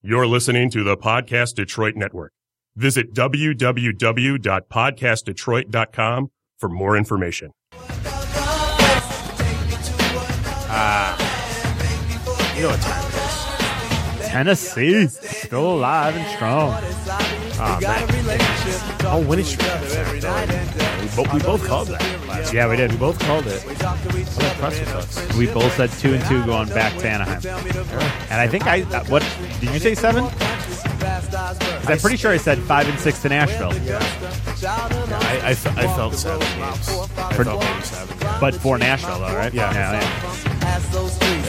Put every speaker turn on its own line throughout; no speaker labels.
You're listening to the Podcast Detroit Network. Visit www.podcastdetroit.com for more information.
You know what time it is.
Tennessee still alive and strong. Ah,
Oh, man.
Oh,
I'll win it. We, bo- we both called that. last
Yeah, we did.
We both called it. I'm impressed with us.
We both said two and two going back to Anaheim, and I think I uh, what did you say seven? 'Cause I'm pretty sure I said five and six to Nashville,
I, I, fe- I felt seven games. I
For-
felt maybe seven. yeah.
but for Nashville, though, right?
Yeah.
yeah.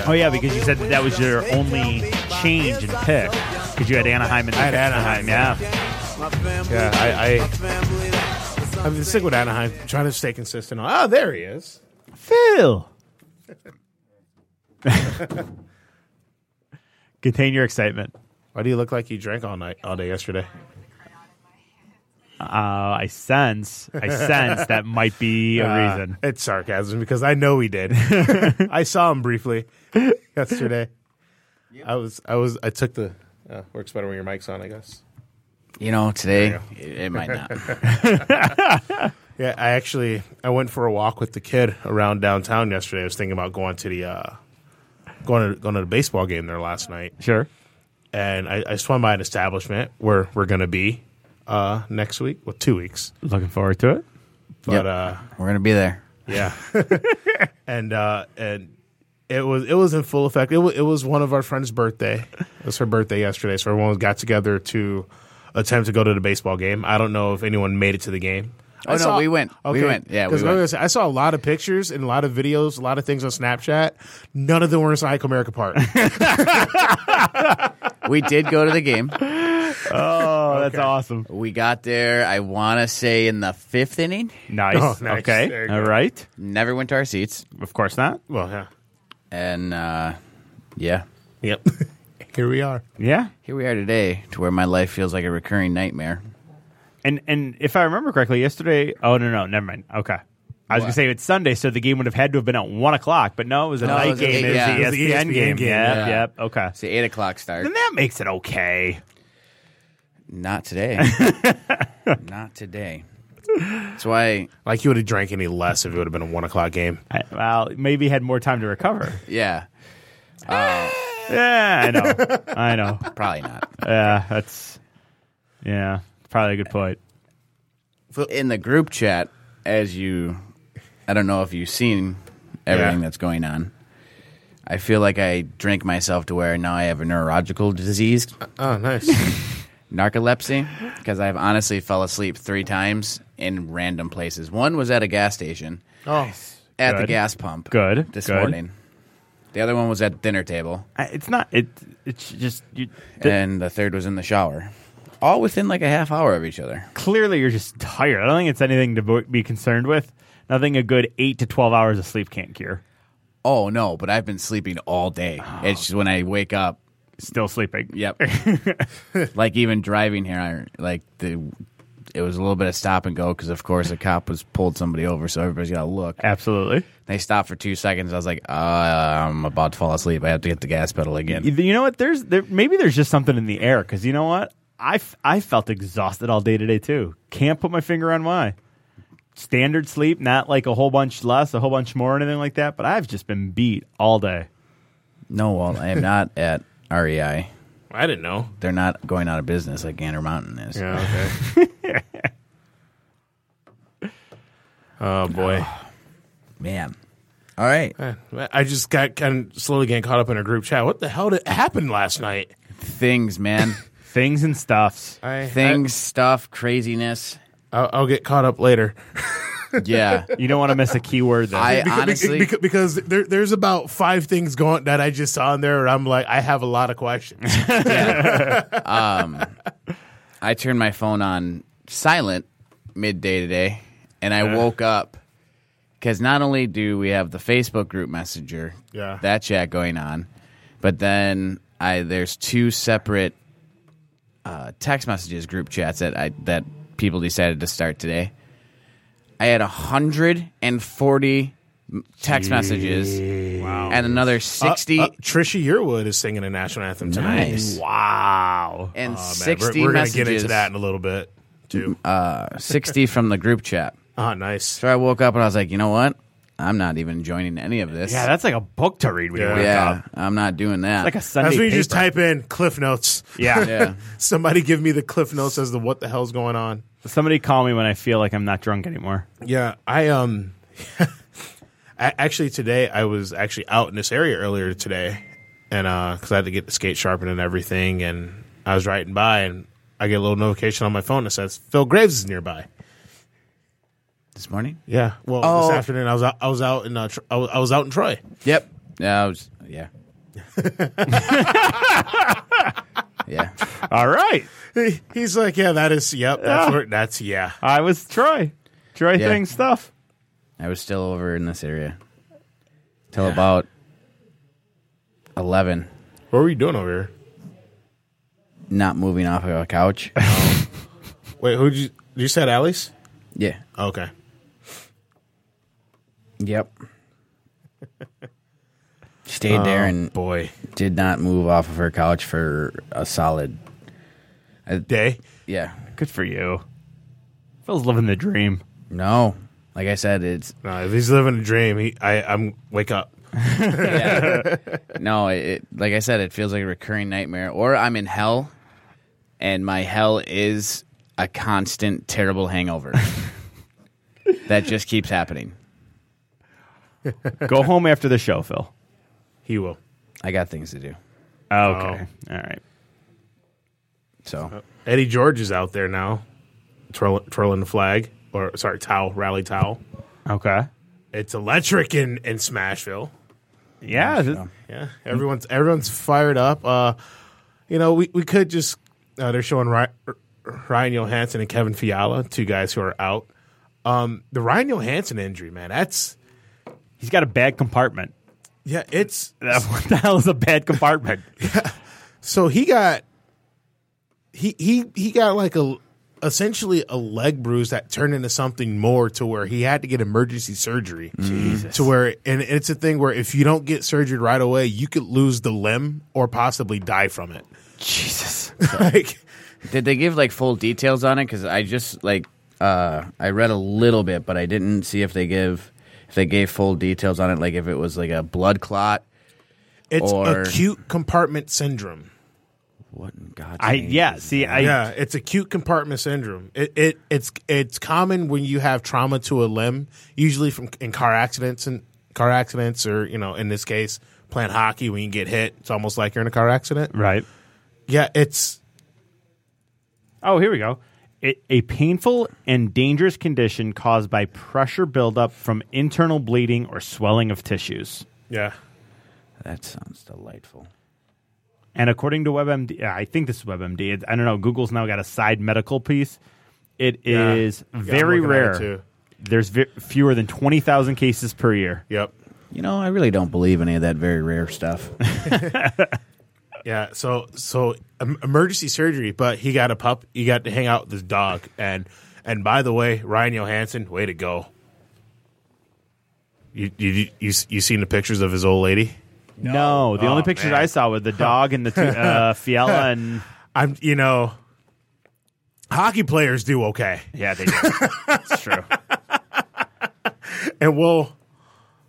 Oh yeah, because you said that, that was your only change in pick because you had Anaheim and
I had Anaheim,
Yeah,
Yeah, I, I, I'm sick with Anaheim. trying to stay consistent. Oh, there he is.
Phil. Contain your excitement.
Why do you look like you drank all night, all day yesterday?
Uh, I sense, I sense that might be a
Uh,
reason.
It's sarcasm because I know he did. I saw him briefly yesterday. I was, I was, I took the. Uh, works better when your mic's on, I guess.
You know, today it, it might not.
Yeah, I actually I went for a walk with the kid around downtown yesterday. I was thinking about going to the uh, going to going to the baseball game there last night,
Sure.
and I, I swung by an establishment where we're going to be uh, next week, well, two weeks,
Looking forward to it.
but
Yep.
uh,
We're gonna be there.
yeah, and uh, and it was it was in full effect. It was, it was one of our friend's birthday. It was her birthday yesterday, so everyone got together to attempt to go to the baseball game. I don't know if anyone made it to the game.
Oh, no, we went. We went. Yeah, we
'Cause remember
went.
I said- I saw a lot of pictures and a lot of videos, a lot of things on Snapchat. None of them were inside Comerica Park.
We did go to the game.
Oh, that's awesome.
We got there. I want to say in the fifth inning.
Nice.
Oh, nice. There
Okay.
you
All
go.
right.
Never went to our seats,
Of course not.
well, yeah,
and uh, yeah,
yep. Here we are.
Yeah.
here we are today, to where my life feels like a recurring nightmare.
And and if I remember correctly, yesterday. Oh no no never mind. Okay. I was gonna
What?
say it's Sunday, so the game would have had to have been at one o'clock, but no, it was a
No, it
night
was a-
game.
yeah.
It
It
was
was
the E
the
ESPN game.
ESPN game,
Yep,
yeah.
yep. Okay.
It's the eight o'clock start.
Then that makes it okay.
Not today. Not today. That's why.
Like you would have drank any less if it would have been a one o'clock game.
I- well, maybe had more time to recover.
Yeah, Uh,
yeah, I know. I know.
probably not.
Yeah, that's yeah, probably a good point.
in the group chat as you I don't know if you've seen everything
Yeah.
that's going on. I feel like I drank myself to where now I have a neurological disease,
Oh, nice.
narcolepsy, because I've honestly fell asleep three times in random places. One was at a gas station,
oh,
at the
Good.
gas pump.
Good,
This
good.
morning. The other one was at the dinner table,
I, it's not. It. It's just you.
and the third was in the shower. All within like a half hour of each other.
clearly you're just tired. I don't think it's anything to bo- be concerned with. Nothing a good eight to twelve hours of sleep can't cure.
Oh no, but I've been sleeping all day.
Oh.
It's just when I wake up,
Still sleeping.
Yep. like even driving here, I like the it was a little bit of stop and go because of course a cop was pulled somebody over, so everybody's got to look.
Absolutely.
They stopped for two seconds. I was like, uh, I'm about to fall asleep. I have to hit the gas pedal
You,
again.
you know what? There's there, maybe there's just something in the air because you know what? I, f- I felt exhausted all day today too. Can't put my finger on why. Standard sleep, not like a whole bunch less, a whole bunch more, or anything like that. But I've just been beat all day.
No, well, I am not at REI.
I didn't know.
They're not going out of business like Gander Mountain is.
Yeah. Okay. oh boy.
Man. All right.
I just got kind of slowly getting caught up in a group chat. What the hell did happen last night?
Things, man.
Things and stuffs.
I
Things, stuff, craziness.
I, will I'll get caught up later.
Yeah.
You don't want to miss a keyword. There.
I
Because,
honestly.
because, because there, there's about five things going that I just saw in there, and I'm like, I have a lot of questions.
I turned my phone on silent midday today, and I woke up because not only do we have the Facebook group messenger,
Yeah.
that chat going on, but then I there's two separate uh, text messages group chats that I that people decided to start today. I had hundred and forty m- text messages, and another
Uh,
sixty
uh, Trisha Yearwood is singing the national anthem tonight.
Nice.
Wow. Oh,
and
man,
60
We're, we're gonna
messages.
get into that in a little bit too.
uh, sixty from the group chat.
Ah, nice.
So I woke up and I was like, you know what? I'm not even joining any of this.
Yeah, that's like a book to read when
Yeah.
you wake
Yeah,
up.
I'm not doing that.
Like a Sunday.
That's when you just
paper.
type in Cliff Notes.
Yeah.
yeah,
Somebody give me the Cliff Notes as to what the hell's going on.
Somebody call me when I feel like I'm not drunk anymore.
Yeah, I um, I, actually today I was actually out in this area earlier today, and uh, because I had to get the skate sharpened and everything, and I was riding by and I get a little notification on my phone that says Phil Graves is nearby.
this morning.
Yeah, well,
Oh.
this afternoon I was out, I was out in uh, Tro- I was, I was out in Troy.
Yep. Yeah. I was, yeah. yeah.
All right.
He- He's like, yeah, that is, yep, that's where, that's yeah.
I was Troy. Troy
Yeah.
thing stuff.
I was still over in this area till about eleven.
What were you doing over here?
Not moving off of a couch.
Wait, who you you said Alice?
yeah.
Oh, Okay,
Yep. Stayed
Oh.
there and
boy,
did not move off of her couch for a solid.
day.
Yeah.
Good for you. Phil's living the dream.
No. Like I said, it's
No, if he's living a dream, he I I'm wake up.
yeah. no, it, it like I said, it feels like a recurring nightmare. Or I'm in hell, and my hell is a constant terrible hangover that just keeps happening.
Go home after the show, Phil.
He will.
I got things to do,
Oh.
Okay. All right.
so
Eddie George is out there now, twirl, twirling the flag or sorry, towel rally towel.
Okay.
It's electric in in Smashville.
Yeah. th-
Yeah, everyone's everyone's fired up. Uh, you know, we we could just uh, they're showing Ry- Ryan Johansson and Kevin Fiala, two guys who are out. Um, the Ryan Johansson injury, man, that's
He's got a bad compartment.
yeah, it's
what the hell is a bad compartment?
so he got he he he got like a essentially a leg bruise that turned into something more to where he had to get emergency surgery to where and it's a thing where if you don't get surgery right away you could lose the limb or possibly die from it
Jesus.
like
did they give like full details on it? Because I just like uh, I read a little bit, but I didn't see if they give if they gave full details on it. Like if it was like a blood clot.
it's
Or-
acute compartment syndrome
What in God's
I
name
yeah.
is
See,
that?
I
yeah it's acute compartment syndrome it, it it's it's common when you have trauma to a limb usually from in car accidents and car accidents or you know in this case playing hockey when you get hit it's almost like you're in a car accident
right.
Yeah, it's
Oh, here we go. A, a painful and dangerous condition caused by pressure buildup from internal bleeding or swelling of tissues.
yeah.
that sounds delightful.
And according to WebMD, yeah, I think this is WebMD. It, I don't know. Google's now got a side medical piece. It is
Yeah. Yeah, I'm
very
looking at it
rare.
too.
There's vi- fewer than twenty thousand cases per year.
Yep.
You know, I really don't believe any of that very rare stuff.
Yeah. So so em- emergency surgery, but he got a pup. He got to hang out with his dog. And and by the way, Ryan Johansson, way to go. You you you you seen the pictures of his old lady?
No, the
Oh,
only pictures
man.
I saw were the dog and the two, uh, Fiala and
I'm you know, hockey players do Oh, okay,
yeah, they did. it's true.
and we'll.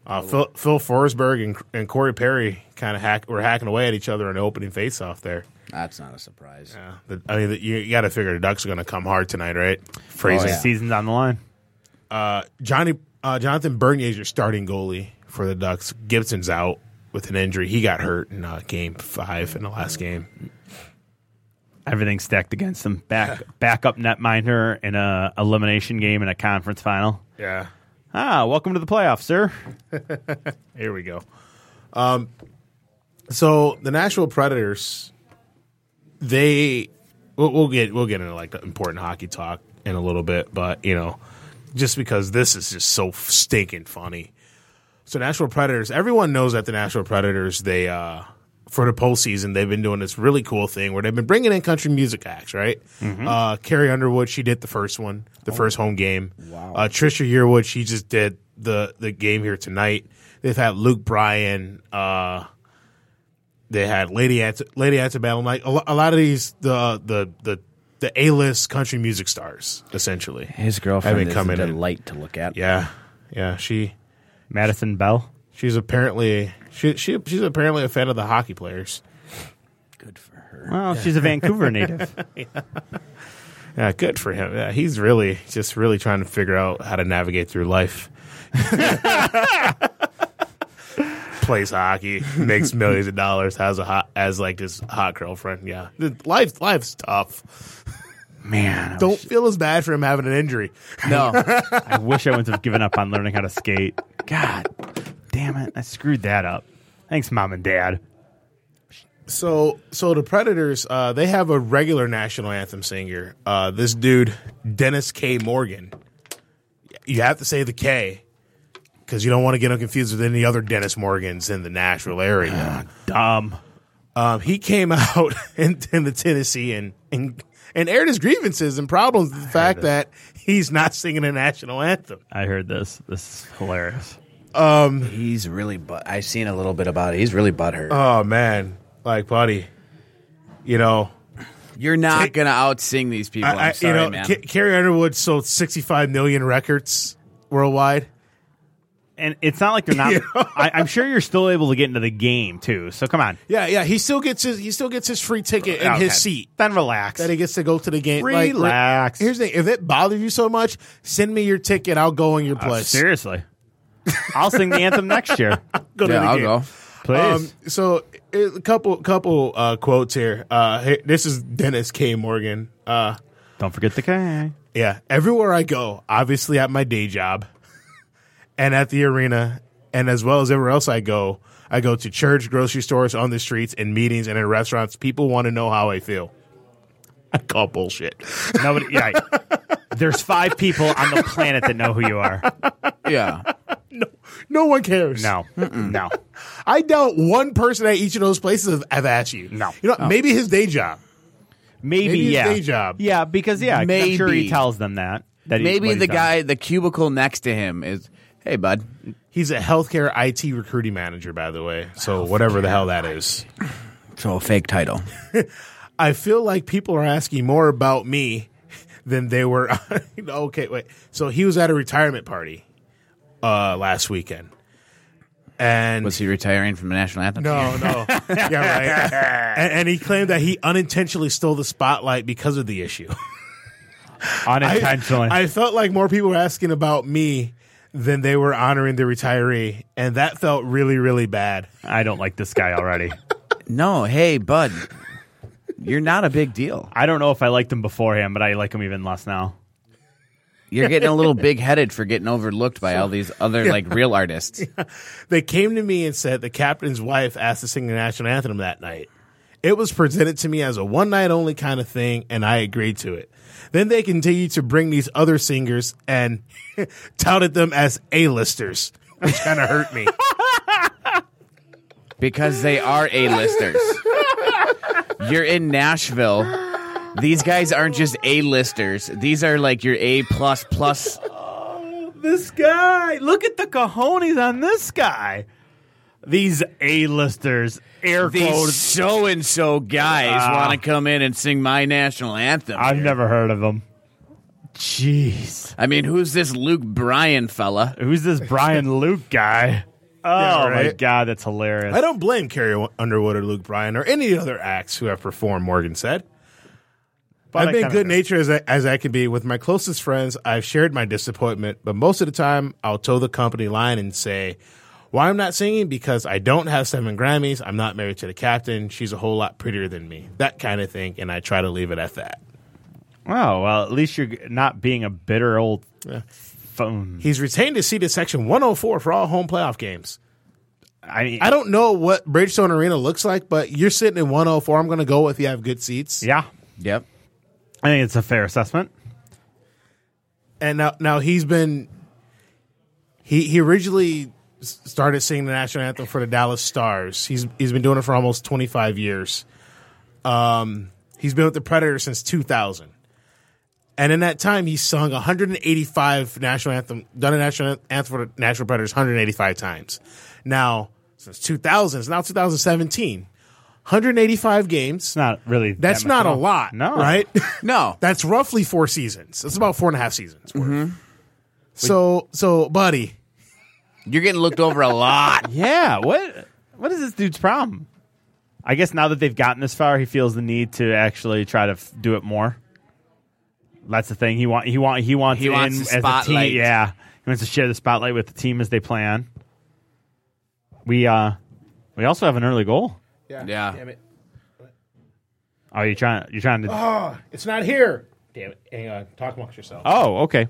Uh, Phil, Phil Forsberg and, and Corey Perry kind of hack, were hacking away at each other in the opening faceoff there.
That's not a surprise.
Yeah. The, I mean, the, you, you got to figure the Ducks are going to come hard tonight, right?
Crazy
Oh, yeah.
seasons on the line.
Johnny uh, Jonathan Bernier is your starting goalie for the Ducks. Gibson's out with an injury. He got hurt in uh, game five in the last game.
Everything stacked against them. Back backup netminder in a elimination game in a conference final.
Yeah.
Ah, welcome to the playoffs, sir.
Here we go. Um, so the Nashville Predators, they we'll, we'll get we'll get into like the important hockey talk in a little bit, but you know, just because this is just so stinking funny. So Nashville Predators, everyone knows that the Nashville Predators they uh for the postseason they've been doing this really cool thing where they've been bringing in country music acts, right? Uh Carrie Underwood, she did the first one, the first home game. Wow. Uh, Trisha Yearwood, she just did the the game here tonight. They've had Luke Bryan. Uh, they had Lady at Lady Atabel. Like a, lo- a lot of these the the the the A list country music stars essentially.
His
I
girlfriend
mean,
is
come
a
in and-
delight to look at.
Yeah, yeah. She
Madison Bell.
she's apparently she she she's apparently a fan of the hockey players.
Good for her.
Well, she's a Vancouver native.
Yeah, good for him. Yeah, he's really just really trying to figure out how to navigate through life. Plays hockey, makes millions of dollars, has a hot as like this hot girlfriend. Yeah, The- life life's tough.
Man, I
Don't feel as bad for him having an injury.
No,
I wish I wouldn't have given up on learning how to skate. God damn it. I screwed that up. Thanks, mom and dad.
So, so the Predators, uh, they have a regular national anthem singer. Uh, this dude, Dennis K. Morgan. You have to say the K because you don't want to get him confused with any other Dennis Morgans in the Nashville area.
Dumb.
Um, he came out in, in the Tennessee and, and and aired his grievances and problems with the fact that he's not singing the national anthem.
I heard this. This is hilarious.
he's really. But I've seen a little bit about it. He's really butthurt.
Oh man, like buddy, you know.
You're not gonna out sing these people. I,
I,
am sorry,
you know,
man.
Ca- Carrie Underwood sold 65 million records worldwide.
And it's not like you're not. I, I'm sure you're still able to get into the game too. So come on,
Yeah, yeah. He still gets his he still gets his free ticket and
Okay.
his seat
Then relax.
that he gets to go to the game. Like,
Relax.
here's the thing: if it bothers you so much, send me your ticket. I'll go in your
Uh,
place.
seriously, I'll sing the anthem next year.
Go to
yeah,
the
I'll
game.
go.
Please.
Um, so a couple couple uh, quotes here. Uh, here- This is Dennis K. Morgan. Uh,
Don't forget the K.
yeah, everywhere I go, obviously at my day job, and at the arena, and as well as everywhere else I go, I go to church, grocery stores, on the streets, in meetings, and in restaurants. People want to know how I feel. I call bullshit.
Nobody. Yeah, there's five people on the planet that know who you are.
Yeah,
No one cares.
No, no.
I doubt one person at each of those places have, have asked you.
No.
You know, maybe his day job.
Maybe,
Maybe his
yeah.
day job.
Yeah, because yeah, I'm sure he
Maybe.
tells them that. that he-
maybe
what
the
he's done.
guy, the cubicle next to him is. Hey, bud.
He's a healthcare IT recruiting manager, by the way. So whatever the hell that is.
So a fake title.
I feel like people are asking more about me than they were. okay, wait. So he was at a retirement party uh, last weekend, and
Was he retiring from the national anthem?
no, no, yeah, right. And, and he claimed that he unintentionally stole the spotlight because of the issue.
unintentionally.
I felt like more people were asking about me than they were honoring the retiree, and that felt really, really bad.
I don't like this guy already.
No. Hey, bud. You're not a big deal.
I don't know if I liked him beforehand, but I like him even less now.
You're getting a little big headed for getting overlooked by all these other like real artists.
They came to me and said the captain's wife asked to sing the national anthem that night. It was presented to me as a one night only kind of thing, and I agreed to it. Then they continued to bring these other singers and touted them as A listers, which kind of hurt me.
Because they are A-listers. You're in Nashville. These guys aren't just A-listers. These are like your A plus plus.
This guy, look at the cojones on this guy. These A-listers, air
These
quotes.
so and so guys
Ah.
want to come in and sing my national anthem.
I've
here.
never heard of them. Jeez,
I mean, who's this Luke Bryan fella?
who's this Brian Luke guy? Oh my
right.
god, that's hilarious.
I don't blame Carrie Underwood or Luke Bryan or any other acts who have performed, Morgan said.
But I
I've been
kinda
good
do.
natured as I, as I can be with my closest friends. I've shared my disappointment, but most of the time, I'll toe the company line and say, "Why I'm not singing? Because I don't have seven Grammys. I'm not married to the captain. She's a whole lot prettier than me. That kind of thing." And I try to leave it at that.
Wow, well, at least you're not being a bitter old phone.
He's retained his seat at Section 104 for all home playoff games.
I mean,
I don't know what Bridgestone Arena looks like, but you're sitting in 104. I'm going to go if you have good seats.
yeah,
Yep.
I think it's a fair assessment.
and now now he's been he he originally s- started singing the national anthem for the Dallas Stars. He's he's been doing it for almost 25 years. Um he's been with the Predators since 2000. And in that time, he sung 185 national anthem, done a national anthem for the National Predators 185 times. Now, since 2000, it's now 2017. 185 games.
It's not really. that
That's
much
not
at
a
all.
lot,
No.
right?
No.
That's roughly four seasons. That's about four and a half seasons. worth. So, so, buddy,
You're getting looked over a lot.
Yeah. What? What is this dude's problem? I guess now that they've gotten this far, he feels the need to actually try to f- do it more. That's the thing. He want. He want. He wants.
He
in
wants the
as a
spotlight.
team. Yeah. He wants to share the spotlight with the team as they plan. We uh, we also have an early goal.
Yeah.
it.
Oh, you trying? You're trying to?
It's not here. Damn it. Hang on. Talk amongst yourselves.
Oh, okay.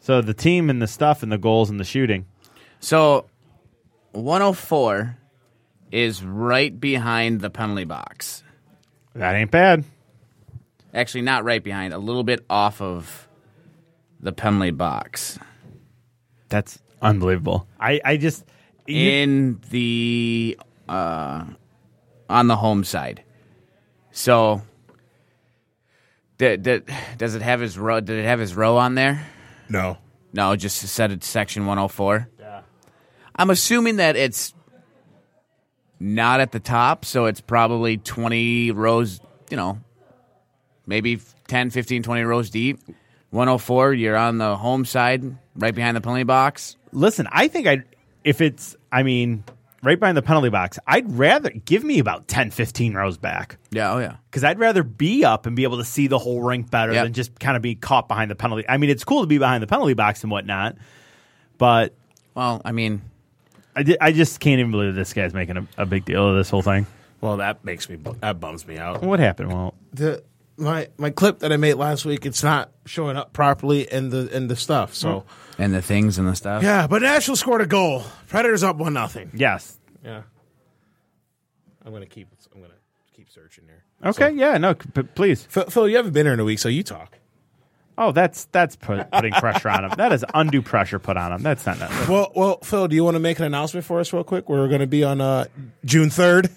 So the team and the stuff and the goals and the shooting.
So 104 is right behind the penalty box.
That ain't bad.
Actually, not right behind, a little bit off of the penalty box.
That's unbelievable. I, I just you-
in the uh, on the home side. So, did, did, does it have his row? Did it have his row on there?
No.
No, just set it to section 104. Yeah. I'm assuming that it's not at the top, so it's probably 20 rows, you know, maybe 10, 15, 20 rows deep. 104, you're on the home side, right behind the penalty box.
listen, I think I if it's I mean, right behind the penalty box, I'd rather give me about 10, 15 rows back.
Yeah, oh yeah.
Because I'd rather be up and be able to see the whole rink better
Yep.
than just kind of be caught behind the penalty. I mean, it's cool to be behind the penalty box and whatnot, but
Well, I mean,
I, di- I just can't even believe this guy's making a, a big deal of this whole thing.
Well, that makes me, bu- that bums me out.
What happened? Well,
the my my clip that I made last week, it's not showing up properly in the in the stuff. So
and the things and the stuff.
yeah, but National scored a goal. Predators up one nothing.
yes.
Yeah, I'm gonna keep I'm gonna keep searching here.
Okay. yeah. No. c- p- please.
Phil, Phil, you haven't been here in a week, so you talk.
Oh, that's that's pu- putting pressure on him. That is undue pressure put on him. That's not. That.
Well, well, Phil, do you want to make an announcement for us real quick? We're gonna be on uh, June third.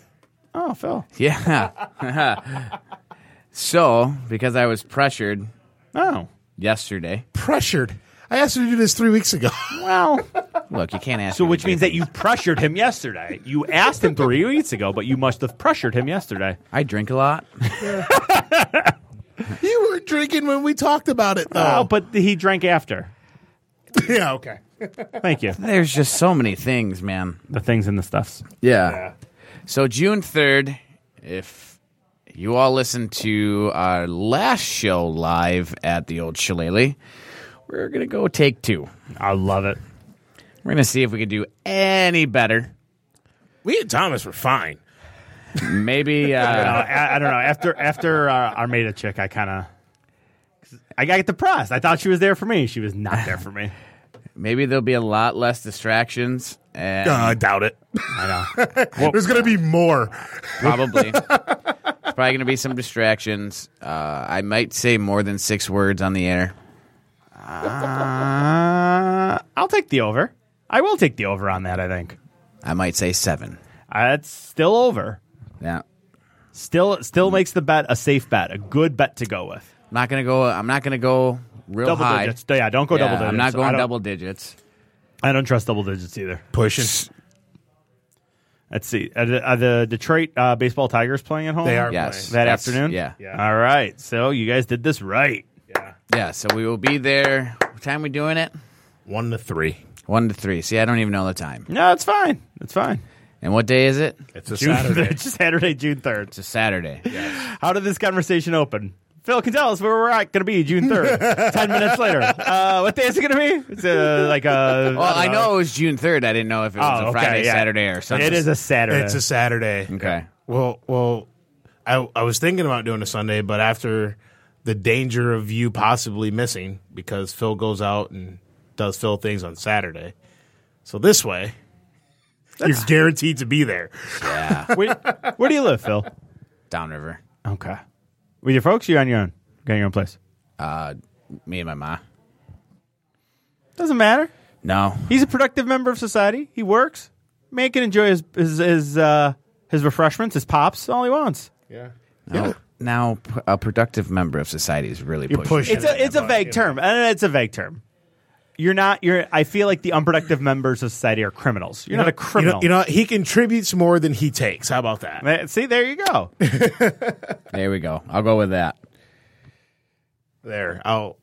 Oh, Phil.
Yeah. so, because I was pressured
Oh.
yesterday.
Pressured. I asked him to do this three weeks ago.
Well.
Look, you can't ask.
So,
me
which
to
means
do
that you pressured him yesterday. You asked him three weeks ago, but you must have pressured him yesterday.
things. I drink a lot.
you were drinking when we talked about it,
Oh,
though.
but he drank after.
Oh, yeah, okay.
Thank you.
There's just so many things, man.
The things and the stuffs.
Yeah. So June third, if you all listened to our last show live at the old Shillelagh, we're gonna go take two.
I love it.
We're gonna see if we can do any better.
We and Thomas were fine.
Maybe uh,
I, I don't know. After after uh, Armada chick, I kind of. I got depressed. I thought she was there for me. She was not there for me.
maybe there'll be a lot less distractions and
Uh-huh.
I doubt it.
I know.
Uh, There's gonna be more.
Probably. It's probably going to be some distractions. Uh, I might say more than six words on the air.
Uh, I'll take the over. I will take the over on that. I think
I might say seven.
uh, it's still over.
Yeah.
Still, still makes the bet a safe bet, a good bet to go with.
I'm not going to go. I'm not going to go real
Double
high.
digits. Yeah, don't go
Yeah,
double digits.
I'm not
I
going
don't-
double digits.
I don't trust double digits either.
Pushing.
Let's see. Are the, are the Detroit uh, baseball Tigers playing at home?
They are
Yes.
that
That's-
afternoon.
Yeah. yeah.
Yeah.
All right. So you guys did this right.
So we will be there. What time we doing it?
One to three.
One to three. See, I don't even know the time.
No, it's fine. It's fine.
And what day is it?
It's a
June,
Saturday.
Saturday, June third.
It's a Saturday.
How did this conversation open? Phil can tell us where we're at. Going to be June third. Ten minutes later. Uh, what day is it going to be? It's uh, like a.
Well, I know it was June third. I didn't know if it was
Oh,
Oh, a Friday,
okay, yeah.
Saturday, or something.
It is a Saturday.
It's a Saturday.
okay.
Well, well, I I was thinking about doing a Sunday, but after the danger of you possibly missing because Phil goes out and does Phil things on Saturday, so this way you're guaranteed to be there.
Yeah.
Wait, where do you live, Phil?
Downriver.
Okay. With your folks, or you on your own? You got your own place.
Uh, me and my ma.
Doesn't matter.
No.
He's a productive member of society. He works. Make and enjoy his his his, uh, his refreshments, his pops, all he wants.
Yeah,
No. now p- a productive member of society is really
You're pushing.
It's a it's a vague term. Uh, It's a vague term. You're not. You're. I feel like the unproductive members of society are criminals. You're not a criminal.
You know, you know, he contributes more than he takes. How about that?
Uh, See, there you go.
There we go. I'll go with that.
There. I'll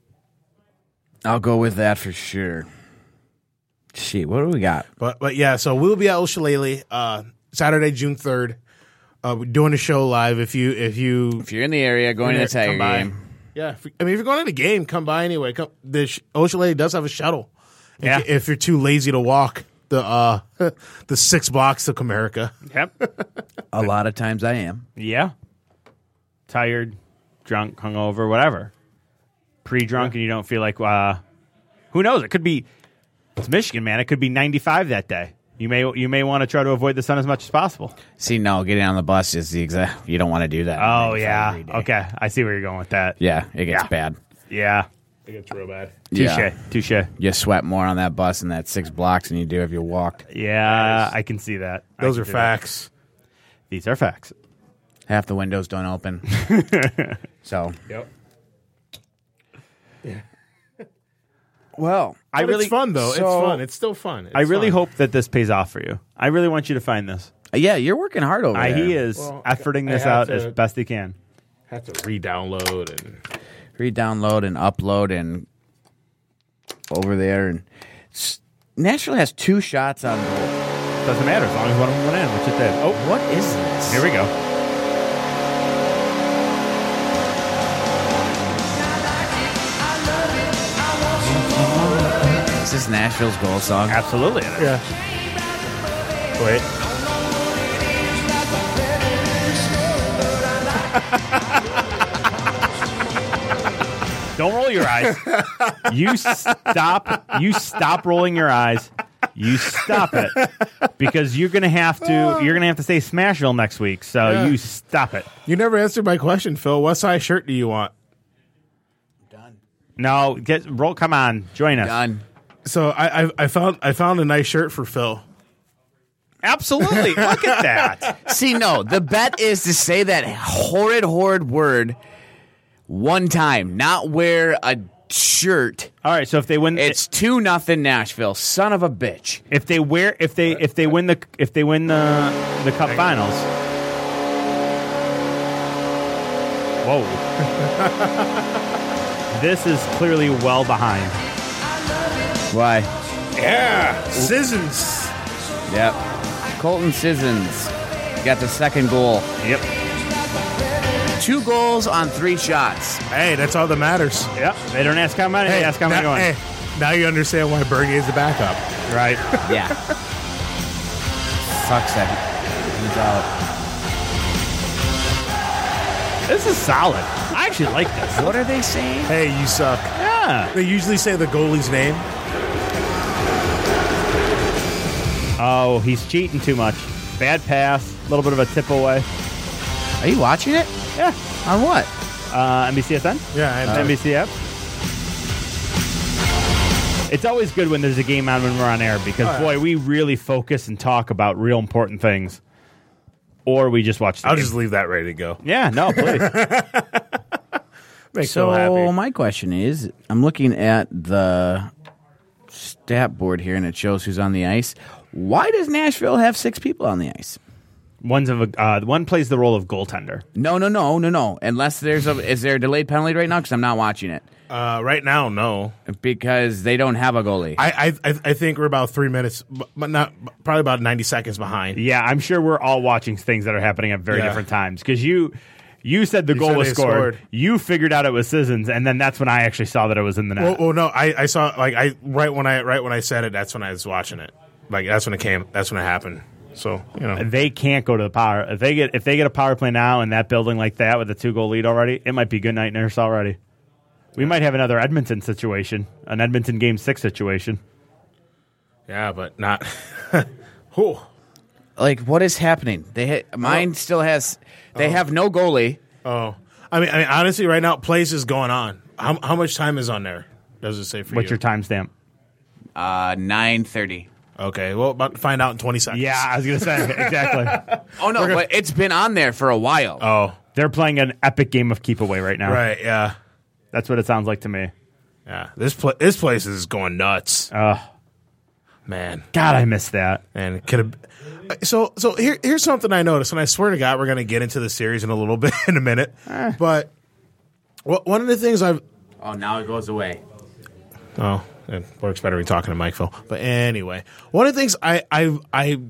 I'll go with that for sure. Shit, what do we got?
But but yeah, so we'll be at El Shillelagh uh, Saturday, June third. Uh, we're doing a show live. If you if you
If you're in the area, going to the Tiger
come by,
game.
yeah. If, I mean, if you're going to the game, come by anyway. Come the sh- El Shillelagh does have a shuttle. If
Yeah.
you- if you're too lazy to walk the uh the six blocks to Comerica,
Yep.
A lot of times I am.
Yeah. Tired, drunk, hungover, whatever. Pre-drunk, and you don't feel like. Uh, who knows? It could be. It's Michigan, man. It could be 95 that day. You may you may want to try to avoid the sun as much as possible.
See, no, getting on the bus is the exact. You don't want to do that.
Oh
Like,
yeah.
every day.
Okay, I see where you're going with that.
Yeah, it gets
Yeah.
bad.
Yeah.
it gets real bad.
Touche.
Yeah.
Touche.
You sweat more on that bus and that six blocks than you do if you walked.
Yeah, I can see that. I
Those
can
are
see that.
facts.
These are facts.
Half the windows don't open. so,
Yep.
well,
I really
it's fun though.
so-
it's fun. It's still fun. It's
I really
fun.
hope that this pays off for you. I really want you to find this.
yeah, you're working hard over
I,
there.
he is
Well,
efforting
I
this
have
out
to-
as best he can.
have to re-download and
re-download and upload and over there and s- Nashville has two shots on goal.
Doesn't matter as long as one of them went in, which it did. Oh,
What is this?
here we go.
Is this Nashville's goal song?
Absolutely.
yeah. Wait.
Don't roll your eyes. you stop. You stop rolling your eyes. You stop it because you're gonna have to. You're gonna have to say Smashville next week. So
Yeah.
you stop it.
You never answered my question, Phil. What size shirt do you want?
No, get roll. Come on, join us.
Done.
So I, I I found I found a nice shirt for Phil.
Absolutely. Look at that.
See, no, the bet is to say that horrid, horrid word one time, not wear a shirt.
All right. So if they win,
It's two nothing Nashville. Son of a bitch.
if they wear if they if they win the if they win the the cup finals. Whoa. this is clearly well behind.
Why?
Yeah, scissors.
Yep. Colton Sissons got the second goal.
Yep.
Two goals on three shots.
Hey, that's all that matters.
Yep. They don't ask how many. they ask how many
now,
going.
hey, now you understand why Bernie is the backup.
Right.
Yeah. Sucks that he's out.
this is solid. I actually like this.
What are they saying?
Hey, you suck.
Yeah.
They usually say the goalie's name.
Oh, he's cheating too much. Bad pass. A little bit of a tip away.
Are you watching it?
Yeah.
On what?
Uh, NBCSN.
Yeah, I know.
NBC app. It's always good when there's a game on when we're on air because
Oh, yeah.
boy, we really focus and talk about real important things, or we just watch. The
I'll
game.
just leave that ready to go.
yeah, no, please.
Makes so,
So
happy.
my question is, I'm looking at the stat board here, and it shows who's on the ice. Why does Nashville have six people on the ice?
One's of a uh, one plays the role of goaltender.
No, no, no, no, no. Unless there's a is there a delayed penalty right now? Because I'm not watching it
Uh, right now, no.
because they don't have a goalie.
I, I I I think we're about three minutes, but but not probably about ninety seconds behind.
Yeah, I'm sure we're all watching things that are happening at very
Yeah.
different times because you. You said the goal
said
was
they
scored.
scored.
You figured out it was Sissons, and then that's when I actually saw that it was in the net.
Well, well, Oh, no, I, I saw like I right when I right when I said it, that's when I was watching it. Like that's when it came. That's when it happened. So you know,
they can't go to the power. If they get if they get a power play now in that building like that with a two goal lead already, it might be good night nurse already. We might have another Edmonton situation, an Edmonton game six situation.
yeah, but not. Whew.
like, what is happening? They ha- mine still has. They have no goalie.
Oh, I mean, I mean, honestly, right now, plays is going on. How, how much time is on there? Does it say for
What's
you?
your timestamp?
Uh, nine thirty.
okay, well, about find out in twenty seconds.
Yeah, I was gonna say exactly.
Oh no, but it's been on there for a while.
Oh,
They're playing an epic game of keep away right now.
Right. Yeah.
That's what it sounds like to me.
Yeah. This pla- this place is going nuts.
Ugh.
man.
God, I miss that.
And could have. uh, So so here here's something I noticed, and I swear to God, we're gonna get into the series in a little bit in a minute.
Eh.
But wh- one of the things I've
Oh, now it goes away.
Oh, it works better be talking to Mike Phil. But anyway, one of the things I I I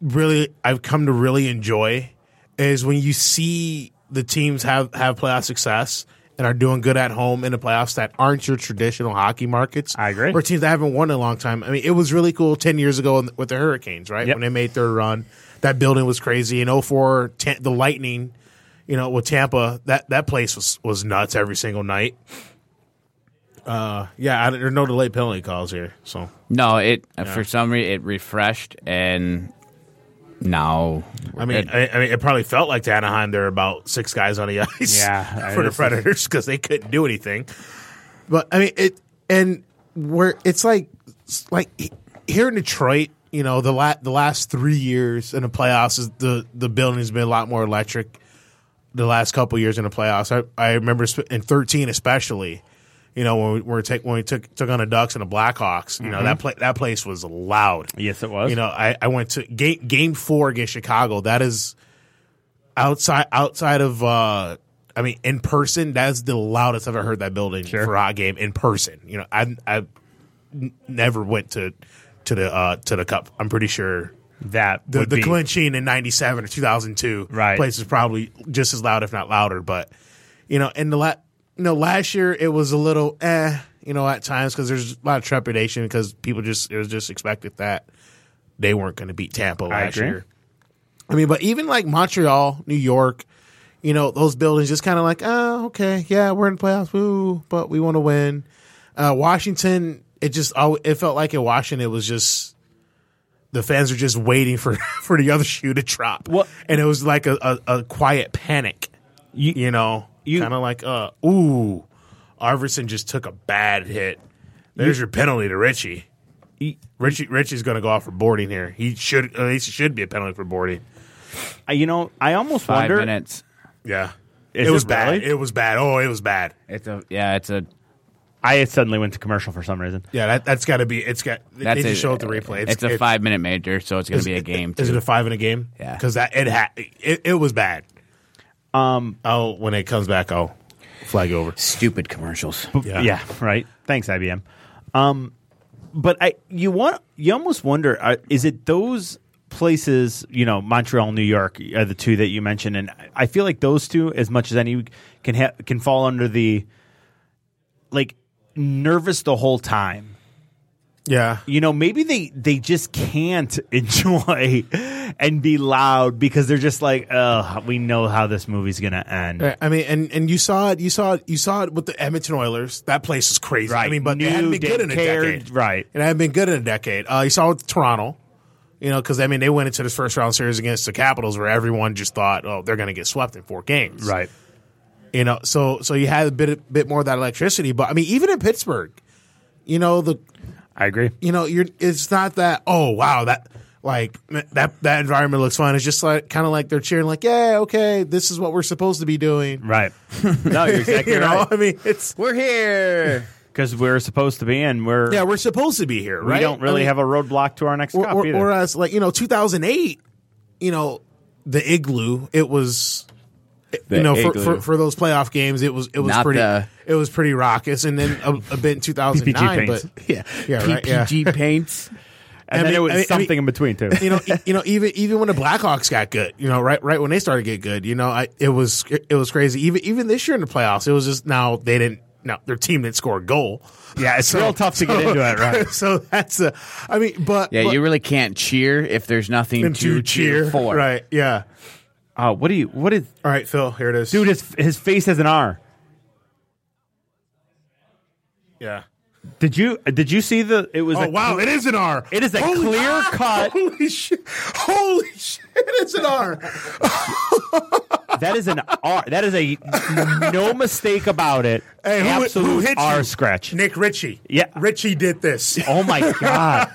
really I've come to really enjoy is when you see the teams have have playoff success and are doing good at home in the playoffs that aren't your traditional hockey markets.
I agree.
Or teams that haven't won in a long time. I mean, it was really cool 10 years ago in- with the Hurricanes, right?
Yep.
When they made their run, that building was crazy. In 04, Ta- the Lightning, you know, with Tampa, that, that place was, was nuts every single night. Uh, Yeah, I, there are no delayed penalty calls here. So
No, it uh, for some reason it refreshed and now
I mean,
it,
I, I mean, it probably felt like to Anaheim there were about six guys on the ice.
Yeah,
for the
this is-
Predators because they couldn't do anything. But I mean, it and where it's like it's like he- here in Detroit, you know, the la- the last three years in the playoffs is the the building's been a lot more electric. The last couple years in the playoffs, I, I remember sp- in thirteen especially. You know when we were take when we took took on the Ducks and the Blackhawks, you know that Mm-hmm. pla- that place was loud.
Yes, it was.
You know, I, I went to game game four against Chicago. That is outside outside of uh I mean in person. That's the loudest I've ever heard that building for a hot game in person. You know, I I n- never went to to the uh to the cup. I'm pretty sure
that
the,
would
the
be-
clinching in 97 or 2002
Right.
place is probably just as loud if not louder but you know and the la- you know last year it was a little eh you know at times because there's a lot of trepidation because people just it was just expected that they weren't going to beat Tampa last
agree.
year I mean but even like Montreal New York you know those buildings just kind of like oh okay yeah we're in the playoffs woo but we want to win uh, Washington it just al- it felt like in Washington it was just the fans are just waiting for, for the other shoe to drop.
Well-
And it was like a, a, a quiet panic,
You-
you, know,
you-
kind of like, uh, ooh, Arvidsson just took a bad hit. There's your penalty to Richie.
You-
Richie Richie's going to go off for boarding here. He should at least it should be a penalty for boarding.
I- you know, I almost
five
wonder.
minutes.
Yeah,
Is
it was
it
bad.
really?
It was bad. Oh, it was bad.
It's a yeah, it's a
I suddenly went to commercial for some reason.
Yeah, that, that's got to be. It's got. They,
that's
they
a,
just showed the replay.
It's, a five minute major, so it's gonna be a game.
Is
too.
it a five in a game?
Yeah.
because that it had it, it was bad. Um. Oh, when it comes back, I'll flag over.
Stupid commercials.
Yeah.
yeah right thanks ibm um, but i you want you almost wonder uh, is it those places you know montreal new york are the two that you mentioned and I- i feel like those two as much as any can ha- can fall under the like nervous the whole time
Yeah.
you know maybe they they just can't enjoy and be loud because they're just like oh we know how this movie's gonna end
I mean, and, and you saw it, you saw it, you saw it with the Edmonton Oilers. That place is crazy. I
Right.
mean, but they
Knew,
hadn't been good in
didn't
a
care,
decade,
right.
And hadn't been good in a decade. Uh, you saw it with Toronto, you know, because I mean, they went into this first round series against the Capitals, where everyone just thought, oh, they're going to get swept in four games,
right
You know, so so you had a bit bit more of that electricity. But I mean, even in Pittsburgh, you know, the
i agree
you know, you're it's not that oh wow that like m- that that environment looks fun. It's just like kind of like they're cheering like yeah okay this is what we're supposed to be doing.
right no you're exactly
you know,
right
I mean, it's
We're here.
because we're supposed to be in. We're
yeah, we're supposed to be here,
we
right?
don't really have a roadblock to our next
or,
cup
or,
either.
or as like you know, 2008, you know, the igloo. It was. you know, for,
igloo.
for, for those playoff games, it was it was
Not
pretty
the-
it was pretty raucous, and then a, a bit in two thousand nine.
paints.
But yeah, yeah, right, yeah.
PPG paints.
and
I
then
mean-
it was
I mean- I
something
mean-
in between too.
you know, e- you know, even even when the Blackhawks got good, you know, right right when they started to get good, you know, I, it was it was crazy. Even even this year in the playoffs, it was just now they didn't now their team didn't score a goal.
yeah, it's real tough to get into it, right?
so that's a, I mean, but
Yeah,
but,
you really can't cheer if there's nothing to,
and to
cheer,
cheer
for.
right? Yeah.
Oh, what do you? What is?
All right, Phil. Here it is,
Dude, his his face has an R.
Yeah.
Did you did you see the? It was
Oh
a
wow,
cle-
it is an R.
It is a clear cut.
Holy shit! Holy shit! It's an R.
that is an R. That is a no mistake about it.
Hey, who- who
absolute
hit you?
R scratch.
Nick Ritchie.
Yeah.
Ritchie did this.
Oh my god,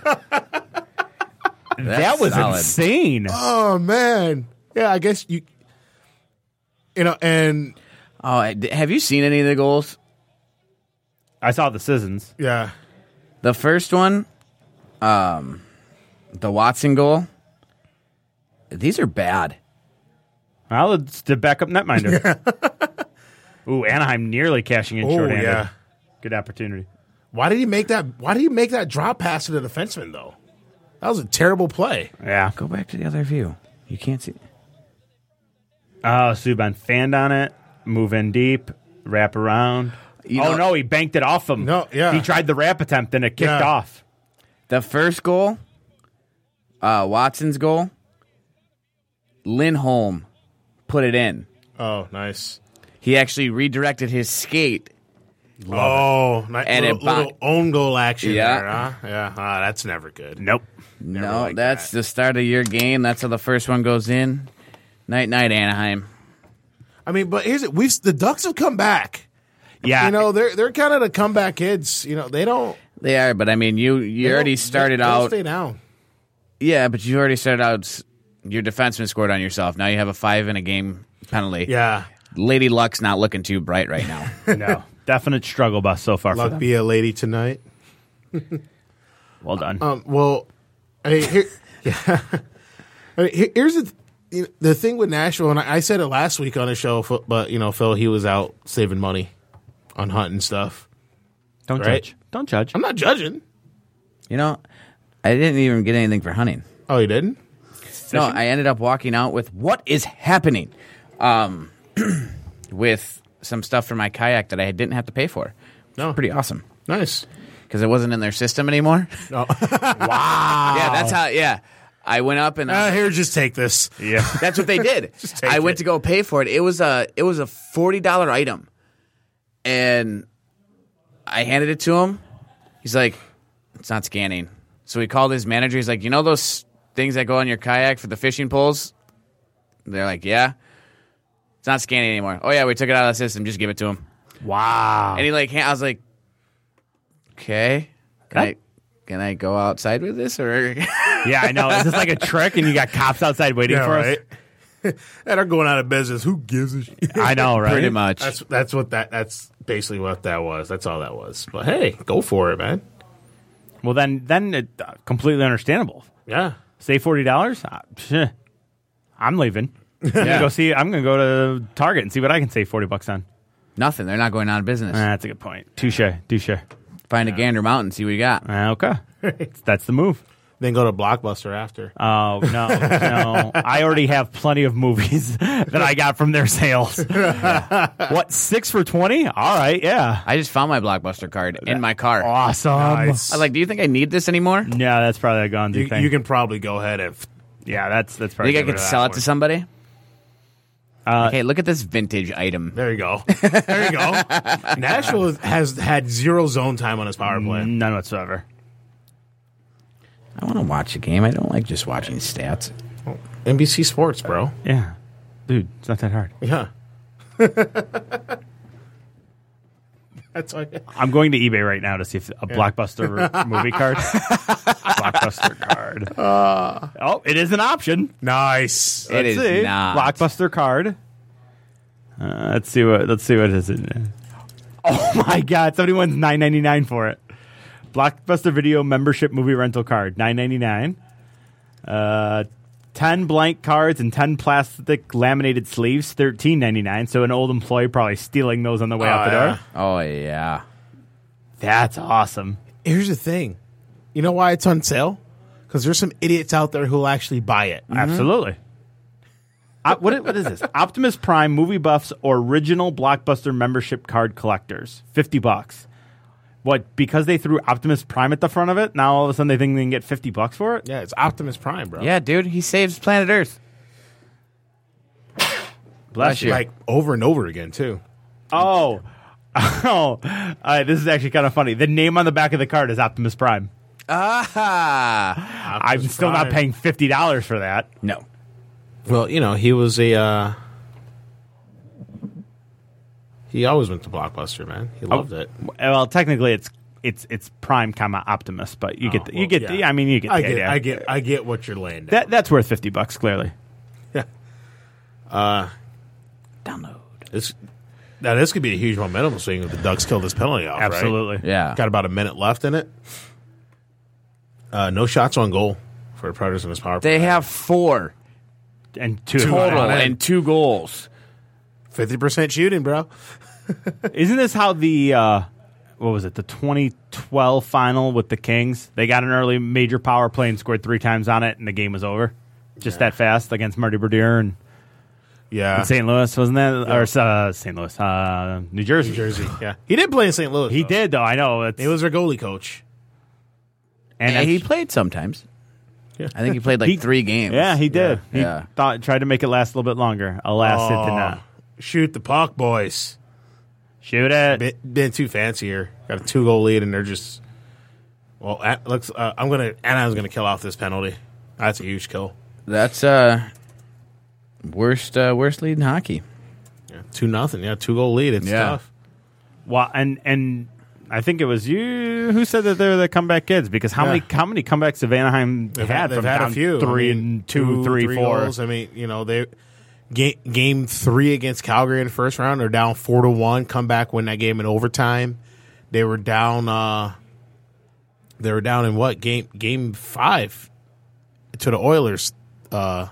that was
solid.
insane.
Oh man. Yeah, I guess you. you know, and
Oh, I- d- have you seen any of the goals?
I saw the Sissons.
yeah,
The first one, um, the Watson goal. These are bad.
Well, it's the backup netminder. Ooh, Anaheim nearly cashing in
Oh,
short handed.
yeah.
Good opportunity.
why did he make that? Why did he make that drop pass to the defenseman though? That was a terrible play.
Yeah.
Go back to the other view. You can't see.
Oh, Subban fanned on it. Move in deep. Wrap around.
You
oh
know-
no, he banked it off him.
No, yeah.
He tried the wrap attempt and it kicked
Yeah.
off.
The first goal, uh, Watson's goal, Lindholm put it in.
Oh, nice.
He actually redirected his skate.
oh, nice.
And
little,
it bon-
little own goal action.
Yeah.
there, huh? yeah. Ah, that's never good.
Nope.
no,
liked
that's the start of your game. That's how the first one goes in. Night, night, Anaheim.
I mean, but here's it. We've the Ducks have come back.
Yeah.
You know, they're they're kind of the comeback kids. You know, they don't.
They are, but I mean, you you
they
already
don't-
started
they don't
out.
Stay down.
Yeah, but you already started out. s- Your defenseman scored on yourself. Now you have a five in a game penalty.
Yeah.
Lady Luck's not looking too bright right now.
no. Definite struggle bus so far for
Luck
them.
be a lady tonight.
well done.
Um, well, I mean, here, yeah. I mean, here- here's the th- you know, the thing with Nashville, and I, I said it last week on a show, Ph- but you know, Phil he was out saving money on hunting stuff.
Don't
right.
judge. Don't judge.
I'm not judging.
you know, I didn't even get anything for hunting.
Oh, you didn't?
No, I ended up walking out with what is happening, um, with some stuff for my kayak that I didn't have to pay for.
No.
pretty awesome
Nice.
because it wasn't in their system anymore.
No.
Yeah, that's how. Yeah, I went up and
Uh, here, just take this.
yeah.
That's what they did.
take
I
it.
went to go pay for it. It was a it was a forty dollar item, and I handed it to him. He's like, "It's not scanning." So he called his manager. He's like, "You know those things that go on your kayak for the fishing poles?" They're like, "Yeah." It's not scanning anymore. Oh yeah, we took it out of the system. Just give it to him.
Wow.
And he like, ha- I was like, "Okay, can I, can I go outside with this or?"
yeah, I know. Is this like a trick and you got cops outside waiting
Yeah,
for us?
right. that are going out of business. Who gives a shit?
I know, right?
Pretty much.
That's that's what that that's basically what that was. That's all that was. But hey, go for it, man.
Well, then, then it, uh, completely understandable.
Yeah.
Say forty dollars. Uh, I'm leaving. I'm gonna go see. I'm gonna go to Target and see what I can save forty bucks on.
Nothing. They're not going out of business.
Ah, that's a good point. Touche. Touche.
Find a Gander Mountain, see what you got.
Ah, okay, that's the move.
Then go to Blockbuster after.
Um,
Oh no, no! I already have plenty of movies that I got from their sales. What six for twenty? All right, yeah,
I just found my blockbuster card in my car. I
awesome.
was like, do you think I need this anymore? Do
Yeah, that's probably a gone
You,
do thing.
you can probably go ahead and
yeah, that's that's
you
probably.
think I
get rid of
could sell
that
it Uh,
one.
to somebody? okay, look at this vintage item.
There you go. There you go. Nashville is- has had zero zone time on his power play.
None whatsoever.
I want to watch a game. I don't like just watching stats.
NBC Sports, bro.
Yeah, dude, it's not that hard.
Yeah. That's okay.
I'm going to eBay right now to see if a blockbuster movie card. blockbuster card.
Uh.
oh, it is an option.
Nice.
It is
Let's see.
not.
Blockbuster card. Uh, let's see what let's see what is it. Oh my god, somebody wants nine ninety nine for it. Blockbuster video membership movie rental card, nine ninety nine. Uh ten blank cards and ten plastic laminated sleeves, thirteen ninety nine. So an old employee probably stealing those on the way out the
Oh,
door.
Oh, yeah.
That's awesome.
Here's the thing. You know why it's on sale? Because there's some idiots out there who'll actually buy it.
Absolutely. Op- what, i- what is this? Optimus Prime movie buffs or original blockbuster membership card collectors. 50 bucks. What, because they threw Optimus Prime at the front of it, now all of a sudden they think they can get 50 bucks for it?
Yeah, it's Optimus Prime, bro.
Yeah, dude, he saves planet Earth.
Bless
Bless you.
Like over and over again, too.
Oh. Oh. All right, this is actually kind of funny. The name on the back of the card is Optimus Prime.
Ah!
I'm still not paying
Prime.
$50 for that.
No.
Well, you know, he was a. Uh, he always went to Blockbuster, man. He loved it.
Well, technically it's it's it's Prime, comma Optimus, but you get the, you
Oh, well,
get the,
yeah.
I mean you get the
I get,
idea.
I get, I get what you're laying down.
that that's worth 50 bucks clearly.
Download.
This, now this could be a huge momentum swing if the Ducks kill this penalty off. right?
Absolutely.
Yeah.
Got about a minute left in it. Uh, no shots on goal for the Predators in this power play.
They have four
And two.
total
on end.
and two goals.
Fifty percent shooting, bro.
Isn't this how the uh, what was it? The 2012 final with the Kings. They got an early major power play and scored three times on it, and the game was over. Just that fast against Marty Berdier and
Yeah,
St. Louis, wasn't that? Or uh, St. Louis, uh, New Jersey.
New Jersey. Yeah, he did play in St. Louis.
He
though.
did though. I know. It's,
He was their goalie coach.
and
And
I-
he played sometimes. I think he played like
He-
three games.
Yeah, he did. He
Yeah. Oh.
thought tried to make it last a little bit longer. Alas, it did not.
Shoot the puck, boys.
Shoot it.
Been, been too fancy here. Got a two goal lead, and they're just. Well, at, looks. Uh, I'm gonna. Anaheim's gonna kill off this penalty. That's a huge kill.
That's uh worst uh, worst lead in hockey.
Yeah, two nothing. Yeah, two goal lead. It's
Yeah.
tough.
Well, and and I think it was you who said that they're the comeback kids because how many how many comebacks have Anaheim
They've
had?
they've
from
had a
down
few.
three
I mean,
and two, three, four.
goals. I mean, you know, they game, game three against Calgary in the first round. They're down four to one. Come back, win that game in overtime. They were down. uh They were down in what game? Game five to the Oilers, uh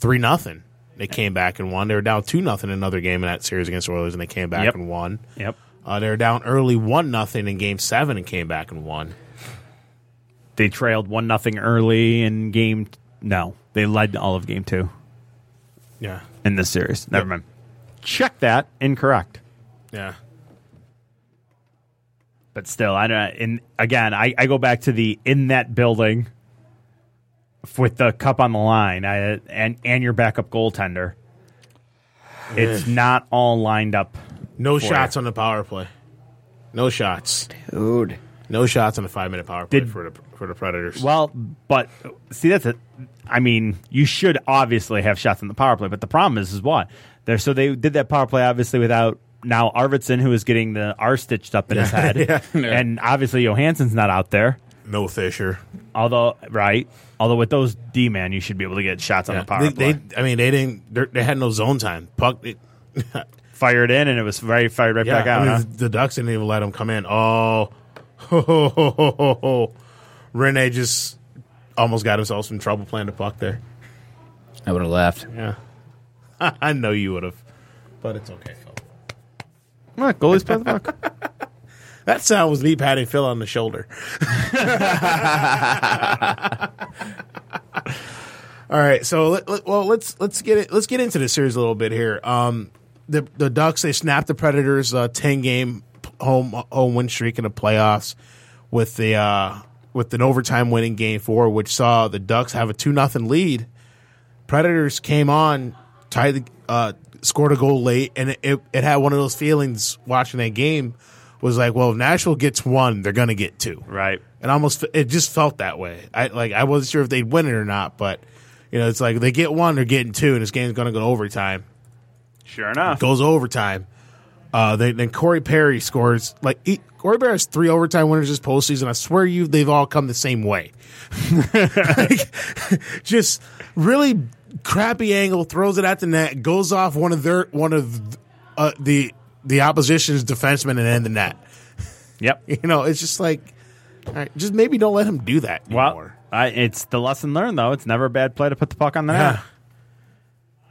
three nothing. They came back and won. They were down two nothing in another game in that series against the Oilers, and they came back
Yep.
and won.
Yep.
Uh, they were down early one nothing in game seven and came back and won.
They trailed one nothing early in game. t- No, they led all of game two
Yeah,
in this series. Never mind. Check that. Incorrect.
yeah.
But still, I don't. And again, I, I go back to the in that building with the cup on the line, I, and and your backup goaltender. It's not all lined up.
No shots on the power play. No shots.
Dude.
No shots on the five minute power play
Did-
for the for the Predators.
Well, but see, that's a. I mean, you should obviously have shots in the power play, but the problem is, is what there. So they did that power play obviously without now Arvidsson, who is getting the R stitched up in his head, and obviously Johansson's not out there.
no Fisher.
Although, right? Although with those D man, you should be able to get shots on the power play.
They, they- I mean, they didn't. they're- They had no zone time. Puck. It,
fired in and it was very fired right
yeah,
back out.
I mean,
huh?
the, the Ducks didn't even let them come in. Oh, ho, ho, ho, ho, ho, ho. Rene just almost got himself in trouble playing the puck there.
I would have left.
Yeah, I know you would have, but it's okay. Phil.
Look, goalies play the puck.
That sound was me patting Phil on the shoulder. All right, so let, let- well let's let's get it let's get into the series a little bit here. Um, the the Ducks they snapped the Predators' uh, ten game home home win streak in the playoffs with the uh, with an overtime winning game four, which saw the Ducks have a two nothing lead. Predators came on, tied the, uh, scored a goal late, and it, it, it had one of those feelings watching that game was like, well, if Nashville gets one, they're gonna get two,
right.
and almost it just felt that way. I like I wasn't sure if they'd win it or not, but you know it's like they get one, they're getting two, and this game's gonna go to overtime.
Sure enough.
Goes to overtime. Uh, they, then Corey Perry scores like he, Corey Perry has three overtime winners this postseason. I swear you, they've all come the same way. Like, just really crappy angle, throws it at the net, goes off one of their one of uh, the the opposition's defensemen and in the net.
Yep.
You know, it's just like, all right, just maybe don't let him do that
Well,
anymore.
I, it's the lesson learned though. It's never a bad play to put the puck on the net.
Yeah.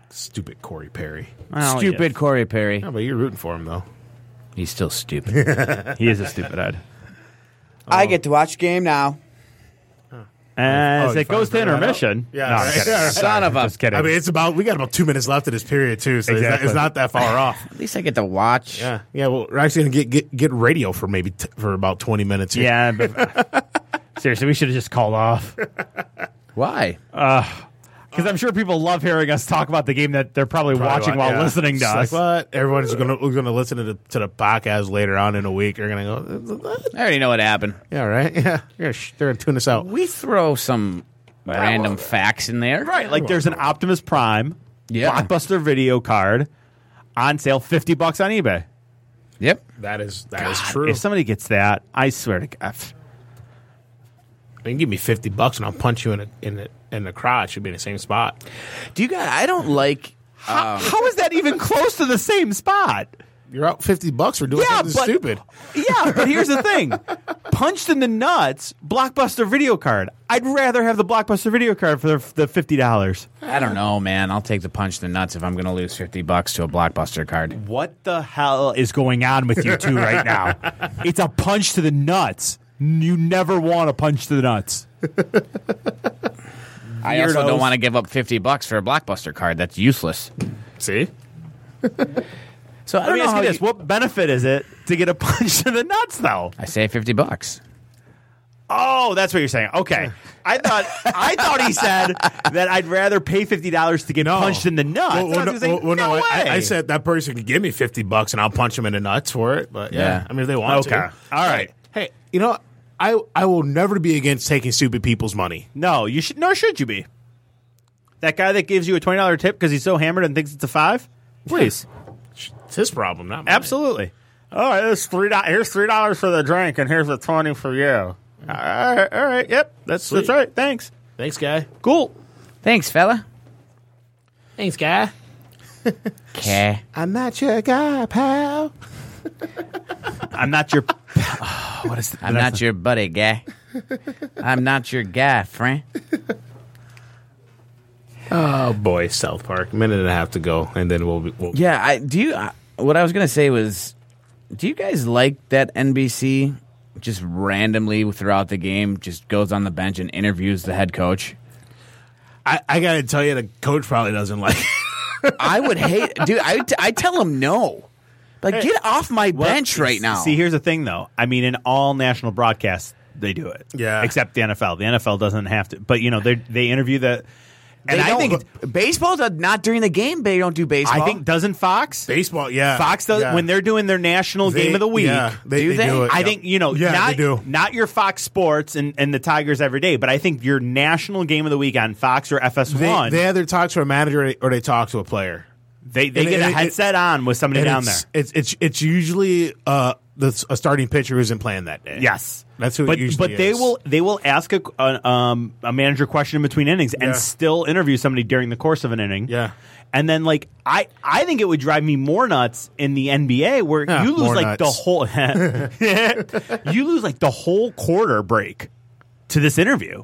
Stupid Corey Perry.
Well,
Stupid Corey Perry.
Yeah, but you're rooting for him though.
He's still stupid.
yes. He is a stupid head.
I get to watch game now.
As
Oh, you
Uh, it goes to
finally figured that out?
intermission.
Yeah,
No, I'm
right.
kidding.
Yeah.
Son of a.
Just kidding.
I mean, it's about we got about two minutes left of this period too, so it's not-
Exactly.
it's, not, that far off.
At least I get to watch.
Yeah, yeah. Well, we're actually gonna get get, get radio for maybe t- for about twenty minutes. Here.
yeah. but- seriously, we should have just called off
Uh-huh.
Why?
because I'm sure people love hearing us talk about the game that they're probably,
Probably
watching
like-
while
yeah.
listening to
It's
us.
Like, what everyone's gonna we're gonna listen to the, to the podcast later on in a week. They're gonna go, "What?"
I already know what happened.
yeah, right, yeah. They're gonna, sh- they're gonna tune us out.
We throw some random facts in there.
Right. Like there's an Optimus Prime
Yeah.
blockbuster video card on sale, fifty bucks on eBay.
Yep.
That is that is true. Um,
If somebody gets that, I swear to uh, God.
you can give me fifty bucks and I'll punch you in the in the in the crotch. You'll be in the same spot.
Do you guys? I don't like
How, how is that even close to the same spot?
You're out fifty bucks for doing
Yeah,
something
but-
stupid.
Yeah, but here's the thing. Punched in the nuts, Blockbuster video card. I'd rather have the Blockbuster video card for the, the $50.
I don't know, man. I'll take the punch in the nuts if I'm going to lose 50 bucks to a blockbuster card.
What the hell is going on with you two right now? It's a punch to the nuts. You never want a punch to the nuts.
I also
Weirdos.
don't want to give up 50 bucks for a blockbuster card. That's useless.
See,
So I
Let me
don't know
ask
how
you this.
you-
What benefit is it to get a punch to the nuts, though?
I say 50 bucks.
Oh, that's what you're saying. Okay. I thought I thought he said that I'd rather pay fifty dollars to get punched in the nuts.
Well,
And
well,
I
no,
was gonna say,
well, no,
no
I, I-
way.
I said that person could give me fifty bucks and I'll punch him in the nuts for it. But yeah,
Yeah.
I mean if they want to.
Okay. All right.
Hey, you know, I I will never be against taking stupid people's money.
No, you should. Nor should you be. That guy that gives you a twenty dollar tip because he's so hammered and thinks it's a five. Please,
It's his problem, not mine.
absolutely. All right, it's three. do- Here's three dollars for the drink, and here's a twenty for you. All right, all right. Yep, that's that's
Sweet.
right. Thanks.
Thanks, guy.
Cool.
Thanks, fella.
Thanks, guy.
Okay.
I'm not your guy, pal.
I'm not your. what is?
I'm not your buddy, guy. I'm not your guy, friend.
Oh boy, South Park. Minute and a half to go, and then we'll. be- we'll
Yeah, I do. You, I, what I was gonna say was, do you guys like that NBC just randomly throughout the game just goes on the bench and interviews the head coach?
I, I gotta tell you, the coach probably doesn't like.
I would hate, dude. I would t- I tell him no. Like, get off my
Well,
bench right now.
See, here's the thing, though. I mean, in all national broadcasts, they do it.
Yeah.
Except the NFL. The NFL doesn't have to, but you know, they they interview the. And
They
I
don't-
think it's,
baseball's a- not during the game. They don't do baseball.
I think doesn't Fox
Baseball, yeah.
Fox does
Yeah.
when they're doing their national
They-
game of the week.
yeah, they-
do they?
it,
I
yep.
think you know,
Yeah,
not,
they do.
not your Fox Sports and, and the Tigers every day, but I think your national game of the week on Fox or
They,
FS1,
they
they
either talk to a manager or they, or they talk to a player.
they,
and
get
it-
a
it-
headset on with somebody
And
down there.
it's, It's it's it's usually uh the, a starting pitcher isn't playing that day.
Yes,
that's who.
But
it usually
but they
is.
will they will ask a a, um, a manager question in between innings and
Yeah.
still interview somebody during the course of an inning.
Yeah.
and then like I I think it would drive me more nuts in the NBA where
Yeah,
you lose
more
like the
nuts.
whole you lose like the whole quarter break to this interview.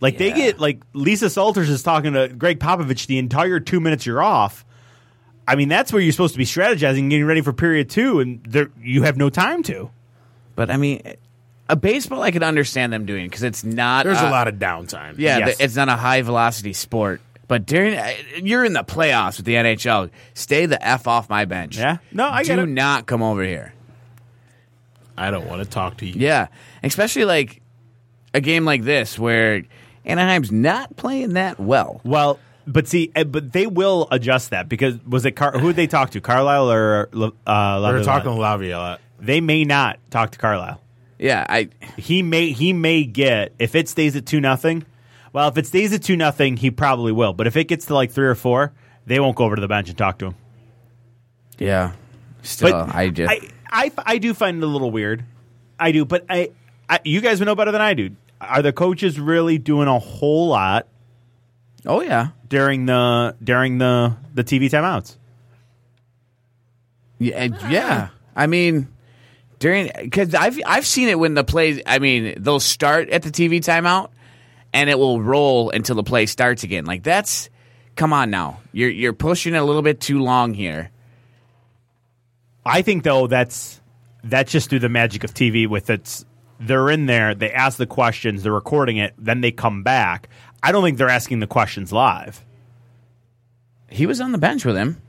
Like they
Yeah.
get like Lisa Salters is talking to Greg Popovich the entire two minutes you're off. I mean that's where you're supposed to be strategizing, getting ready for period two, and there, you have no time to.
But I mean, a baseball I could understand them doing because it's not.
There's
uh,
a lot of downtime.
Yeah,
Yes.
th- it's not a high velocity sport. But during uh, you're in the playoffs with the NHL, stay the f off my bench.
Yeah. No, I get
do
it.
not come over here.
I don't want to talk to you.
Yeah, especially like a game like this where Anaheim's not playing that well.
Well, but see, eh, but they will adjust that because was it Car- who did they talk to, Carlisle or uh,
They're
Laviolette?
talking to Lavi a lot.
They may not talk to Carlisle.
Yeah, I
He may he may get if it stays at two nothing. Well, if it stays at two nothing, he probably will. But if it gets to like three or four, they won't go over to the bench and talk to him.
yeah. Still,
but
Oh, I just
I, I f- I do find it a little weird. I do, but I, I you guys would know better than I do. Are the coaches really doing a whole lot
oh yeah
during the during the the TV timeouts?
yeah and- yeah. I mean. During because I've I've seen it when the play I mean they'll start at the TV timeout and it will roll until the play starts again like that's come on now you're you're pushing it a little bit too long here
I think though that's that's just through the magic of TV with its they're in there, they ask the questions, they're recording it, then they come back. I don't think they're asking the questions live.
he was on the bench with him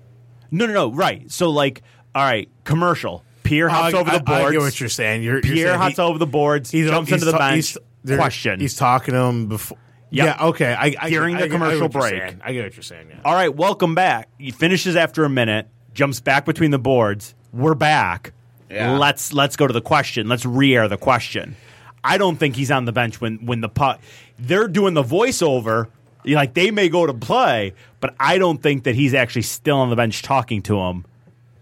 No, no, no, right. So like, all right, commercial. Pierre hops
I-
over the
I, I
boards.
get what you're saying. You're, you're
Pierre
saying
hops
he-
over the boards,
he's-
jumps
he's
into the
ta-
bench.
they're-
question.
He's talking to him before.
Yep.
Yeah. Okay. I, I
During
I-
the
I get- I get
commercial
what you're
break.
saying. I get what you're saying. Yeah.
all right, welcome back. He finishes after a minute, jumps back between the boards. We're back.
Yeah.
Let's let's go to the question. Let's re-air the question. I don't think he's on the bench when when the puck. They're doing the voiceover. You're Like they may go to play, but I don't think that he's actually still on the bench talking to him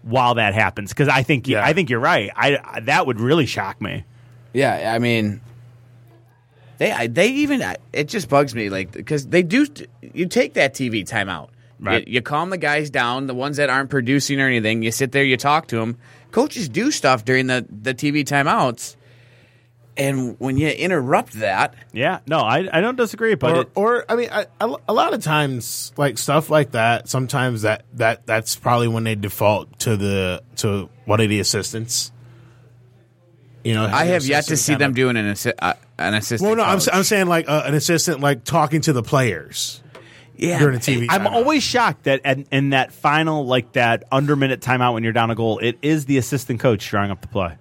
while that happens. Because I think
Yeah.
I think you're right. I, I- that would really shock me.
Yeah, I mean, they I, they even I- it just bugs me like because they do you take that TV timeout,
Right.
You, you calm the guys down, the ones that aren't producing or anything. You sit there, you talk to them. Coaches do stuff during the, the TV timeouts. And when you interrupt that,
Yeah, no, I, I don't disagree, but
or,
it,
or I mean, I, I- a lot of times, like stuff like that. Sometimes that that that's probably when they default to the to one of the assistants. You know,
I have yet to
assistant
see
kinda-
them doing an assi- uh, an assistant.
Well, no, I'm,
coach.
s- I'm saying like uh, an assistant, like talking to the players
yeah.
during a TV.
I'm
timeout.
always shocked that in, in that final, like that under minute timeout when you're down a goal, it is the assistant coach drawing up the play.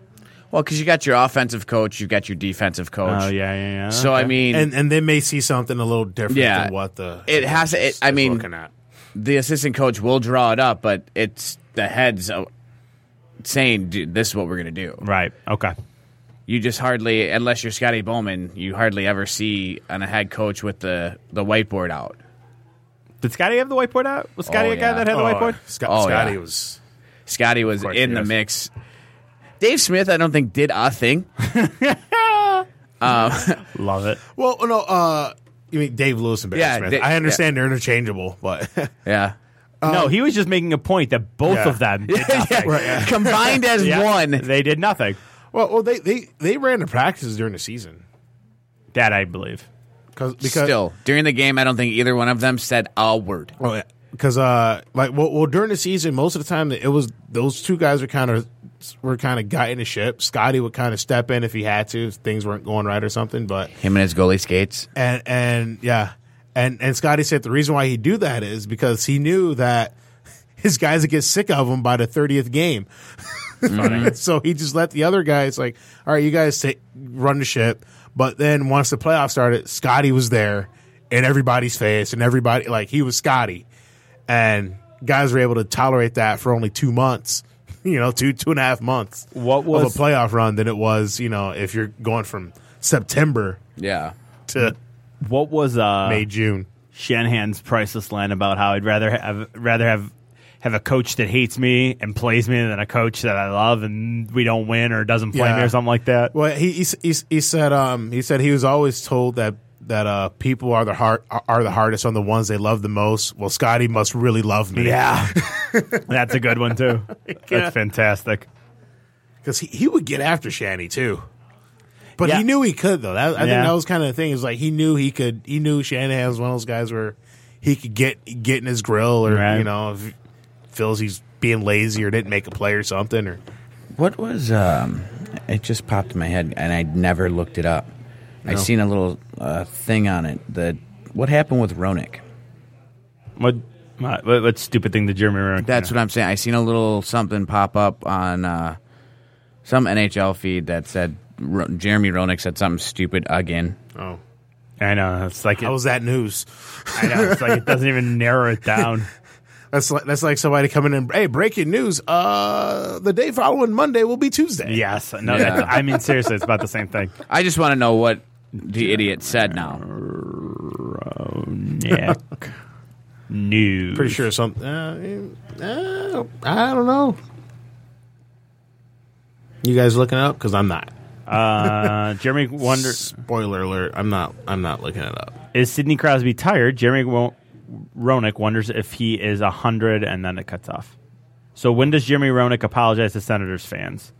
Well, because you got your offensive coach, you got your defensive coach.
Oh yeah, yeah, yeah.
So I
okay.
mean,
and and they may see something a little different
Yeah.
than what the
It has to- it-
is-
I
is
mean-
looking at.
the assistant coach will draw it up, but it's the heads uh, saying, "Dude, this is what we're gonna do."
right, okay,
You just hardly, unless you're Scotty Bowman, you hardly ever see an, a head coach with the the whiteboard out.
did Scotty have the whiteboard out? Was Scotty
Oh,
a guy
yeah.
that had the whiteboard?
Scott,
Oh,
Scotty
yeah.
was
Scotty was
course,
in the
yes.
mix. Dave Smith, I don't think did a thing.
Love it.
well, no. Uh, you mean Dave Lewis and Barry
Yeah,
Smith?
they-
I understand they're interchangeable, but
Yeah,
no, he was just making a point that both
yeah.
of them did nothing.
combined as
Yeah,
one.
They did nothing.
well, well, they they they ran the practices during the season
That I believe.
'Cause- because
Still, during the game, I don't think either one of them said a word.
Well, because oh, uh, like well, well, during the season, most of the time it was those two guys were kind of were kind of guiding the ship. Scotty would kind of step in if he had to, if things weren't going right or something. But
Him and his goalie skates.
and and yeah, and and Scotty said the reason why he do that is because he knew that his guys would get sick of him by the thirtieth game. so he just let the other guys like, all right, you guys take, run the ship. But then once the playoffs started, Scotty was there in everybody's face, and everybody like he was Scotty, and guys were able to tolerate that for only two months. You know, two two and a half months.
What was-
of a playoff run than it was? You know, if you're going from September
Yeah.
to
What was uh,
May June.
Shanahan's priceless line about how I'd rather have rather have have a coach that hates me and plays me than a coach that I love and we don't win or doesn't play me
Yeah.
or something like that.
Well, he he, s- he s- he said um he said he was always told that that uh people are the hard are the hardest on the ones they love the most. Well, Scotty must really love me.
Yeah, that's a good one too. That's fantastic.
because he, he would get after Shanny too. But
Yeah.
he knew he could though. That,
Yeah.
I think that was kind of the thing. Is like he knew he could. He knew Shanahan was one of those guys where he could get get in his grill or
Right.
you know if he feels he's being lazy or didn't make a play or something or
What was um? It just popped in my head, and I never looked it up. I seen a little uh, thing on it. The what happened with Ronick?
What what, what stupid thing did Jeremy Roenick
That's
do?
what I'm saying. I seen a little something pop up on uh, some NHL feed that said Ro- Jeremy Ronick said something stupid again.
oh
I know. It's like it,
how was that news?
I know. It's like it doesn't even narrow it down.
That's like that's like somebody coming in. Hey, breaking news! Uh, the day following Monday will be Tuesday.
Yes. No.
Yeah.
That's, I mean, seriously, it's about the same thing.
I just want to know what the idiot said now.
Nick. News.
pretty sure something. Uh, uh, I don't know. You guys looking it up? Because I'm not.
Uh, Jeremy wonder
Spoiler alert! I'm not. I'm not looking it up.
is Sidney Crosby tired? Jeremy Wo- Roenick wonders if he is 100 and then it cuts off. So when does Jeremy Roenick apologize to Senators fans?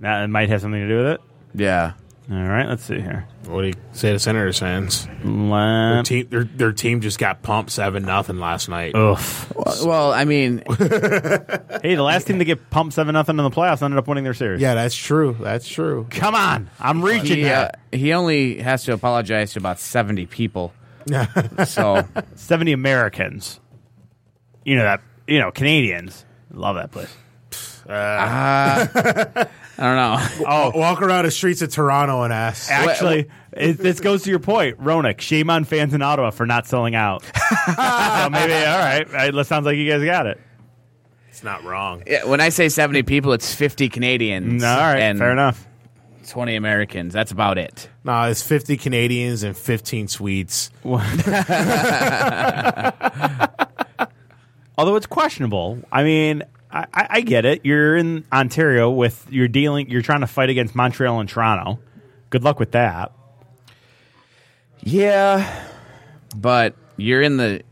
That might have something to do with it.
Yeah,
All right, let's see here.
What do you say to Senators fans? Their
Let-
team, their, their team just got pumped seven nothing last night.
Oof.
well, I mean,
Hey, the last team to get pumped 7 nothing in the playoffs ended up winning their series.
Yeah, that's true. That's true.
Come on. I'm reaching
he, uh,
yeah.
he only has to apologize to about 70 people. so
70 Americans. You know that, you know, Canadians. Love that place.
I don't know.
Oh, walk around the streets of Toronto and ask.
Actually, it, this goes to your point, Ronick. Shame on fans in Ottawa for not selling out. so maybe all right. right, That sounds like you guys got it.
It's not wrong.
Yeah, when I say 70 people, it's 50 Canadians.
All right,
and
fair enough.
20 Americans. That's about it.
No, it's fifty Canadians and fifteen Swedes.
Although it's questionable. I mean, I, I, I get it. You're in Ontario with you're dealing. You're trying to fight against Montreal and Toronto. Good luck with that.
Yeah, but you're in the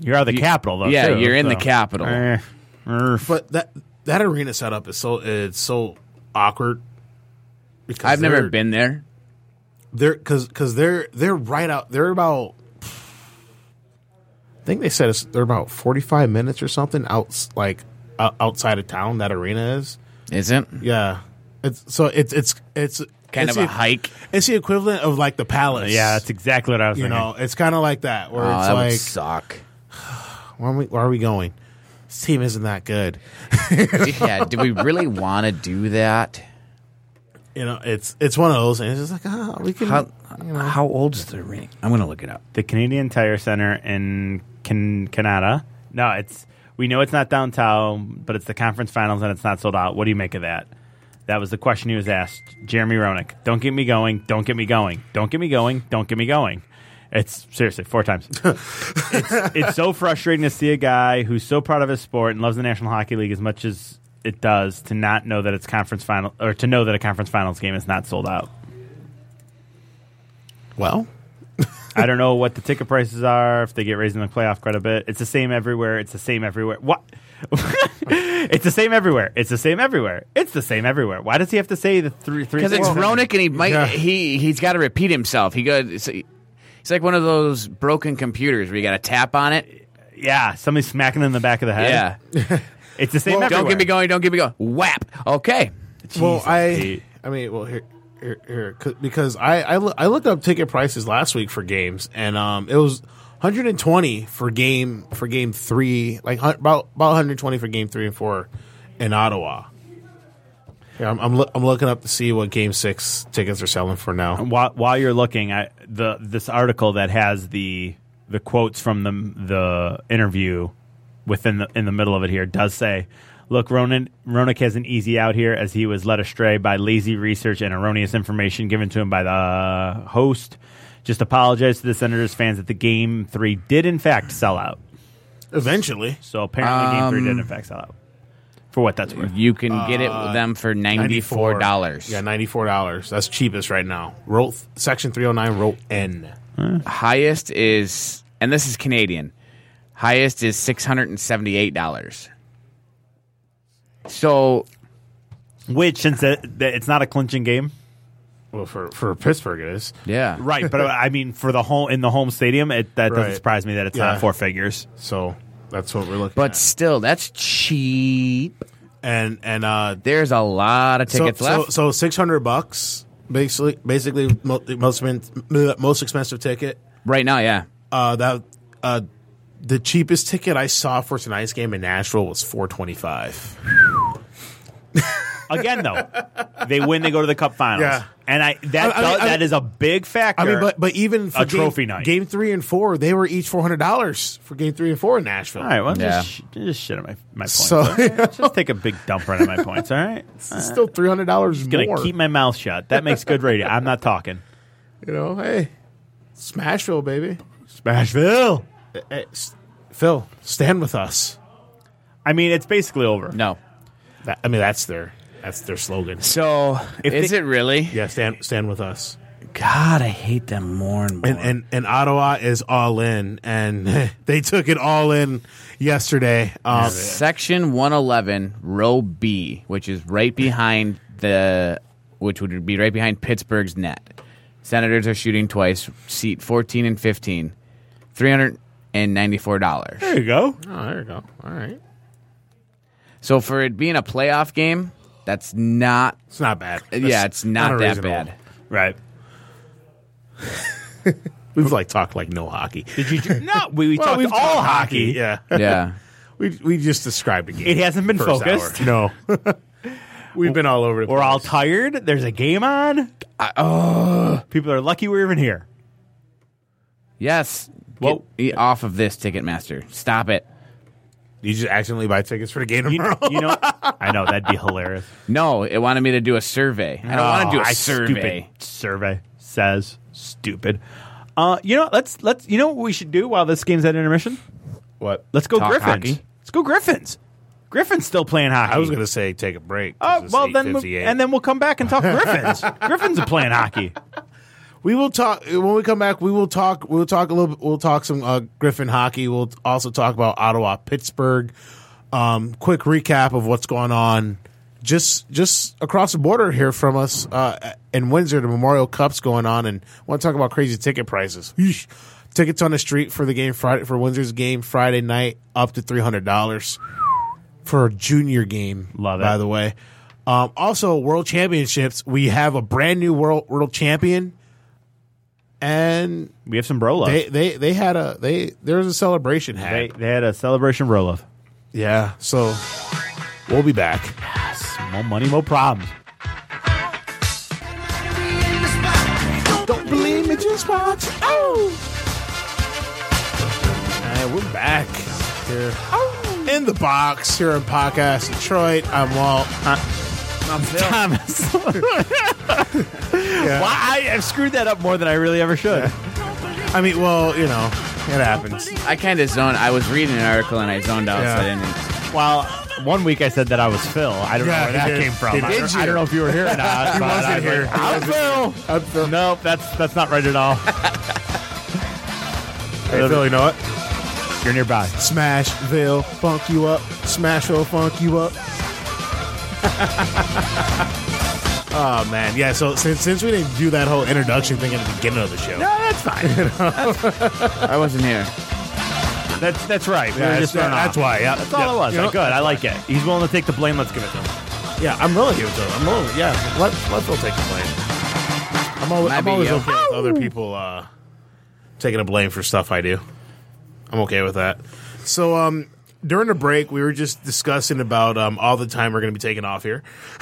You're out of the capital, though.
yeah,
too,
you're in the
so.
capital.
Eh, erf.
But that that arena setup is so it's so awkward. Because
I've never
they're-
been there.
They're because because they're they're right out. They're about. I think they said it's, they're about forty five minutes or something out like uh, outside of town. That arena is
Is it
yeah. It's so it's it's it's
kind
it's
of a
the-
hike?
It's the equivalent of like the palace.
yeah, that's exactly what I was
you
thinking.
know it's kind of like that where
Oh,
it's
that
like
would suck.
where are, we, where are we going? This team isn't that good.
yeah, do we really want to do that?
You know, it's it's one of those, and it's just like ah, we can.
How how old's the ring? I'm gonna look it up.
the Canadian Tire Center in Can- Canada. No, it's we know it's not downtown, but it's the conference finals and it's not sold out. What do you make of that? That was the question he was asked, Jeremy Roenick. Don't get me going. Don't get me going. Don't get me going. Don't get me going. It's seriously four times. it's, it's so frustrating to see a guy who's so proud of his sport and loves the National Hockey League as much as it does to not know that it's conference final or to know that a conference finals game is not sold out.
Well,
I don't know what the ticket prices are if they get raised in the playoff quite a bit. It's the same everywhere. It's the same everywhere. What? it's the same everywhere. It's the same everywhere. It's the same everywhere. Why does he have to say the three? three
Because it's
things?
Ronick, and he might
Yeah.
he he's got to repeat himself. He goes. It's, it's like one of those broken computers where you got to tap on it.
Yeah, somebody smacking him in the back of the head.
Yeah.
it's the same.
Don't get me
everywhere.
going. Don't get me going. Whap. Okay.
well, I,
Pete.
I mean, well, here, here, here 'cause- because I, I, loo- I looked up ticket prices last week for games, and um, it was 120 for game for game three, like hun- about about 120 for game three and four in Ottawa. Here, I'm, I'm, loo- I'm looking up to see what game six tickets are selling for
Um,
now.
While, while you're looking, I, the this article that has the the quotes from the the interview within the in the middle of it here does say, "Look, Ronan Ronick has an easy out here as he was led astray by lazy research and erroneous information given to him by the uh, host. Just apologize to the Senators fans that the game three did in fact sell out.
Eventually,
So apparently, game three did in fact sell out. For what that's worth,
You can get it with them for ninety four dollars.
Uh, Yeah, ninety four dollars. That's cheapest right now. Roll section three hundred nine. Roll N.
Highest is and this is Canadian. Highest is six hundred and seventy eight dollars. So
which since it, it's not a clinching game,
Well, for for Pittsburgh it is.
yeah,
Right, but uh, I mean, for the home in the home stadium, it, that doesn't
Right.
surprise me that it's
Yeah.
not four figures.
So that's what we're looking.
But
at.
still, that's cheap.
and and uh,
There's a lot of
so
tickets
so,
left.
so six hundred bucks basically basically mo- most men- most expensive ticket.
right now, yeah.
Uh, that uh, the cheapest ticket I saw for tonight's game in Nashville was four twenty five.
Again, though, they win, they go to the Cup Finals,
Yeah.
and I that
I- I mean-
does-
I
that
mean-
is a big factor.
I mean, but but even for
A trophy
game,
night.
game three and four, they were each four hundred dollars for game three and four in Nashville.
all right, well,
Yeah.
just, sh- just shit on my my points.
So-
all right? just take a big dump right on my points. All right,
It's still three hundred dollars more.
gonna keep my mouth shut. That makes good radio. I'm not talking.
You know, hey, Smashville, baby.
Smashville.
Hey, S- Phil, stand with us.
I mean, it's basically over.
No.
That, I mean, that's their that's their slogan.
So is
they-
it really?
Yeah, stand stand with us.
God, I hate them more and more.
And and, and Ottawa is all in, and they took it all in yesterday. Um,
Section 111, row B, which is right behind the, which would be right behind Pittsburgh's net. Senators are shooting twice, seat 14 and 15, $394.
There you go.
oh, there you go. All right,
So for it being a playoff game, that's not,
it's not bad.
Uh, yeah,
That's
it's not that
unreasonable.
bad.
Right.
We've like talked like no hockey.
Did you? No, we, we talked
we've
all
talked
hockey.
Yeah,
Yeah.
we we just described a game.
It hasn't been
first
focused.
hour. No, we've been all over. The
We're all
place.
tired. There's a game on.
uh.
People are lucky we're even here.
Yes.
Well-
Get off of this, Ticketmaster. Stop it.
you just accidentally buy tickets for the game
You,
tomorrow.
you know, I know that'd be hilarious. Uh,
No, it wanted me to do a survey. I don't want to do a survey.
Ah, Stupid survey says stupid. Uh, you know, let's let's. You know what we should do while this game's at intermission?
what?
Let's go
Talk
Griffins.
hockey.
Let's go Griffins. Griffin's still playing hockey.
I was gonna say take a break. 'cause
Oh
it's
well, then
8:58.
we and then we'll come back and talk Griffins. Griffins are playing hockey.
We will talk when we come back. We will talk. We'll talk a little. bit- We'll talk some uh, Griffin hockey. We'll also talk about Ottawa, Pittsburgh. Um, quick recap of what's going on, just just across the border here from us uh, in Windsor. The Memorial Cup's going on, and want to talk about crazy ticket prices. Yeesh. Tickets on the street for the game Friday for Windsor's game Friday night up to three hundred dollars for a junior game.
Love it.
By the way, um, also World Championships. We have a brand new world world champion, and
We have some bro love.
they they they had a they there was a celebration
They,
hat.
they had a celebration bro love.
yeah, so we'll be back.
More money, more problems.
Don't believe me, just watch. Oh, and we're back here in the box here in podcast Detroit. I'm Walt.
Thomas. Why I have screwed that up more than I really ever should.
I mean, well, you know, it happens.
I kind of zoned. I was reading an article and I zoned out. So I
Yeah.
didn't.
Well, one week I said that I was Phil. I don't
Yeah,
know where that
you did.
came from.
Did
I, don't, I don't know if you were here or not. but
wasn't
I was
here.
Like, I'm Phil. Nope, that's that's not right at all.
Hey, Phil, you know what?
You're nearby.
Smashville, funk you up. Smashville, funk you up. oh man, yeah. So since since we didn't do that whole introduction thing at the beginning of the show,
No, that's fine.
I wasn't here.
that's that's right. We
Yeah,
were
that's,
just running
that's
off.
why. Yeah,
That's all it was. Like, good. I like it. He's willing to take the blame. Let's give it to him.
Yeah, I'm willing to give it to him. I'm willing. Yeah, let let Phil take the blame. I'm always, I'm
Maybe,
always
yeah.
okay with other people uh, taking the blame for stuff I do. I'm okay with that. So um, during the break, we were just discussing about um, all the time we're going to be taking off here.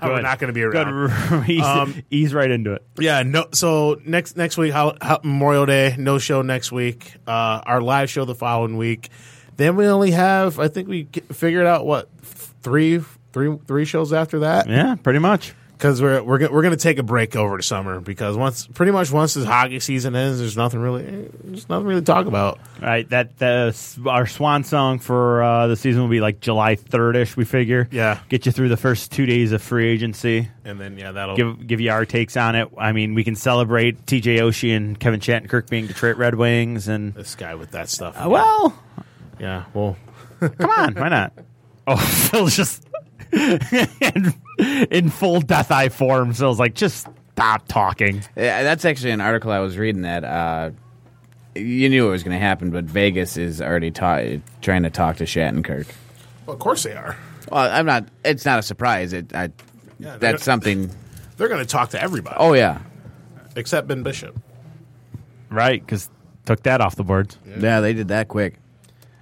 How Oh, we're
Good.
not going to be around. Um,
Good. ease, ease right into it.
Yeah, no. So next next week, how, how, Memorial Day, no show next week. Uh, our live show the following week. Then we only have, I think we g- figured out what f- three three three shows after that
Yeah, pretty much.
because we're we're go- we're gonna take a break over the summer because once pretty much once this hockey season ends, there's nothing really eh, there's nothing really to talk about.
All right, that the our swan song for uh, the season will be like July third ish. We figure,
Yeah.
get you through the first two days of free agency.
And then yeah, that'll
Give give you our takes on it. I mean, we can celebrate T.J. Oshie and Kevin Shattenkirk being Detroit Red Wings, and
this guy with that stuff.
Uh, well,
yeah, well,
come on, why not? Oh, Phil's just in, in full death eye form. Phil's like, just stop talking.
Yeah, That's actually an article I was reading that uh, you knew it was going to happen, but Vegas is already ta- trying to talk to Shattenkirk.
well, of course they are.
Well, I'm not. It's not a surprise. It, I,
they're
that's
gonna-
something.
They're gonna talk to everybody
Oh yeah,
except Ben Bishop.
Right, because took that off the boards.
yeah. They did that quick.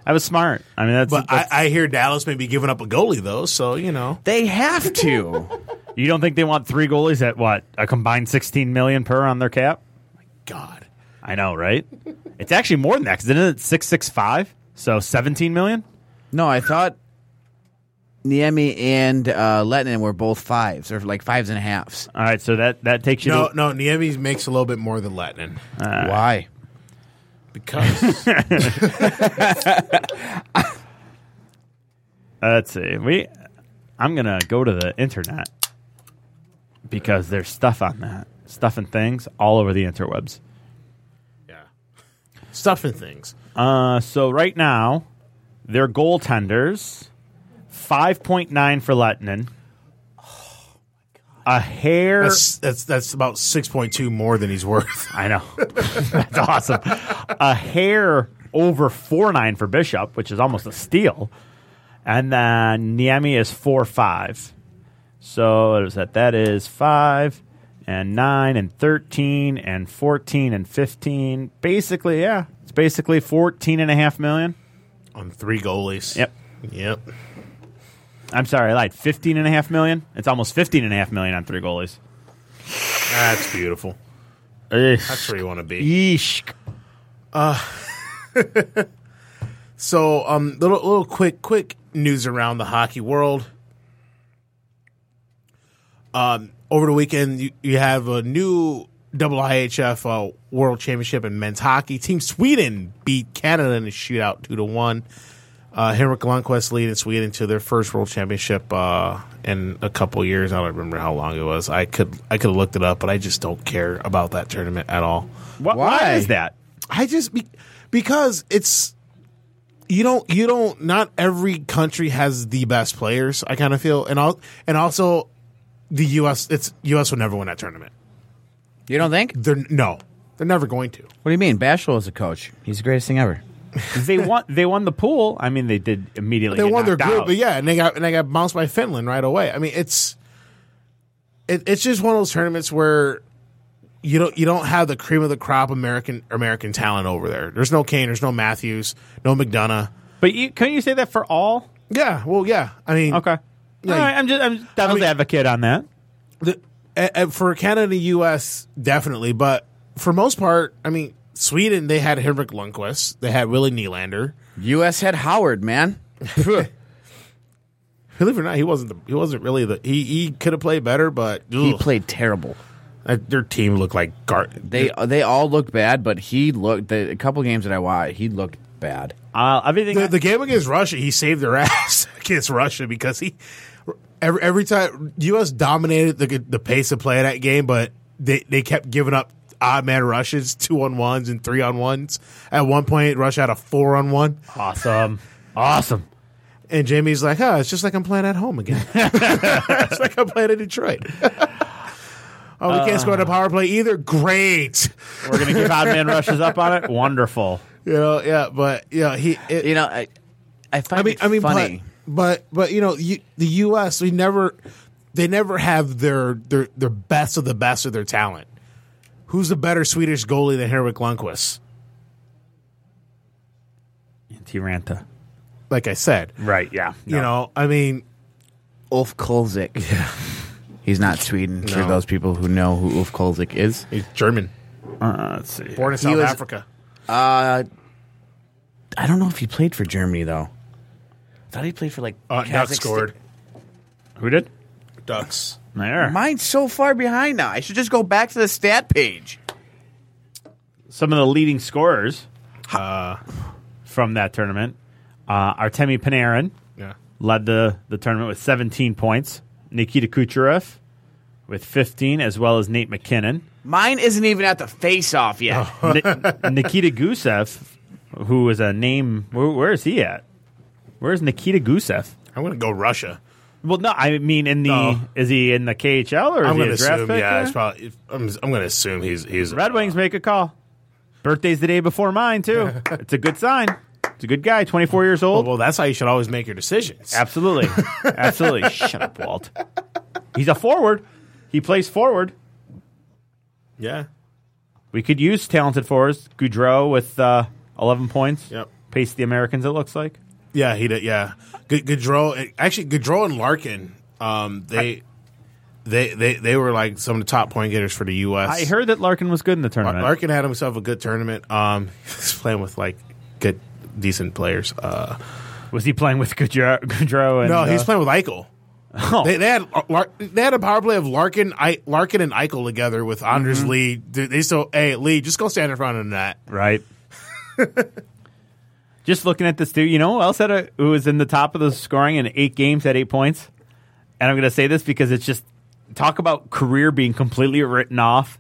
I was smart. I mean, that's,
But I,
that's-
I hear Dallas may be giving up a goalie though, so you know.
They have to.
you don't think they want three goalies at what a combined sixteen million per on their cap?
God.
I know, right? it's actually more than that. Cause isn't it six six five? So seventeen million.
no, I thought Niemi and uh, Letnin were both fives or like fives and a halves.
All right, so that that takes you.
No,
to,
no, Niemi makes a little bit more than Latin
Why?
because
uh, let's see. We, I'm gonna go to the internet because there's stuff on that stuff and things all over the interwebs.
yeah, stuff and things.
Uh, so right now, their goaltenders, five point nine for Lettinen. A hair.
That's that's that's about six point two more than he's worth.
I know. That's awesome. A hair over four nine for Bishop, which is almost a steal. And then Niemi is four five. So what is that? That is five and nine and thirteen and fourteen and fifteen. Basically, yeah. It's basically fourteen and a half million.
on three goalies.
Yep.
Yep.
I'm sorry, I lied. Fifteen and a half million. It's almost fifteen and a half million on three goalies.
That's beautiful. That's where you want to be. Uh,
Yeesh.
So, um, little little quick quick news around the hockey world. Um, over the weekend, you, you have a new IIHF uh, World Championship in men's hockey. Team Sweden beat Canada in a shootout two to one. Uh, Henrik Lundqvist leading Sweden to their first World Championship uh, in a couple years. I don't remember how long it was. I could I could have looked it up, but I just don't care about that tournament at all.
Why?
Why?
why is that?
I just be, because it's you don't you don't not every country has the best players. I kind of feel and all and also the U.S. It's U.S. would never win that tournament.
You don't think? What
They're no, they're never going to.
do you mean? Bashful is a coach. He's the greatest thing ever.
'Cause they won. They won the pool. I mean, they did immediately.
They
get
won their
knocked
group,
out.
but yeah, and they got and they got bounced by Finland right away. I mean, it's it, it's just one of those tournaments where you don't you don't have the cream of the crop American American talent over there. There's no Kane, there's no Matthews, no McDonough.
But you, couldn't you say that for all?
Yeah, well, yeah. I mean,
Okay.
Yeah,
All
you-
right, I'm just I'm just devil's
mean-
advocate on that.
the, a- a- for Canada and the U.S., definitely. But for most part, I mean, Sweden, they had Henrik Lundqvist. They had Willie Nylander.
U.S. head Howard, man.
Believe it or not, he wasn't the, he wasn't really the he he could have played better, but
He
ugh.
played terrible.
Uh, their team looked like gar-
They they all looked bad, but he looked the a couple games that I watched, he looked bad.
Uh, everything.
the, the game against Russia. He saved their ass against Russia because he every every time U.S. dominated the the pace of play of that game, but they they kept giving up odd man rushes, two on ones and three on ones. At one point, Russia had a four on one.
awesome. Awesome.
And Jamie's like, oh, it's just like I'm playing at home again. it's like I'm playing in Detroit. oh, we can't score on a power play either. Great.
We're gonna give odd man rushes up on it. Wonderful.
You know, yeah, but you know, he. It,
You know, I I find
I mean,
it
I mean,
funny.
but but but you know, you, the U.S. We never, they never have their their their best of the best of their talent. Who's the better Swedish goalie than Henrik Lundqvist?
Tiranta.
Like I said,
Right. Yeah.
you know, I mean,
Ulf Kolzik. He's not Sweden. For
No.
those people who know who Ulf Kolzik is,
he's German,
Uh, let's see.
born in South
was-
Africa.
uh, I don't know if he played for Germany though. I thought he played for like
Uh, Duck
Kazakhstan.
scored.
Who did?
Ducks.
There.
Mine's so far behind now. I should just go back to the stat page.
Some of the leading scorers uh, from that tournament. Uh, Artemi Panarin
Yeah.
led the, the tournament with 17 points. Nikita Kucherov with 15, as well as Nate McKinnon.
Mine isn't even at the face-off yet.
Oh.
Ni- Nikita Gusev, who is a name. Where, where is he at? Where's Nikita Gusev?
I'm gonna go Russia.
Well, no, I mean in the
Oh.
is he in the KHL or is
I'm
he
gonna
a draft
assume.
pick
Yeah,
there?
it's probably. if- I'm, I'm gonna assume he's he's
Red Wings make a call. Birthday's the day before mine too. it's a good sign. It's a good guy. Twenty four years old.
Well, that's how you should always make your decisions.
Oh, Absolutely. Absolutely. Shut up, Walt. He's a forward. He plays forward.
Yeah.
We could use talented forwards. Goudreau with uh, 11 points.
Yep.
Pace the Americans, it looks like.
Yeah, he did. Yeah, Gu- Gaudreau. Actually, Gaudreau and Larkin. Um, they, they, they, they were like some of the top point getters for the U.S.
I heard that Larkin was good in the
Lar-
tournament.
Larkin had himself a good tournament. Um, he's playing with like good, decent players. Uh,
was he playing with Goudreau? Goudreau and,
no, he's
uh, Oh.
playing with Eichel. They, they had Lar- they had a power play of Larkin, I, Larkin and Eichel together with Anders
Mm-hmm.
Lee. They, they still, hey Lee, just go stand in front of that.
Right. Just looking at this dude, you know who else had a who was in the top of the scoring in eight games had eight points? And I'm gonna say this because it's just talk about career being completely written off,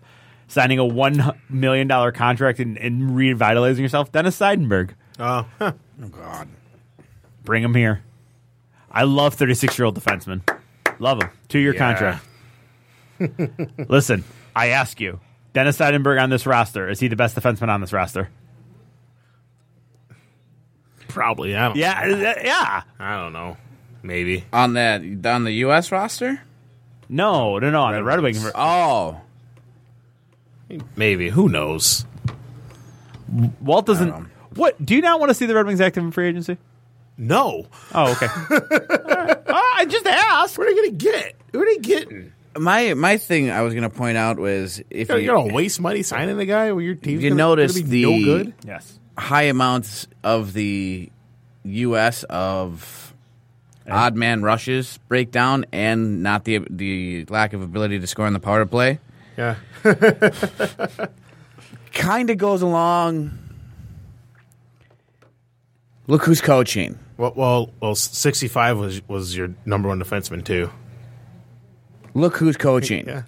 signing a one million dollar contract and, and revitalizing yourself. Dennis Seidenberg.
Uh, huh.
God.
Bring him here. I love 36 year old defensemen. Love him. Two year
Yeah.
contract. Listen, I ask you, Dennis Seidenberg on this roster, is he the best defenseman on this roster?
Probably, I don't.
Yeah, yeah.
I don't know. Maybe.
On the on the U.S. roster?
No, no, no. On the Red Wings. Uh,
Oh,
Maybe. Who knows?
Walt doesn't. What? Do you not want to see the Red Wings active in free agency?
No.
Oh, okay. Oh, I just asked.
What are they gonna get? Who are they getting?
my my thing I was gonna point out was if
You're,
you,
gonna waste money signing a guy where your team's
You
gonna,
notice
gonna be
the-
no good.
Yes.
high amounts of the U.S. of odd man rushes break down and not the the lack of ability to score on the power play
Yeah,
kind of goes along. Look who's coaching.
Well, well, well, sixty five was was your number one defenseman too.
Look who's coaching.
Yeah.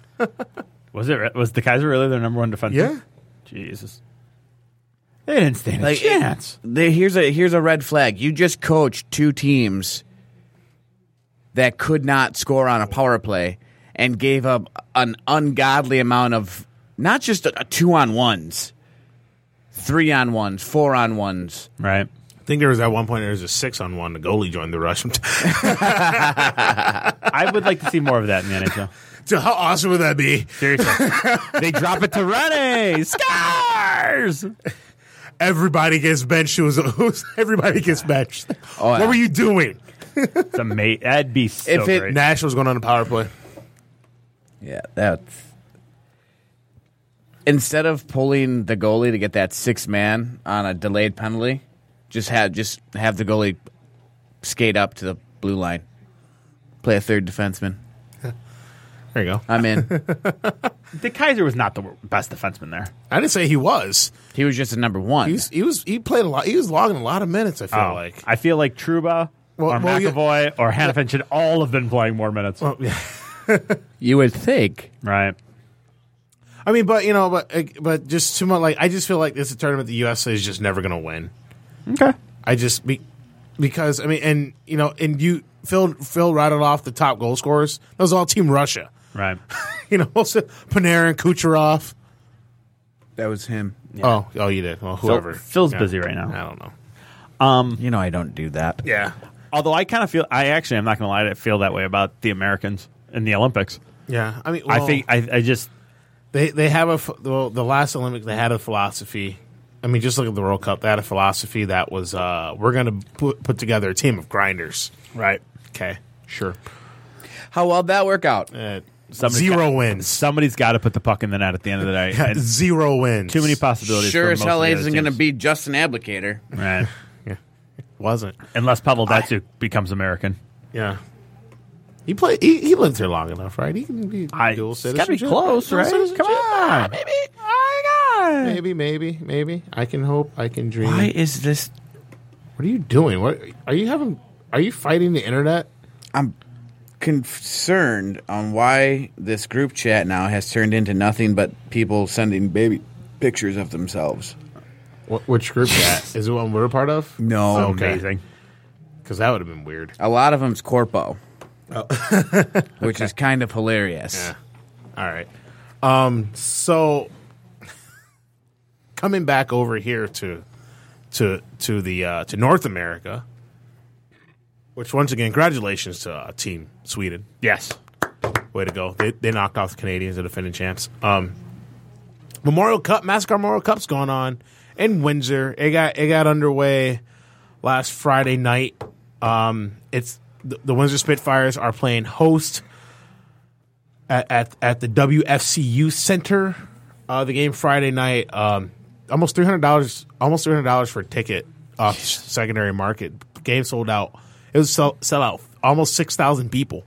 Was it? re- Was the Kaiser really their number one defender?
Yeah.
Jesus. They didn't stand a
Like,
chance.
There, here's a here's a red flag. You just coached two teams that could not score on a power play and gave up an ungodly amount of not just a, two on ones, three on ones, four on ones.
right.
I think there was at one point there was a six on one. The goalie joined the rush.
I would like to see more of that in the NHL.
so how awesome would that be?
Seriously. they drop it to Rene. Scores!
Everybody gets benched. Who's, who's everybody gets benched?
Oh,
what
yeah.
were you doing?
It's a mate. That'd be so
If it-
great.
Nash was going on a power play.
Yeah, that's instead of pulling the goalie to get that six man on a delayed penalty, just have just have the goalie skate up to the blue line, play a third defenseman.
There you go.
I'm in.
the Kaiser was not the wor- best defenseman there.
I didn't say he was.
he was just a number one.
He was. He was. He played a lot. He was logging a lot of minutes. I feel like.
Oh. I feel like Truba
Well-
or
well, yeah.
McAvoy or Hannafin should all have been playing more minutes.
Well, yeah.
you would think.
right.
I mean, but you know, but but just too much. Like I just feel like this is a tournament the USA is just never going to win.
Okay.
I just be, because I mean, and you know, and you Phil Phil rattled off the top goal scorers. That was all Team Russia.
Right.
You know, also Panarin, Kucherov.
That was him.
Oh, oh, you did. Well, whoever.
Phil's
Yeah.
busy right now.
I don't know.
You know I don't do that.
Yeah,
Although I kind of feel, I actually, I'm not going to lie, I feel that way about the Americans in the Olympics.
yeah. I mean,
I think, I, I just,
they they have a ph- well, the last Olympics they had a philosophy. I mean, just look at the World Cup. They had a philosophy that was uh, we're going to put, put together a team of grinders.
right.
Okay, sure.
How well that work out?
Uh,
Somebody-
zero wins.
Somebody's got to put the puck in the net at the end of the day. And
Zero wins.
too many possibilities.
Sure
for
as
most
hell
of the
isn't
other
going to
teams.
be Justin Applicator.
Right.
wasn't.
Unless Pavel Datsuk becomes American.
Yeah. He played. He, he lived here long enough, right? He can be dual citizenship. Dual citizenship. Ah,
on. Maybe. Oh, my God.
Maybe, maybe, maybe. I can hope. I can dream.
Why is this?
What are you doing? What are you having? Are you fighting the internet?
I'm concerned on why this group chat now has turned into nothing but people sending baby pictures of themselves.
What, which group chat is it? One we're a part of?
No.
okay.
Amazing.
Because that would have been weird.
Um, A lot of them's corpo, which is kind of hilarious.
Yeah. All right. Um. So coming back over here to to to the uh, to North America, which once again, congratulations to uh, Team Sweden.
Yes.
Way to go! They, they knocked off the Canadians, the defending champs. Um, Memorial Cup, Mascar Memorial Cup's going on in Windsor. It got it got underway last Friday night. Um, it's the, the Windsor Spitfires are playing host at at, at the WFCU Center. Uh, the game Friday night. Um, almost three hundred dollars. Almost three hundred dollars for a ticket off secondary market. Game sold out. It was sell, sell out. Almost six thousand people.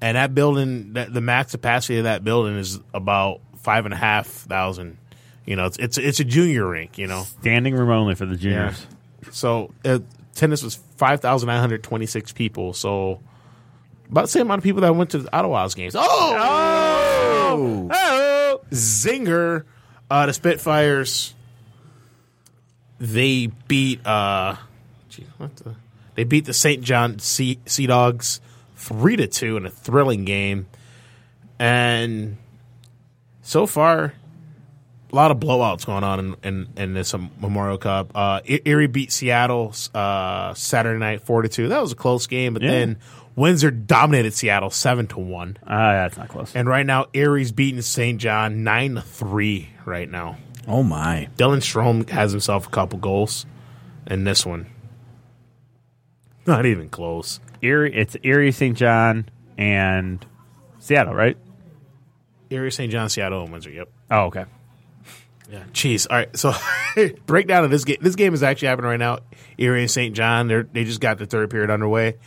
And that building, that, the max capacity of that building is about five and a half thousand. You know, it's it's it's a junior rink. You know,
Standing room only for the juniors.
so uh, tennis was five thousand nine hundred twenty six people. So about the same amount of people that went to the Ottawa's games. Oh,
Oh!
zinger! Uh, the Spitfires they beat uh, gee, what the, they beat the St. John Sea, sea Dogs three to two in a thrilling game, and so far. A lot of blowouts going on in, in, in this um, Memorial Cup. Uh, E- Erie beat Seattle uh, Saturday night four to two. That was a close game, but
Yeah.
then Windsor dominated Seattle seven to one.
Ah, that's not close.
And right now, Erie's beating St. John nine to three. Right now,
Oh my!
Dylan Strom has himself a couple goals in this one. Not even close.
Erie, it's Erie, St. John, and Seattle, right?
Erie, St. John, Seattle, and Windsor. Yep.
Oh, okay.
Yeah. Jeez. All right. So breakdown of this game. This game is actually happening right now. Erie and St. John. They are they just got the third period underway.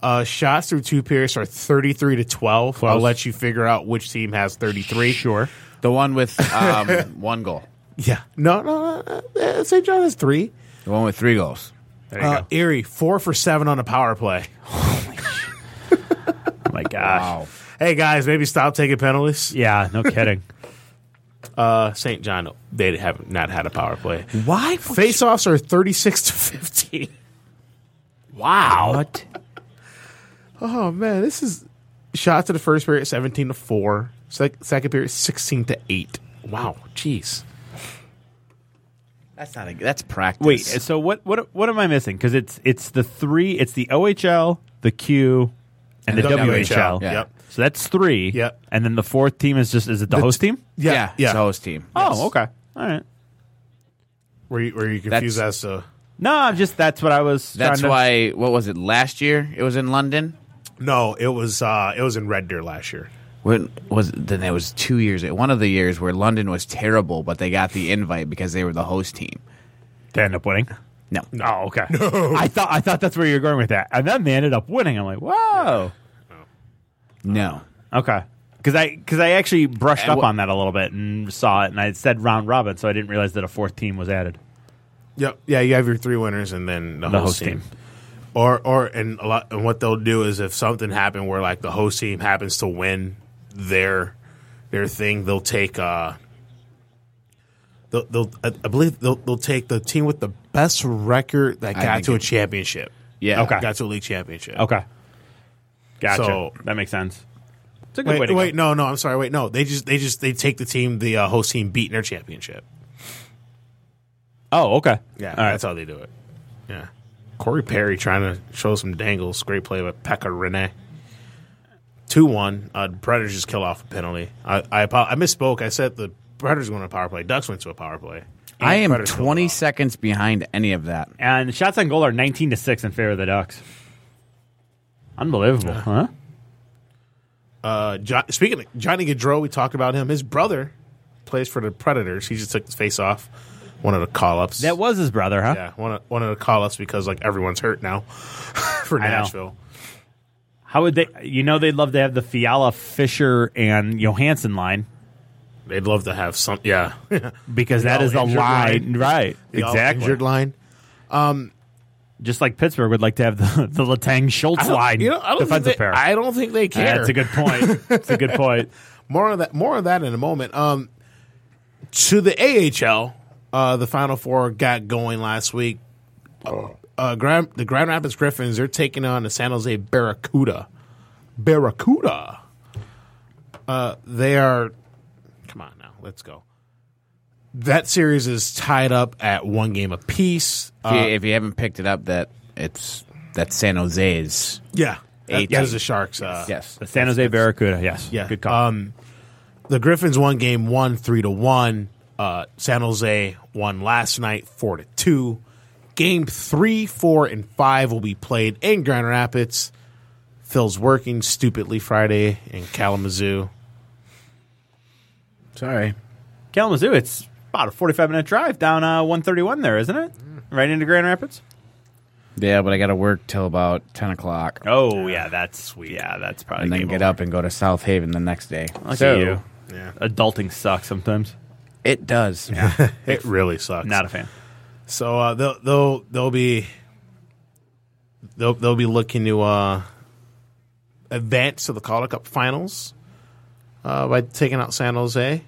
Uh, shots through two periods are thirty three to twelve. I'll let you figure out which team has thirty three.
Sure.
The one with um, one goal,
Yeah. No. No. no, uh, St. John has three.
the one with three goals.
There you
Uh,
go.
Erie, four for seven on a power play.
Oh my gosh.
Hey guys, maybe stop taking penalties.
Yeah, no kidding.
Uh, St. John, they have not had a power play.
Why?
Face-offs are thirty-six to fifteen.
Wow. What?
Oh man, this is shots to the first period seventeen to four. Sec- second period sixteen to eight. Wow, jeez.
That's not a. That's practice.
Wait. So what? What? What am I missing? Because it's it's the three. It's the OHL, the Q, and, the, WHL.
Yeah.
Yep.
So that's three.
Yep.
And then the fourth team is just is it the, host team?
yeah,
Yeah,
It's
yeah.
the host team.
Oh, okay. All right.
Were you, were you confused as to?
No, I'm just that's what I was.
That's
trying to-
why. What was it last year? It was in London.
No, it was uh, it was in Red Deer last year.
When was then? It was two years. One of the years where London was terrible, but they got the invite because they were the host team.
they end up winning.
No,
Oh, okay. I thought I thought that's where you were going with that, and then they ended up winning. I'm like, whoa.
no.
Okay. Because I because I actually brushed
And
up
wha-
on that a little bit and saw it, and I said round robin, so I didn't realize that a fourth team was added.
Yep. Yeah, you have your three winners and then the,
The host
host, team.
team.
Or or and a lot and what they'll do is if something happened where like the host team happens to win their their thing, they'll take uh they'll, they'll I I believe they'll they'll take the team with the best record that
I
got
think
to a
it-
championship.
Yeah.
Okay. Oh,
Got to a league championship.
Okay. Gotcha.
So-
that makes sense. It's a good way
Wait,
to
wait,
go.
no, no, I'm sorry. Wait, no. They just they just they take the team the uh, host team beat in their championship.
Oh, okay.
Yeah,
All right.
that's how they do it. Yeah. Corey Perry trying to show some dangles. Great play by Pekka Rene. 2 1. Uh, Predators just kill off a penalty. I, I, apo- I misspoke. I said the Predators went to a power play. Ducks went to a power play. And
I am
Predators killed
20
it off.
seconds behind any of that.
And the shots on goal are 19 to 6 in favor of the Ducks. Unbelievable, huh?
Uh-huh. Uh, jo- speaking of Johnny Gaudreau, we talked about him. His brother plays for the Predators. He just took his face off. One of the call ups.
That was his brother, huh?
yeah, one of, one of the call ups because like everyone's hurt now for
I know.
Nashville.
How would they? You know, they'd love to have the Fiala, Fisher, and Johansson line
They'd love to have some. Yeah.
because that
all
is the
injured
line,
line.
right?
The all
exactly.
Injured line.
Just like Pittsburgh would like to have the the Latang Schultz
don't-
line
you know, I don't
defensive
think they,
pair.
I don't think they care.
That's a good point. That's a good point.
more of that. More of that in a moment. Um, to the AHL, uh, the Final Four got going last week. Uh, Grand, the Grand Rapids Griffins they're taking on the San Jose Barracuda. Barracuda. Uh, they are. Come on now, let's go. That series is tied up at one game apiece.
If,
Uh,
you, if you haven't picked it up, that it's that's San Jose's.
yeah, that,
Eight.
that is the Sharks. Uh,
Yes.
The San Jose Barracuda. Yes.
Yeah.
Good call.
Um, the Griffins won game one, three to one. Uh, San Jose won last night, four to two. Game three, four, and five will be played in Grand Rapids. Phil's working stupidly Friday in Kalamazoo.
Sorry.
Kalamazoo. It's about a forty-five minute drive down uh, one thirty-one. There, isn't it? Right into Grand Rapids.
Yeah, but I got to work till about 10 o'clock
Oh yeah, that's sweet. Yeah, that's probably.
and then get up and go to South Haven the next day.
Look
so
at you.
Yeah.
Adulting sucks sometimes.
it does.
It really sucks.
Not a fan.
so uh, they'll they'll they'll be they'll they'll be looking to uh, advance to the Calder Cup Finals uh, by taking out San Jose.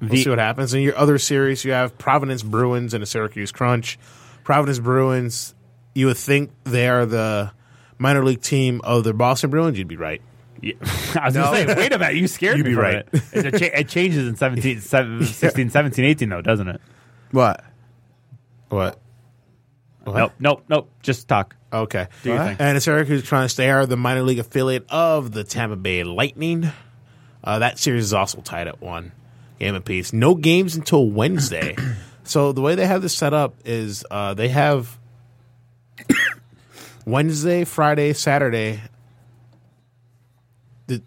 We'll
The-
see what happens. In your other series, you have Providence Bruins and the Syracuse Crunch. Providence Bruins, you would think they are the minor league team of the Boston Bruins. You'd be right.
Yeah. I was going to say, wait a minute, you scared
You'd
me
be
for
right.
it. It's a cha- it changes in 17, seven- 16, 17, 18, though, doesn't it?
What? What?
Nope, nope, nope. Just talk.
Okay.
Do your thing.
And the Syracuse Crunch, they are the minor league affiliate of the Tampa Bay Lightning. Uh, that series is also tied at one game apiece. No games until Wednesday. so the way they have this set up is uh, they have Wednesday, Friday, Saturday, the,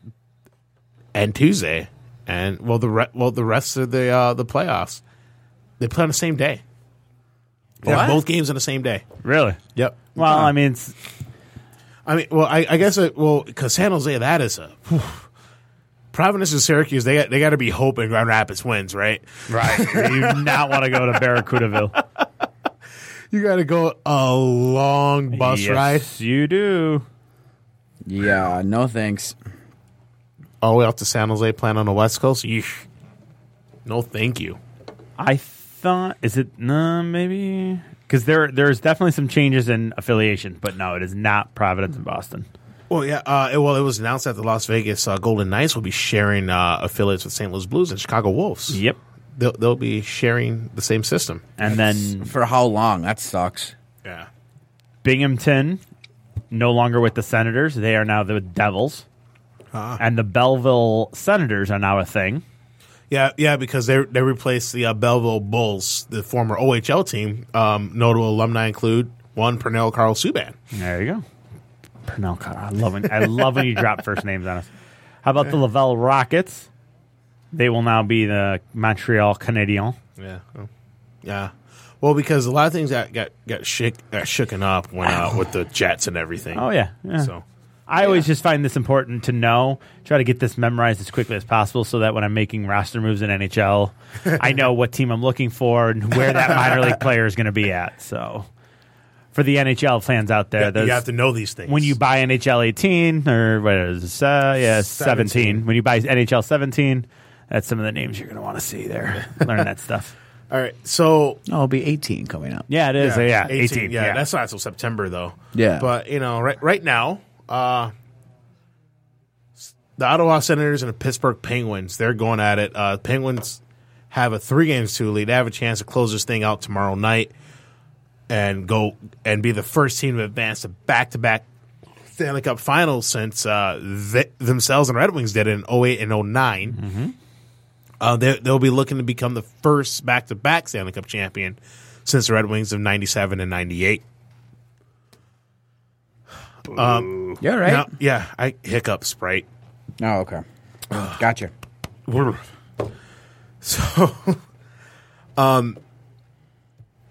and Tuesday, and well the re- well the rest of the uh, the playoffs. They play on the same day. They have
What?
both games on the same day.
Really?
Yep.
Well, I mean, it's,
I mean, well, I, I guess it, well because San Jose that is a whew. Providence and Syracuse they got, they got to be hoping Grand Rapids wins, right?
right. you do not want to go to Barracudaville.
You got to go a long bus
yes,
ride
you do.
Yeah, no thanks.
all the way out to San Jose, plan on the West Coast. Yeesh. No, thank you.
I thought is it no maybe because there there's definitely some changes in affiliation, but no, it is not Providence and Boston.
Well, yeah. Uh, it- well, it was announced that the Las Vegas uh, Golden Knights will be sharing uh, affiliates with St. Louis Blues and Chicago Wolves.
Yep.
They'll, they'll be sharing the same system.
And then
For how long? That sucks.
Yeah.
Binghamton, no longer with the Senators, they are now the Devils, and the Belleville Senators are now a thing.
Yeah, yeah, because they they replaced the uh, Belleville Bulls, the former OHL team. Um, notable alumni include one Pernell Carl Subban.
There you go. Pernell Carr. I love when I love when you drop first names on us. How about the Lavelle Rockets? They will now be the Montreal Canadiens.
Yeah, Oh. yeah. Well, because a lot of things got got got, shook, got shooken up when uh, with the Jets and everything.
Oh yeah. yeah.
So
I always just find this important to know. Try to get this memorized as quickly as possible so that when I'm making roster moves in NHL, I know what team I'm looking for and where that minor league player is going to be at. So, for the NHL fans out there,
you
those-
have to know these things
when you buy NHL 18 or what is it, uh, yeah, 17.
17.
When you buy NHL 17, that's some of the names you're going to want to see there. Learn that stuff.
All right, so
No, it'll be 18 coming up.
Yeah, it is. Yeah, 18.
yeah,
yeah,
that's not until September though.
Yeah.
but you know, right right now, uh, the Ottawa Senators and the Pittsburgh Penguins they're going at it. Uh, Penguins have a three games to lead. They have a chance to close this thing out tomorrow night and go and be the first team to advance to back to back Stanley Cup Finals since uh, th- themselves and Red Wings did it in 08 and 9 uh, they, they'll be looking to become the first back to back Stanley Cup champion since the Red Wings of 97 and 98.
You're right.
Now- yeah, I hiccup sprite.
Oh, okay. Gotcha.
So, um,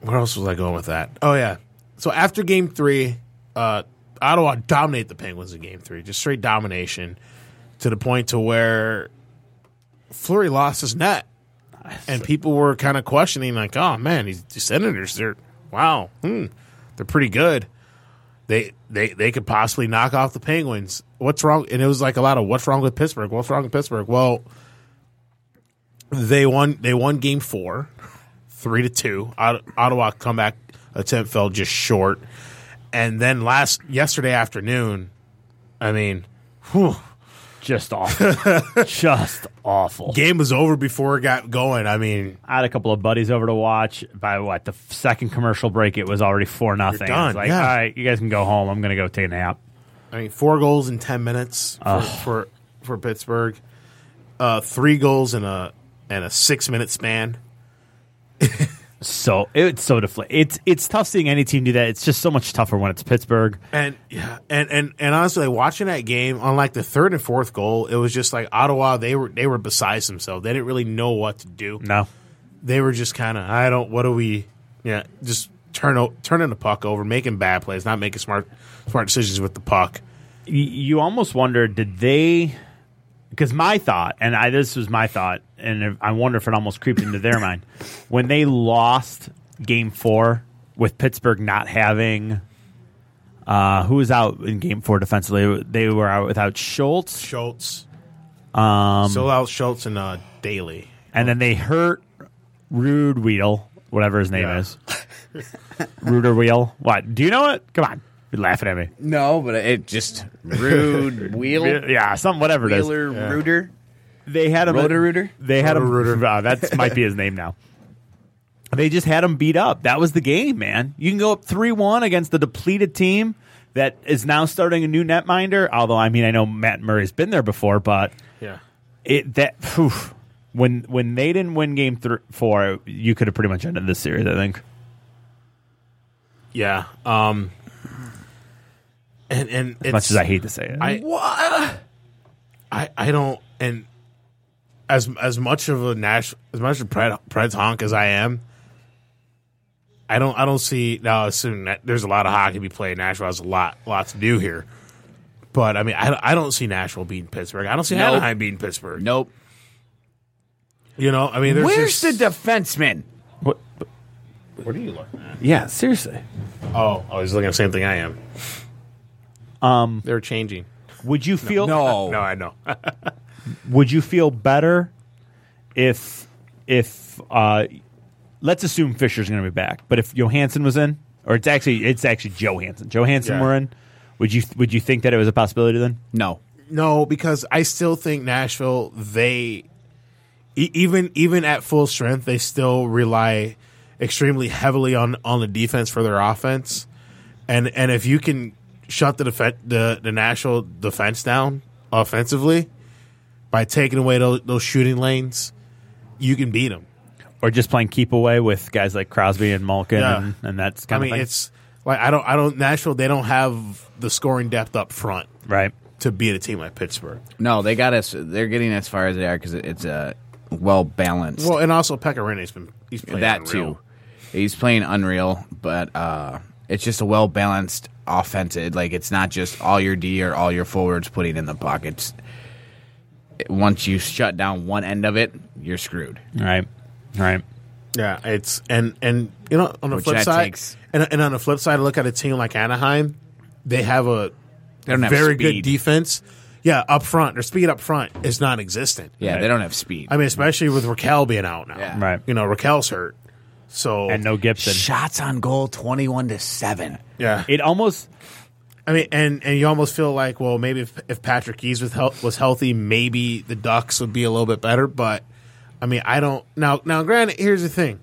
where else was I going with that? Oh yeah. So after game three, uh, Ottawa dominate the Penguins in game three, just straight domination to the point to where Fleury lost his net, and people were kind of questioning, like, "Oh man, these, these Senators, they're wow, hmm, they're pretty good. They they they could possibly knock off the Penguins. What's wrong?" And it was like a lot of, "What's wrong with Pittsburgh? What's wrong with Pittsburgh?" Well. they won they won game four three to two Ot- ottawa comeback attempt fell just short and then last yesterday afternoon i mean
Just awful. Just awful.
game was over before it got going i mean
I had a couple of buddies over to watch. By what the f- second commercial break, it was already four nothing.
done,
It's like,
yeah.
all right, you guys can go home. I'm gonna go take a nap.
i mean four goals in 10 minutes for for, for pittsburgh uh three goals in a in a six minute span
So it's so defla It's it's tough seeing any team do that. It's just so much tougher when it's Pittsburgh.
And yeah, and and and honestly, like, watching that game on like the third and fourth goal, it was just like Ottawa. They were they were besides themselves. They didn't really know what to do.
No,
they were just kind of I don't what do we yeah just turn o- turning the puck over, making bad plays, not making smart smart decisions with the puck.
Y- you almost wonder did they? Because my thought, and I this was my thought, and I wonder if it almost creeped into their mind when they lost Game Four with Pittsburgh not having. Uh, who was out in Game Four defensively? They were out without Schultz.
Schultz, um, still out Schultz and uh, Daly.
And then they hurt Rude Wheel, whatever his name
Yeah.
is. Ruder Wheel. What? Do you know it? Come on. You're laughing at me.
No, but it just rude wheel
Yeah, something, whatever it is.
wheeler rooter.
They had him.
Roto-Rooter?
They had him.
Roto-Rooter.
Wow, that might be his name now. They just had him beat up. That was the game, man. You can go up 3 1 against the depleted team that is now starting a new netminder. Although, I mean, I know Matt Murray's been there before, but
Yeah,
it that phew, when when they didn't win game thr four, you could have pretty much ended this series, I think.
yeah. Um, and and it's,
As much as I hate to say it.
I, I I don't and as as much of a Nash as much of a Pred, Preds honk as I am, I don't I don't see now. Assuming that there's a lot of hockey to be played in Nashville, there's a lot lot to do here. But I mean, I, don't- I don't see Nashville beating Pittsburgh. I don't see
Nope.
Anaheim beating Pittsburgh.
Nope.
You know, I mean, there's
Where's
just,
the defenseman?
What-
What are you looking at?
Yeah, seriously.
Oh, oh, he's looking at the same thing I am. Um, they're changing.
Would you feel
No.
No, I know.
Would you feel better if if uh, let's assume Fisher's going to be back, but if Johansson was in, or it's actually it's actually Johansson. Johansson
Yeah.
were in. Would you would you think that it was a possibility then?
No.
no, because I still think Nashville. They e- even even at full strength, they still rely extremely heavily on on the defense for their offense. And and if you can shut the defen the the Nashville defense down offensively by taking away those, those shooting lanes, you can beat them.
Or just playing keep away with guys like Crosby and Malkin
Yeah.
and, and that's
I
kind
mean,
of thing?
it's like I don't, I don't. Nashville, they don't have the scoring depth up front
right.
to beat a team like Pittsburgh.
No, they got us. They're getting as far as they are because it's uh, a well balanced.
Well, and also Pecorini's been he's playing
that
unreal.
too. He's playing unreal, but uh, it's just a well balanced offense. It- Like it's not just all your D or all your forwards putting in the pockets. Once you shut down one end of it, you're screwed.
Right. Right.
Yeah, it's and and you know on the
Which
flip
that
side,
takes-
and and on the flip side, look at a team like Anaheim. They have a
They don't have
very good
speed.
defense. Yeah, up front, their speed up front is non-existent.
Yeah, they don't have speed.
I mean, especially with Raquel being out now.
Yeah.
Right.
You know, Raquel's hurt, so
And no Gibson.
Shots on goal, twenty-one to seven.
yeah,
It almost
I mean, and and you almost feel like, well, maybe if, if Patrick Keys was hel- was healthy, maybe the Ducks would be a little bit better. But I mean, I don't now. Now, granted, here's the thing.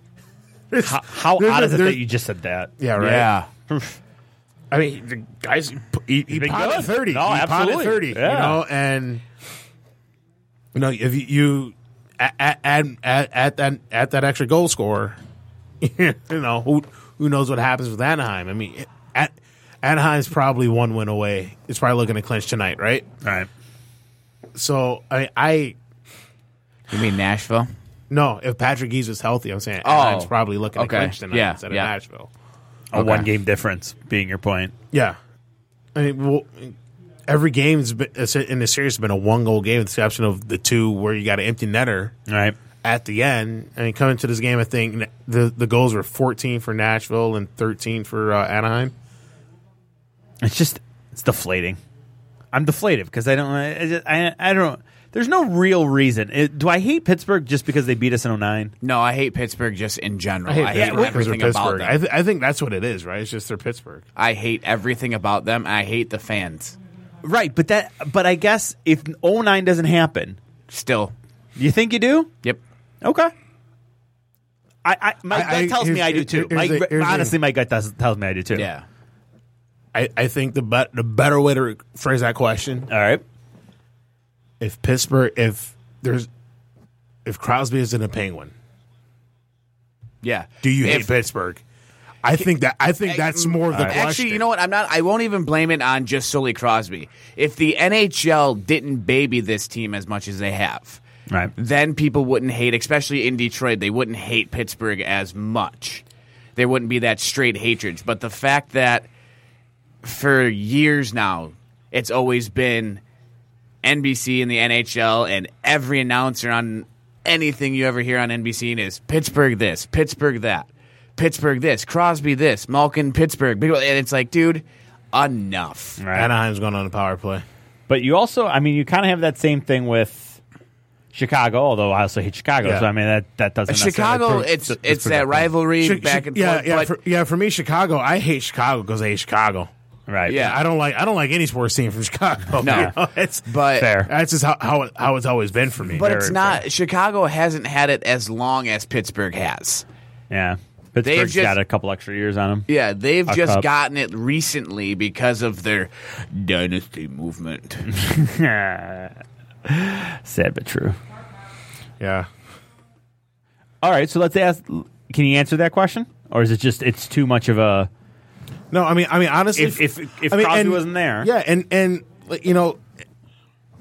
how, how
There's
odd
a-
is it
there's-
that you just said that?
Yeah, right.
Yeah,
I mean, the guys, he, he, he
been
potted
good.
thirty.
No,
he potted
absolutely.
thirty. You
Yeah.
know, and you know if you, you at, at, at, at that at that extra goal scorer, you know who who knows what happens with Anaheim. I mean, at, Anaheim's probably one win away. It's probably looking to clinch tonight, right?
Right.
So I mean, I
you mean Nashville?
no, if Patrick Geese was healthy, I'm saying Anaheim's
Oh,
probably looking
okay.
at clinch tonight
Yeah,
instead
yeah.
of Nashville.
A one game difference being your point.
Yeah, I mean, well, every game's been, in the series has been a one goal game, with the exception of the two where you got an empty netter
Right.
at the end. I mean, coming to this game, I think the the goals were 14 for Nashville and 13 for uh, Anaheim.
It's just it's deflating. I'm deflated because I don't I, just- I I don't there's no real reason. It, do I hate Pittsburgh just because they beat us in 09?
No, I hate Pittsburgh just in general. I
Pittsburgh
hate,
because they're
everything about
Pittsburgh. I,
them.
th- I think that's what it is, right? It's just they're Pittsburgh.
I hate everything about them. I hate the fans.
Right, but that but I guess if 09 doesn't happen,
Still,
you think you do?
yep.
Okay. I, I my
I-
gut
I-
tells me
here's-
I do
here-
too.
here's
My,
the- here's the-
honestly, my gut does, tells me I do too.
Yeah,
I, I think the bet the better way to phrase that question
All right.
if Pittsburgh if there's if Crosby isn't a Penguin,
yeah.
do you hate
If-
Pittsburgh? I think that I think that's more of the question.
Actually, you know what? I'm not. I won't even blame it on just solely Crosby. If the NHL didn't baby this team as much as they have,
Right.
then people wouldn't hate, especially in Detroit. They wouldn't hate Pittsburgh as much. There wouldn't be that straight hatred. But the fact that for years now, it's always been NBC and the NHL, and every announcer on anything you ever hear on NBC is Pittsburgh this, Pittsburgh that, Pittsburgh this, Crosby this, Malkin Pittsburgh. Big- And it's like, dude, enough.
Right.
Anaheim's going on a power play.
But you also, I mean, you kind of have that same thing with Chicago, although I also hate Chicago.
Yeah.
So I mean, that that doesn't
Chicago,
necessarily prove-
it's
prove
it's
that
that
point.
rivalry
Chi-
back
chi-
and
yeah,
forth.
Yeah,
but
for, yeah. For me, Chicago. I hate Chicago because I hate Chicago.
right.
Yeah.
I don't like. I don't like any sports team from Chicago.
No.
you know? it's
but
Fair.
that's just how how, it, how it's always been for me.
but
Very
it's not. Chicago hasn't had it as long as Pittsburgh has.
Yeah. Pittsburgh's
just-
got a couple extra years on them.
Yeah, they've just
cup.
gotten it recently because of their dynasty movement.
Sad but true.
yeah,
All right, so let's ask. Can you answer that question, or is it just it's too much of a?
no. I mean, I mean, honestly,
If- if- if Crosby wasn't there.
yeah, and and like, you know,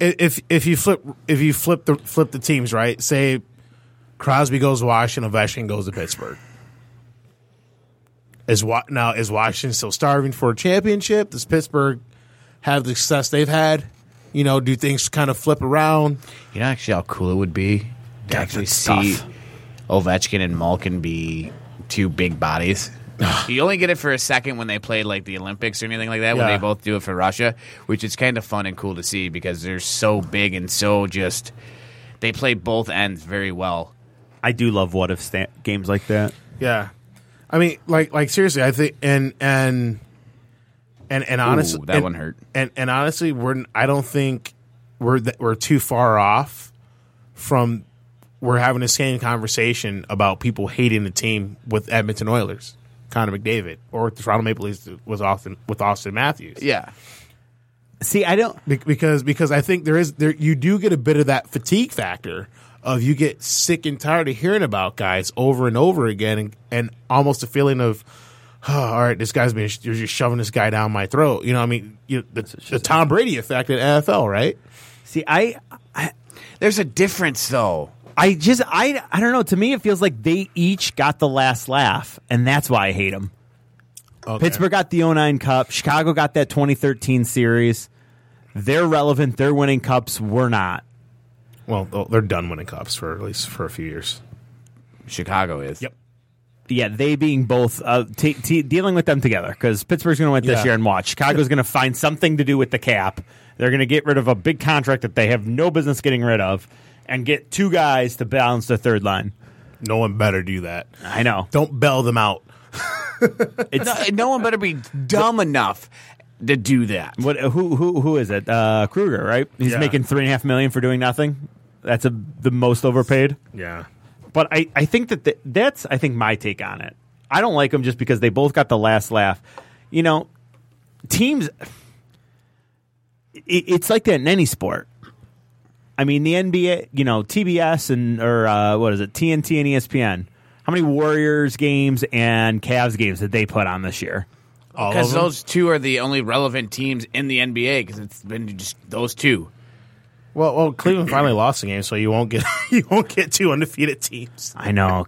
i- if if you flip if you flip the flip the teams right, say Crosby goes to Washington, Ovechkin goes to Pittsburgh. Is what now is Washington still starving for a championship? Does Pittsburgh have the success they've had? You know, do things kind of flip around?
You know, actually, how cool it would be to actually see Ovechkin and Malkin be two big bodies. you only get it for a second when they play like the Olympics or anything like that, when
Yeah.
they both do it for Russia, which is kind of fun and cool to see because they're so big and so just they play both ends very well.
I do love what if sta- games like that.
Yeah, I mean, like, like seriously, I think, and and and and honestly,
that
and-
one hurt.
And and honestly, we're n- I don't think we're th- we're too far off from we're having the same conversation about people hating the team with Edmonton Oilers, Connor McDavid, or with the Toronto Maple Leafs with Austin with Austin Matthews.
Yeah.
See, I don't.
Be- because because I think there is there you do get a bit of that fatigue factor of you get sick and tired of hearing about guys over and over again and, and almost a feeling of "Huh, all right this guy's been you're just shoving this guy down my throat you know I mean you, the, the Tom Brady effect in NFL right
See, I
There's a difference though.
I just I I don't know. To me, it feels like they each got the last laugh, and that's why I hate them. Pittsburgh got the 09 Cup. Chicago got that 2013 series. They're relevant. They're winning cups. We're not.
well they're done winning cups for at least for a few years
Chicago is.
Yep.
Yeah, they being both uh, t- t- dealing with them together because Pittsburgh's going to win this
Yeah.
year and watch. Chicago's going to find something to do with the cap. They're going to get rid of a big contract that they have no business getting rid of, and get two guys to balance the third line.
no one better do that
I know.
don't bail them out
No, no one better be dumb enough to do that.
What? Who? Who? Who is it? Uh, Kruger, right? He's
Yeah.
making three and a half million for doing nothing. That's a, the most overpaid.
yeah
But I, I think that th that's I think my take on it. I don't like them just because they both got the last laugh. You know, teams. It, it's like that in any sport. I mean, the NBA, you know, TBS and or uh, what is it, TNT and ESPN. How many Warriors games and Cavs games did they put on this year?
all of
Because
them
those two are the only relevant teams in the NBA because it's been just those two.
well well Cleveland finally lost the game so you won't get you won't get two undefeated teams
I know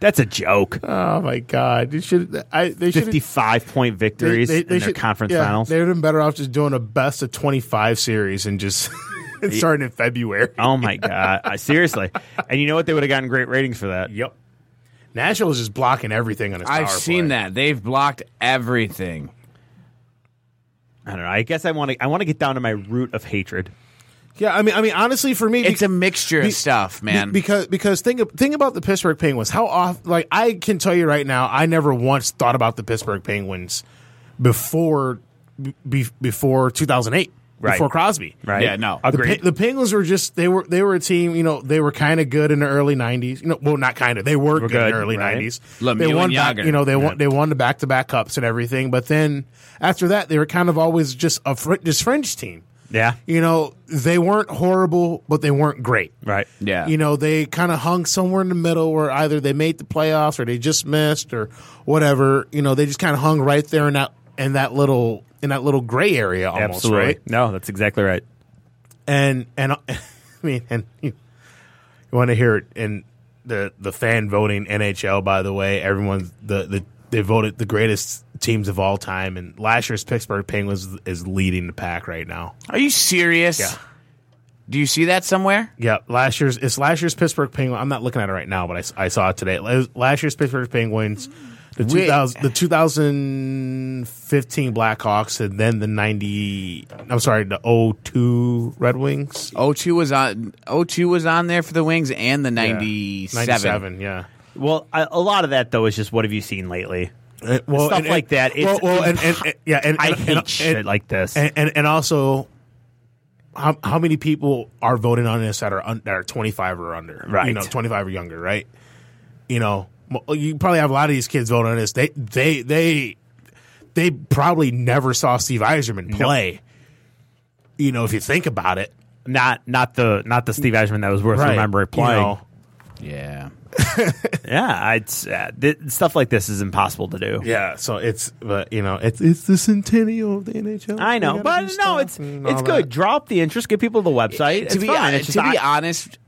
that's a joke.
oh my god you should I they should
55 point victories in their
should-
conference
yeah,
finals.
They'd have been better off just doing a best of 25 series and just and starting in February.
Oh my god! I, seriously, and you know what? They would have gotten great ratings for that.
Yep. Nashville is just blocking everything on its
I've
power
seen
play.
that. They've blocked everything.
I don't know. I guess I want to. I want to get down to my root of hatred.
Yeah, I mean, I mean, honestly, for me,
It's
be-
a mixture of
be-
stuff, man.
be- because because think think about the Pittsburgh Penguins. How off? Like I can tell you right now, I never once thought about the Pittsburgh Penguins before be, before 2008,
Right.
before Crosby,
Right?
Yeah, no.
The, Pe-
Agreed.
the Penguins were just they were they were a team. You know, they were kind of good in the early '90s. You know, well, not kind of. They were, good, in
good,
the early
right.
'90s.
Lemieux
they won
and
back,
Yager.
You know, they won they won the back to back cups and everything. But then after that, they were kind of always just a fr- just fringe team.
yeah.
You know, they weren't horrible, but they weren't great.
Right.
yeah.
You know, they kind of hung somewhere in the middle where either they made the playoffs or they just missed or whatever. You know, they just kind of hung right there in that in that little in that little gray area almost,
Absolutely.
right?
No, that's exactly right.
and and I mean, and you, you want to hear it in the the fan voting NHL. By the way, everyone the the they voted the greatest teams of all time, and last year's Pittsburgh Penguins is leading the pack right now.
Are you serious?
Yeah.
Do you see that somewhere?
Yeah, last year's it's last year's Pittsburgh Penguins. I'm not looking at it right now, but I s- I, saw it today. La- Last year's Pittsburgh Penguins. The, 2000, the 2015 Blackhawks and then the 90 I'm sorry the 02 Red Wings
O2 was on O2 was on there for the Wings and the 97.
97 yeah
Well, I, a lot of that though is just what have you seen lately?
Uh, well,
Stuff like that. It's
well, well, and, and, and- yeah, and
I
and,
hate
and,
shit
and,
like this.
and, and and also, how how many people are voting on this that are un, that are twenty five or under? you
Right.
know, twenty five or younger, right? You know, mo- you probably have a lot of these kids voting on this. They they they they probably never saw Steve Eiserman play. You know, if you think about it,
not not the not the Steve Eiserman that was worth remembering
You
playing.
know,
Yeah.
Yeah, it's uh, th- stuff like this is impossible to do.
yeah. So it's but you know it's it's the centennial of the NHL.
I
They
know,
gotta
but
do
no,
stuff
it's
and
it's
all
good.
that.
Draw up the interest, get people to the website.
to
it's
be,
fine.
hon-
It's just
to be
I-
honest,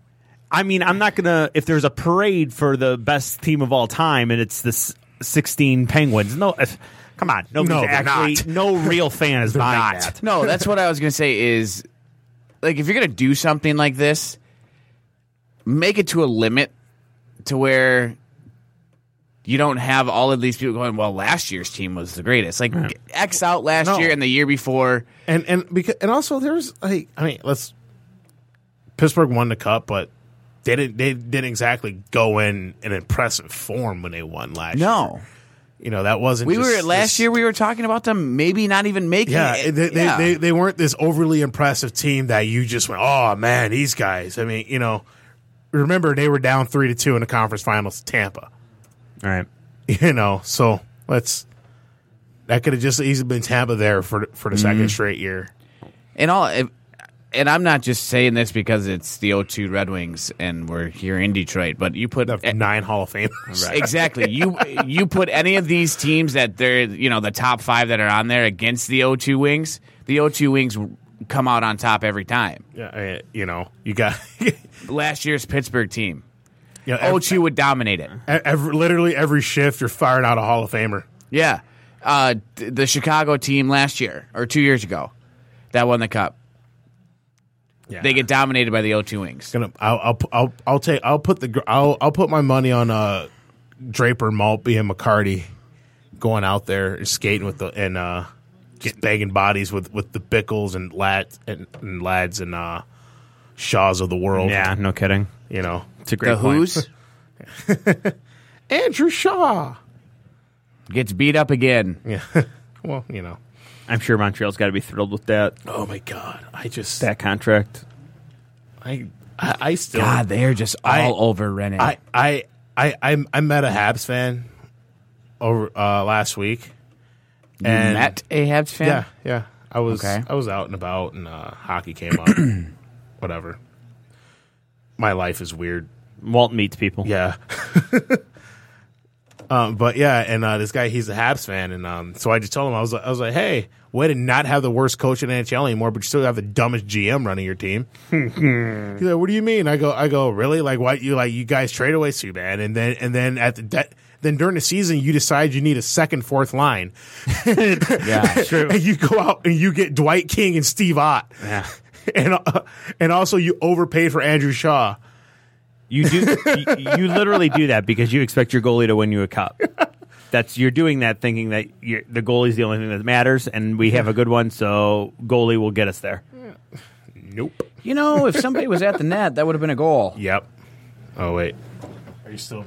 I mean, I'm not gonna. If there's a parade for the best team of all time, and it's the s- 16 Penguins, no, if, come on, nobody's
No, they're
actually
not.
no real fan is buying
not.
that.
no, that's what I was going to say is like if you're going to do something like this, make it to a limit to where you don't have all of these people going, well, last year's team was the greatest. Like X out last
No.
year and the year before.
And and because and also there's like I mean let's Pittsburgh won the cup, but they didn't they didn't exactly go in an impressive form when they won last. year.
No.
you know that wasn't.
We
just
were last
this-
year we were talking about them maybe not even making
Yeah,
it.
they, they,
Yeah.
They, they weren't this overly impressive team that you just went, oh man, these guys. I mean, you know, remember they were down three to two in the conference finals, to Tampa.
All right.
You know, so let's that could have just easily been Tampa there for for the second straight year.
and all if- and I'm not just saying this because it's the O2 Red Wings and we're here in Detroit, but you put
They have nine Hall of Famers.
exactly you you put any of these teams that they're you know the top five that are on there against the O2 Wings, the O2 Wings come out on top every time.
Yeah, I- you know, you got you
Last year's Pittsburgh team,
know, ev-
O2 would dominate it.
ev- every- literally every shift you're firing out a Hall of Famer.
Yeah, uh, th- the Chicago team last year or two years ago that won the cup,
Yeah.
they get dominated by the O2 Wings.
gonna I'll I'll pu- I'll, I'll take I'll put the gr- I'll I'll put my money on uh Draper Maltby and McCarty going out there skating with the and uh just banging bodies with with the Bickles and lad and, and lads and uh Shaws of the world.
Yeah, no kidding.
you know
It's a great
The
point.
Who's
Andrew Shaw.
gets beat up again.
Yeah, well you know.
I'm sure Montreal's got to be thrilled with that
Oh my God! I just
that contract.
I I, I still
God, they are just all
I-
over Renan.
I I I I I met a Habs fan over uh last week.
you met a Habs fan.
Yeah, yeah. I was
Okay.
I was out and about, and uh, hockey came up. Whatever. My life is weird.
Walt meets people.
Yeah. um, but yeah, and uh, this guy, he's a Habs fan, and um, so I just told him I was like, I was like, hey, way to not have the worst coach in NHL anymore, but you still have the dumbest GM running your team. he's like, what do you mean? I go, I go, really? Like, why you like you guys trade away Subban, and then and then at the de- then during the season you decide you need a second fourth line.
Yeah,
And you go out and you get Dwight King and Steve Ott. And uh, and also you overpaid for Andrew Shaw.
You do. you, you literally do that because you expect your goalie to win you a cup. That's you're doing that thinking that you're, the goalie's the only thing that matters, and we have a good one, so goalie will get us there.
Nope.
you know, if somebody was at the net, that would have been a goal.
Yep. Oh wait. Are you still?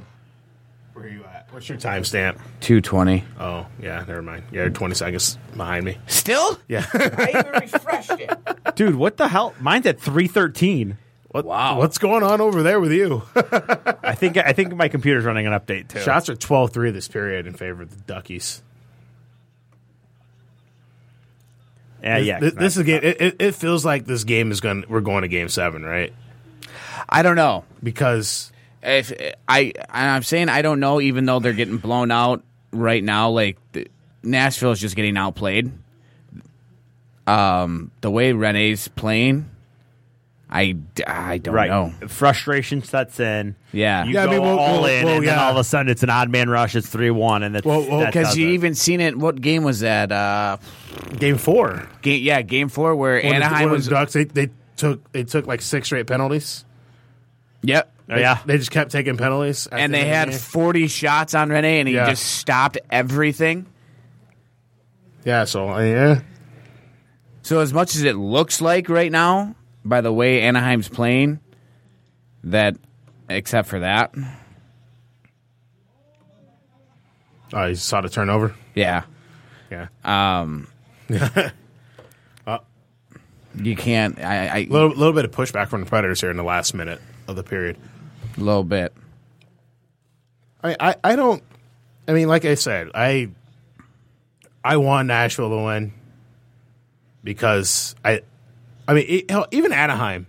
Where are you at? What's your timestamp?
Two twenty.
Oh yeah, never mind. Yeah, you're 20 seconds behind me.
Still?
Yeah.
I even refreshed it.
Dude, what the hell? Mine's at three thirteen.
What,
Wow.
What's going on over there with you?
I think I think my computer's running an update too.
Shots are 12-3 this period in favor of the Duckies.
Yeah, yeah.
This, this is a game. It, it, it feels like this game is going. to We're going to game seven, right?
I don't know.
Because
If I, I'm saying I don't know, even though they're getting blown out right now. Like the, Nashville's just getting outplayed. Um, the way Rene's playing, I, I don't
right.
know.
Frustration sets in.
Yeah.
You
Yeah, I
go
mean, well,
all
well,
in,
well,
and then
yeah.
all of a sudden it's an odd man rush. It's three one, and that's
Well, well,
that
'cause
does
You
it.
even seen it? What game was that? Uh,
game four,
game, yeah, game four where
When the-
Anaheim
when
was.
the Ducks. They, they took they took like six straight penalties.
Yep.
Oh, yeah.
They just kept taking penalties, after
and they
the
had
game.
40 shots on Rene, and he
Yeah.
just stopped everything.
yeah. So uh, yeah,
So as much as it looks like right now, by the way Anaheim's playing, that except for that,
oh, you saw the turnover.
yeah,
Yeah,
you can't. I, I
a little, little bit of pushback from the Predators here in the last minute of the period.
little bit.
I, I, I don't. I mean, like I said, I I want Nashville to win because I, I mean, it, hell, even Anaheim.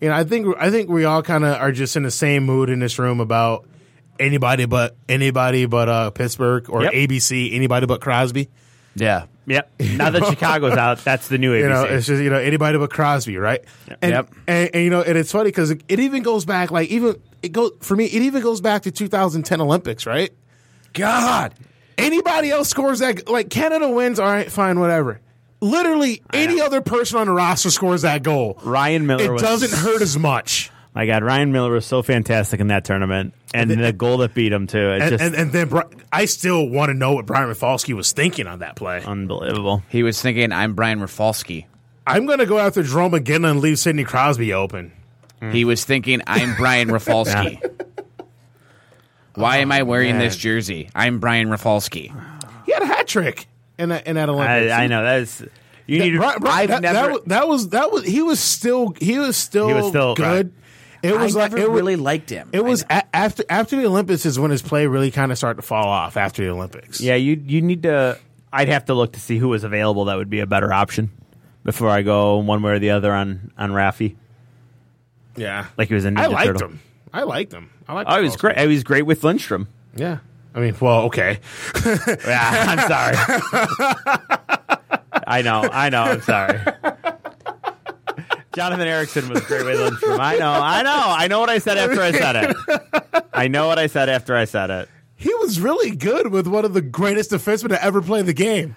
You know, I think I think we all kind of are just in the same mood in this room about anybody but anybody but uh, Pittsburgh or
Yep.
ABC, anybody but Crosby.
Yeah,
Yep. Now that Chicago's out, that's the new ABC.
You know, it's just you know anybody but Crosby, right? And,
Yep.
and, and you know, and it's funny because it, it even goes back like even it goes for me. It even goes back to 2010 Olympics, right?
God,
Anybody else scores that like Canada wins, all right, fine, whatever. Literally any other person on the roster scores that goal.
Ryan Miller
It
was
doesn't hurt as much.
My God, Ryan Miller was so fantastic in that tournament. and the goal that beat him too. It
And,
just
and and then Bri- I still want to know what Brian Rafalski was thinking on that play.
Uh-huh. unbelievable.
He was thinking, I'm Brian Rafalski.
I'm going to go after Jerome again and leave Sidney Crosby open. Hmm.
He was thinking, I'm Brian Rafalski. Why am I wearing
Oh, man.
this jersey? I'm Brian Rafalski.
He had a hat trick in that in that
I,
Olympics.
I know that's you
That,
need.
Bri- Bri-
I've
that, that
never.
was- that was that was he was still he was still
He was still- uh,
good. It was
I
like
never
it was,
really liked him.
it was a, after after the Olympics is when his play really kind of started to fall off after the Olympics.
yeah, you you need to. I'd have to look to see who was available. That would be a better option before I go one way or the other on on Rafi.
yeah.
Like he was a Ninja
I liked
Turtle.
him. I liked him. I liked.
Oh, he was
Rafalski.
great. He was great with Lindstrom.
Yeah. I mean, well, okay.
Yeah, I'm sorry. I know, I know, I'm sorry. Jonathan Erickson was great with Lindstrom. I know, I know, I know what I said after I said it. I know what I said after I said it.
He was really good with one of the greatest defensemen to ever play the game.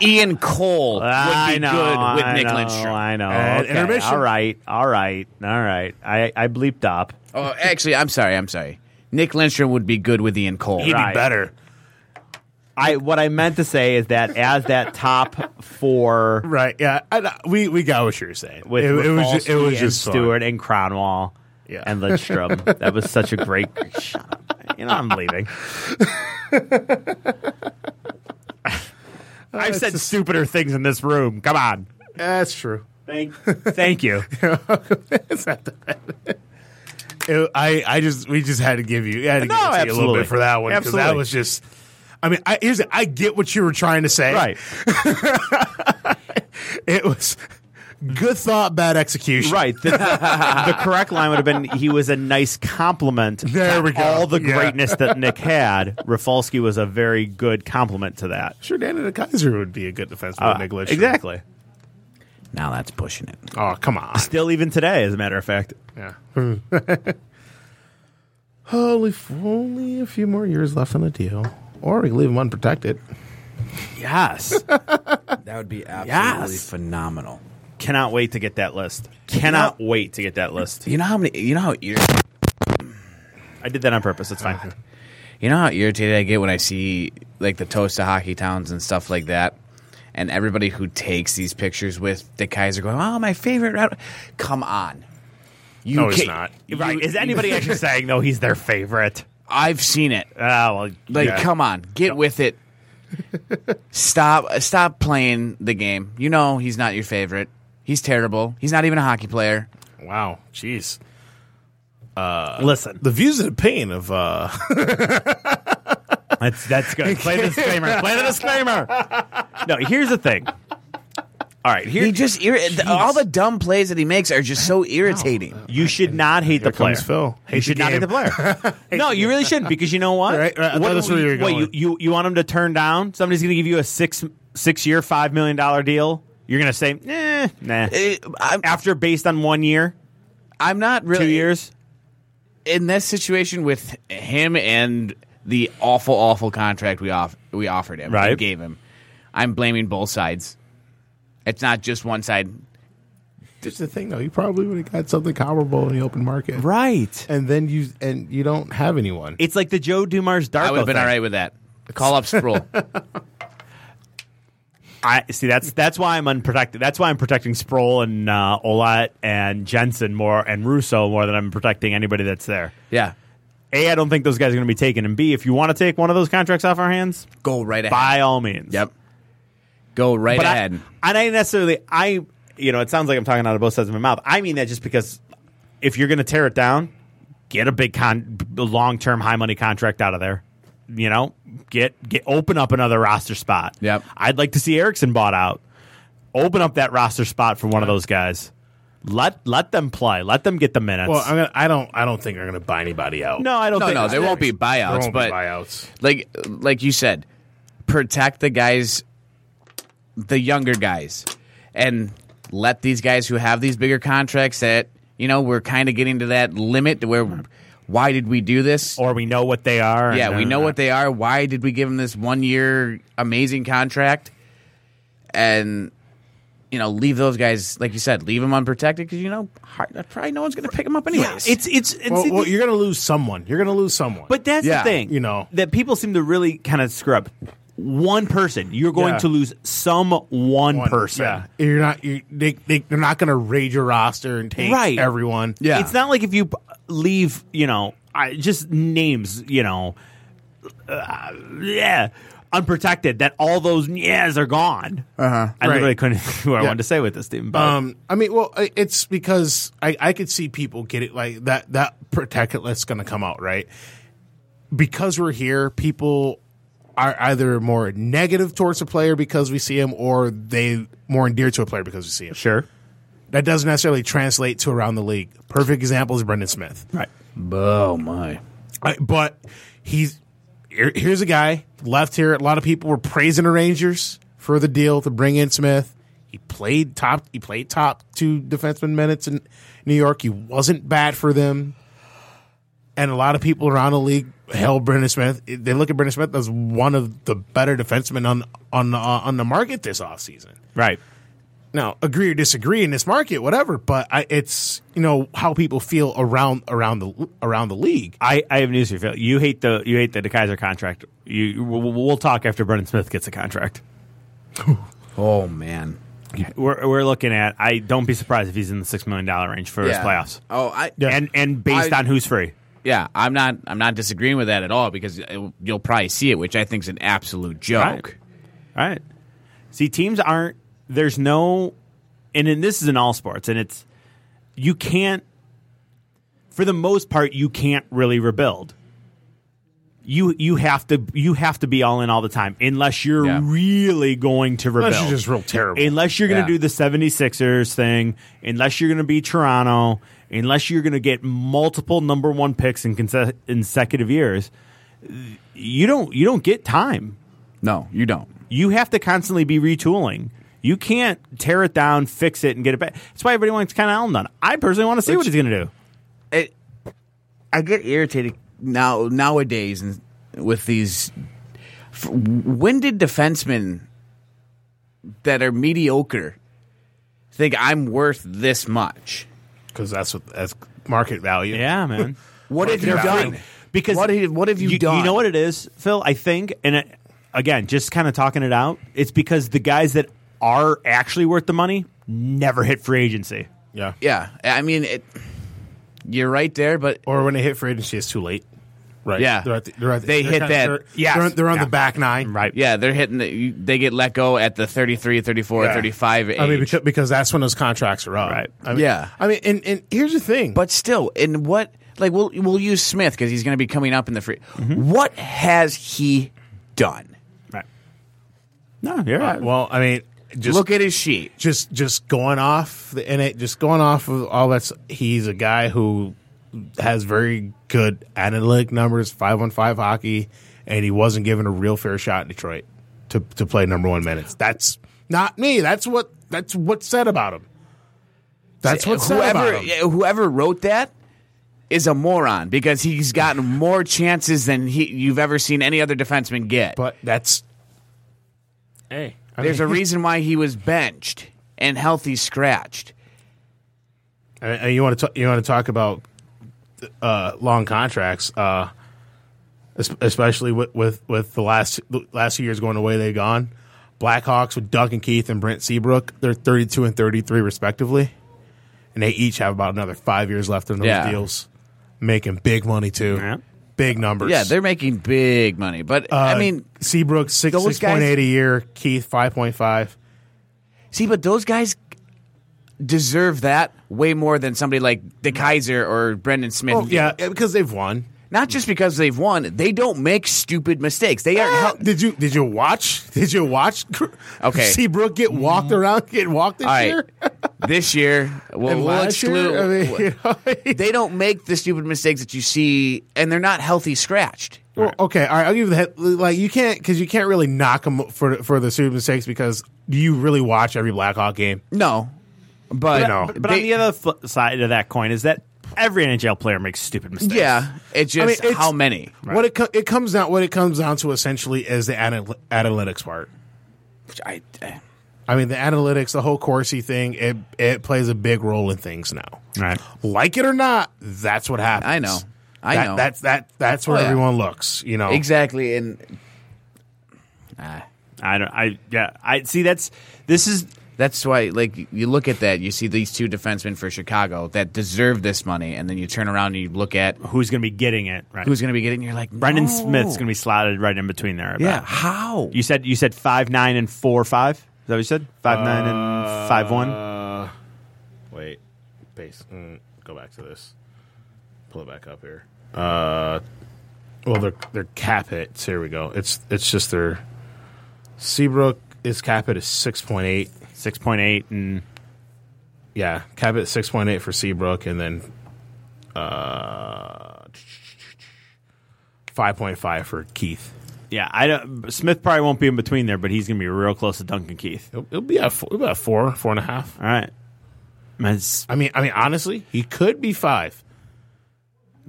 Ian Cole would be
I know,
good with
I
Nick
know,
Lindstrom.
I know.
And
Okay,
intermission.
All right, all right, all right. I, I bleeped up.
Oh, actually, I'm sorry. I'm sorry. Nick Lindstrom would be good with Ian Cole.
He'd
Right.
be better.
I what I meant to say is that as that top four
Right. Yeah. I, I- we we got what you were saying.
with
it, it was just, it
Rafalski
was
and
just fun.
Stewart and Cronwall
Yeah.
and Lindstrom. that was such a great. Shut up. You know I'm leaving. I've said stupider things in this room. Come on.
That's true.
Thank, thank you.
It's not that bad. It- I I just we just had to give you I had to
No,
give it to you a little
absolutely.
bit for that one because that
Absolutely.
was just. I mean, I, here's the- I get what you were trying to say.
Right,
It was good thought, bad execution.
right. The, the correct line would have been he was a nice compliment
There
to
we go.
all the
Yeah.
greatness that Nick had. Rafalski was a very good compliment to that.
Sure, Danny the Kaiser would be a good defenseman.
Uh,
with Nick Lidstrom.
exactly.
Now that's pushing it.
Oh, come on.
Still, even today, as a matter of fact.
Yeah. Holy, f- only a few more years left on the deal, or we can leave him unprotected.
Yes.
That would be
absolutely Yes.
phenomenal.
Cannot wait to get that list. Cannot wait to get that list.
You know how many? You know how ir-
I did that on purpose. It's fine.
you know how irritated I get when I see like the toast to hockey towns and stuff like that, and everybody who takes these pictures with the Kaiser going, "Oh, my favorite route." Come on, you
No, he's
can't-
not.
right. Is anybody actually saying though he's their favorite?
I've seen it.
Ah, well,
Like,
Yeah.
come on, get with it. stop, stop playing the game. You know he's not your favorite. He's terrible. He's not even a hockey player.
Wow, jeez.
listen.
The views and opinion of uh,
That's that's good. Play the disclaimer. Play the disclaimer. No, here's the thing. All right, here
He just irri- th- all the dumb plays that he makes are just so irritating.
you should not hate the player.
comes Phil. Hate
you
the
should not hate
game.
the player. no, you really shouldn't because you know what?
Right, right, I
what
thought that's where you were
what,
going.
you, you you want him to turn down? Somebody's going to give you a six six year five million dollar deal. You're going to say, eh, nah.
Eh, I'm,
After based on one year,
I'm not really
two years.
in this situation with him and the awful, awful contract we off we offered him,
Right.
and gave him. I'm blaming both sides. It's not just one side.
Just the thing though, you probably would have got something comparable in the open market,
Right.
and then you and you don't have anyone.
It's like the Joe Dumars Darko.
I would have been
thing.
all right with that. The call up rule.
I see. That's that's why I'm unprotected. That's why I'm protecting Sproul and uh, Olat and Jensen more and Russo more than I'm protecting anybody that's there.
yeah,
A, I don't think those guys are going to be taken, and B, if you want to take one of those contracts off our hands,
go right ahead.
by all means.
Yep. Go right
But I,
ahead.
and I didn't necessarily. I you know it sounds like I'm talking out of both sides of my mouth. I mean that just because if you're going to tear it down, get a big con long term high money contract out of there. You know, get get open up another roster spot.
Yep.
I'd like to see Erickson bought out. Open up that roster spot for one of those guys. Let let them play. Let them get the minutes.
well, I'm gonna, I don't I don't think they're gonna buy anybody out.
no, I don't
no,
think
no, there won't be
there
buyouts,
won't
but
be buyouts.
like like you said, protect the guys, the younger guys, and let these guys who have these bigger contracts that you know we're kind of getting to that limit to where why did we do this?
or we know what they are.
yeah,
and,
we
uh,
know what they are. Why did we give them this one year amazing contract? And you know, leave those guys, like you said, leave them unprotected because you know, hard, probably no one's going to pick them up anyways.
uh, It's it's, it's
Well, well, you're gonna lose someone. You're gonna lose someone.
But that's the
Yeah,
thing,
you know.
that people seem to really kind of screw up. One person, you're going
Yeah.
to lose some one,
One-
person.
yeah. you're not. You, they, they they're not gonna raid your roster and take
Right.
everyone.
Yeah.
It's not like if you p- leave, you know, I, just names, you know, uh, yeah, unprotected, that all those yeahs are gone. Uh-huh. I
Right.
literally couldn't think what I wanted to say with this, Stephen. But
Um, I mean, well, I- it's because I, I could see people get it like that. That protectlet's going to come out right because we're here. People are either more negative towards a player because we see him, or they more endeared to a player because we see him.
sure.
That doesn't necessarily translate to around the league. Perfect example is Brendan Smith,
Right.
oh my.
I, but he's here, here's a guy left here. A lot of people were praising the Rangers for the deal to bring in Smith. He played top. He played top two defenseman minutes in New York. He wasn't bad for them. And a lot of people around the league held Brendan Smith. They look at Brendan Smith as one of the better defensemen on on the, on the market this offseason.
Right.
Now, agree or disagree in this market, whatever. But I, it's you know how people feel around around the around the league.
I, I have news for you, Phil. You hate the you hate the DeKaiser contract. You we'll, we'll talk after Brendan Smith gets a contract.
Oh man.
We're, we're looking at. I don't be surprised if he's in the six million dollar range for his playoffs.
Oh, I
And and based
I-
on who's free.
yeah, I'm not I'm not disagreeing with that at all because it, you'll probably see it, which I think is an absolute joke.
Right. Right. See, teams aren't. There's no, and in, this is in all sports, and it's you can't. For the most part, you can't really rebuild. You you have to you have to be all in all the time unless you're
Yeah.
really going to rebuild.
Unless you're just real terrible.
Unless you're going
Yeah.
to do the 76ers thing, unless you're going to be Toronto, unless you're going to get multiple number 1 picks in conse- consecutive years, you don't you don't get time
No, you don't.
you have to constantly be retooling. You can't tear it down, fix it, and get it back. That's why everybody wants Ken Allen done. I personally want to see what he's going to do.
It, I get irritated now nowadays and with these. f- When did defensemen that are mediocre think I'm worth this much?
because that's what that's market value.
Yeah, man.
What have you
Yeah.
done?
Because
What have- what have you
You
done?
know what it is, Phil. I think, and it, again, just kind of talking it out. It's because the guys that are actually worth the money never hit free agency.
yeah.
Yeah, I mean, it, you're right there, but
Or when they hit free agency, it's too late. Right.
Yeah.
They're at the, they're at the-
They
they're
hit
kinda-
that-
They're,
yes.
They're, they're on
Yeah.
the back nine.
Right.
yeah, they're hitting the. you- They get let go at the 33, 34,
Yeah.
35 age.
I mean, because, because that's when those contracts are up.
Right.
I mean,
Yeah.
I mean, and, and here's the thing.
But still, in what like we'll we'll use Smith because he's going to be coming up in the free. What has he done?
Right. No, you're right.
Uh, well, I mean, just
Look at his sheet.
just just going off the and it just going off of all that's he's a guy who has very good analytic numbers, five on five hockey, and he wasn't given a real fair shot in Detroit to to play number one minutes. That's not me. That's what that's what's said about him. That's what's said
whoever
about him.
yeah, whoever wrote that is a moron because he's gotten more chances than he you've ever seen any other defenseman get.
But that's hey. I
There's a
mean,
reason why he was benched and healthy scratched.
I mean, you want to you want to talk about uh, long contracts, uh, es- especially with, with, with the last the last few years going the way they've gone. Blackhawks with Duncan Keith and Brent Seabrook, they're 32 and 33 respectively, and they each have about another five years left in those
Yeah.
deals, making big money too,
Yeah.
big numbers.
Yeah, they're making big money, but I
Uh,
mean,
Seabrook six
those
six point
guys-
eight a year, Keith five point five.
see, but those guys deserve that way more than somebody like De Kaiser or Brendan Smith.
Mm. Oh yeah, yeah, because they've won.
Not just because they've won, they don't make stupid mistakes. They aren't. hel-
Did you did you watch? Did you watch?
Okay. Mm-hmm.
Seabrook get walked around, get walked this
All right,
year.
this year we'll,
And
we'll
last year?
exclude.
I mean, you know,
they don't make the stupid mistakes that you see, and they're not healthy scratched.
well, okay, all right. I'll give you the head. Like you can't because you can't really knock them for for the stupid mistakes because do you really watch every Blackhawk game?
No, but
You know.
but but
they-
on the other fl- side of that coin is that every NHL player makes stupid mistakes.
yeah, it's
I mean,
just
it's-
how many.
What it co- it comes down what it comes down to essentially is the anal- analytics part.
Which I, eh,
I mean, the analytics, the whole Corsi thing, it it plays a big role in things now.
Right.
Like it or not, that's what happens.
I know. I
That-
know. Oh,
That's that. That's where
Yeah.
everyone looks. You know.
exactly. And ah,
I don't. I yeah. I see. That's this is
that's why, like, you look at that, you see these two defensemen for Chicago that deserve this money, and then you turn around and you look at
who's going to be getting it. Right.
who's going to be getting. it, You're like
Brendan
no.
Smith's going to be slotted right in between there. I bet.
Oh. Yeah, how?
You said you said five nine and four five. Is that what you said? Five nine and five one.
Wait. Base. Mm, go back to this. Pull it back up here. Uh, well, their their cap hits. Here we go. It's it's just their Seabrook. His cap hit is six point eight.
Six point eight and
Yeah, cap hit six point eight for Seabrook, and then uh, five point five for Keith.
yeah. I don't. Smith probably won't be in between there, but he's going to be real close to Duncan Keith.
It'll, it'll be at four, about four, four and a half.
All right. Man, it's-
I mean, I mean, honestly, he could be five.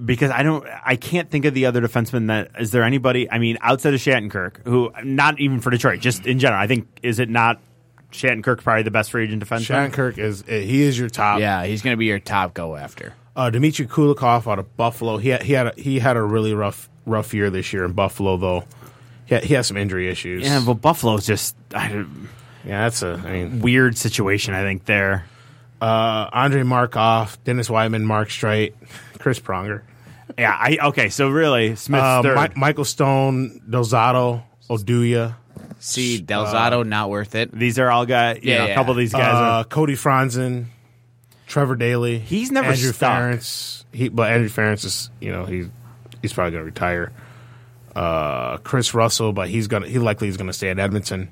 because I don't, I can't think of the other defenseman that is there anybody. I mean, outside of Shattenkirk, who not even for Detroit, just in general. I think is it not Shattenkirk probably the best free agent defenseman?
Shattenkirk is he is your top.
Yeah, he's going to be your top go after.
Uh, Dmitry Kulikov out of Buffalo. He had, he had a, he had a really rough rough year this year in Buffalo though. He had, he has some injury issues.
Yeah, but Buffalo's just I don't-
yeah, that's a I mean
weird situation. I think there.
uh, Andre Markov, Dennis Wyman, Mark Streit, Chris Pronger,
Yeah. I okay. So really, Smith's
uh,
third.
Mi- Michael Stone, Delzato, Oduya,
See, Del Zotto, not worth it.
these are all guys. You
Yeah,
know,
yeah.
A couple of these guys are
uh, Cody Franzen, Trevor Daly.
He's never
Andrew
stuck.
Ferentz. He but Andrew Ferentz is you know he he's probably gonna retire. Uh, Chris Russell, but he's gonna he likely is gonna stay at Edmonton.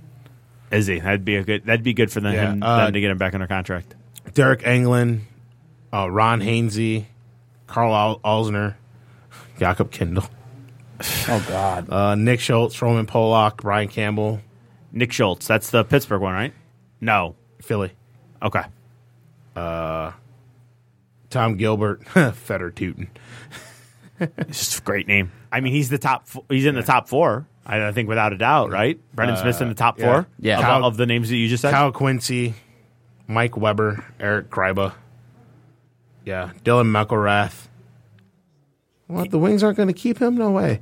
Is he? That'd be a good. That'd be good for them,
Yeah,
him,
uh,
them to get him back under contract.
Derek Englund, uh, Ron Hainsey, Carl Al- Alsner, Jakob Kindle. Oh God! Uh, Nick Schultz, Roman Polak, Brian Campbell,
Nick Schultz. That's the Pittsburgh one, right? No.
Philly,
Okay.
Tom Gilbert, Feder Tootin.
It's just a great name. I mean, he's the top. f- He's in the top four. I, I think without a doubt, right? Brendan Smith's in the top
Uh, yeah.
four.
Yeah.
Of,
Kyle-
of the names that you just said.
Kyle Quincy, Mike Weber, Eric Kreiba. Yeah, Dylan McElrath. What? The Wings aren't going to keep him? No way.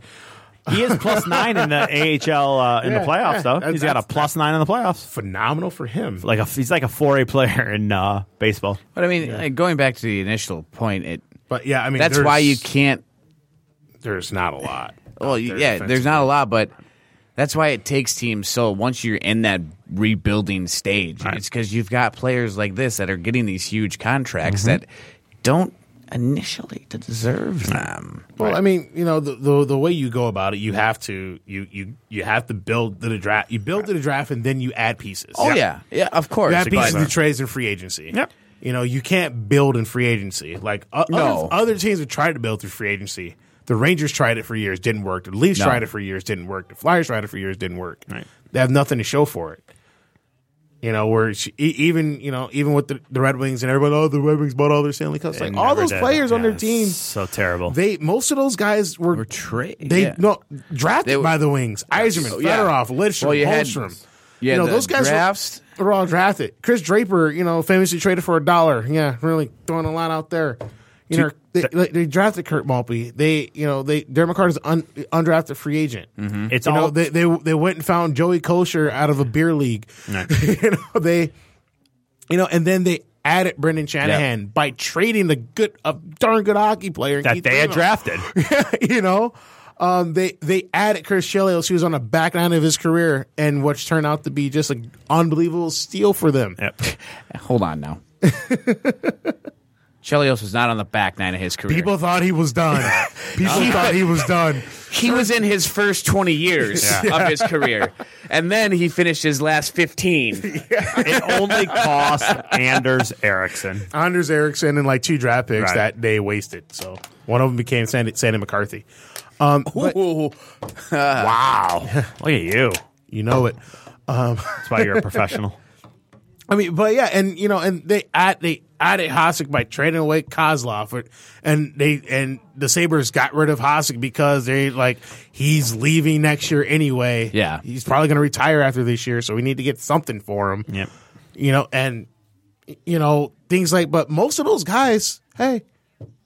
He is plus nine in the AHL uh, in
Yeah,
the playoffs,
yeah.
though.
That's-
He's got a
that's-
plus nine in the playoffs.
Phenomenal for him.
Like a, he's like a four A player in uh, baseball.
But I mean, like, going back to the initial point, it
But yeah, I mean,
that's
there's-
why you can't.
There's not a lot.
Well,
there
yeah, there's not a lot, but that's why it takes teams. So once you're in that rebuilding stage, it's because you've got players like this that are getting these huge contracts
Mm-hmm.
that don't initially to deserve them.
Well, I mean, you know, the, the the way you go about it, you have to you you you have to build the draft. You build the draft, and then you add pieces.
Oh yeah, yeah, of course.
you add pieces
But-
to trades and free agency.
Yep.
You know, you can't build in free agency. Like o-
No.
other, other teams have tried to build through free agency. The Rangers tried it for years, didn't work. The Leafs
No.
tried it for years, didn't work. The Flyers tried it for years, didn't work.
Right.
They have nothing to show for it. You know, where it's- e- even you know even with the, the Red Wings and everyone, oh, the Red Wings bought all their Stanley Cups. Like all
Never
those
did.
players on
Yeah,
their team,
it's so terrible.
they most of those guys were,
Were tra-
They
yeah.
no drafted
They were-
by the Wings. Eiserman,
yeah.
Fedorov, Lidstrom,
Well, you had-
Holmstrom.
you had the
were-
drafts.
were, all drafted. Chris Draper, you know, famously traded for a dollar. Yeah, really throwing a lot out there. You know, they, like, they drafted Kurt Maltby. They, you know, they Dermot Carter's un, undrafted free agent.
Mm-hmm.
it's
You
all
know, they, they they went and found Joey Kosher out of a beer league. you know, they, you know, and then they added Brendan Shanahan by trading the good, a darn good hockey player in
that
Keith
they had
Thornhill.
drafted.
you know, um, they they added Chris Chelios, who was on the back line of his career, and which turned out to be just an unbelievable steal for them.
Yep.
Hold on now. Chelios was not on the back nine of his career.
People thought he was done. People thought he was done.
he was in his first 20 years of his career. And then he finished his last 15.
it only cost Anders Ericsson.
Anders Ericsson and like two draft picks
Right.
that they wasted. So one of them became Sandy, Sandy McCarthy. Um, but
Wow. Look at you.
you know it.
That's why you're a professional.
I mean, but yeah, and you know, and they add they out at Hasek by trading away Kozlov, or- and they and the Sabers got rid of Hasek because they like he's leaving next year anyway.
Yeah.
he's probably going to retire after this year, so we need to get something for him.
Yep.
You know, and you know things like, but most of those guys, hey,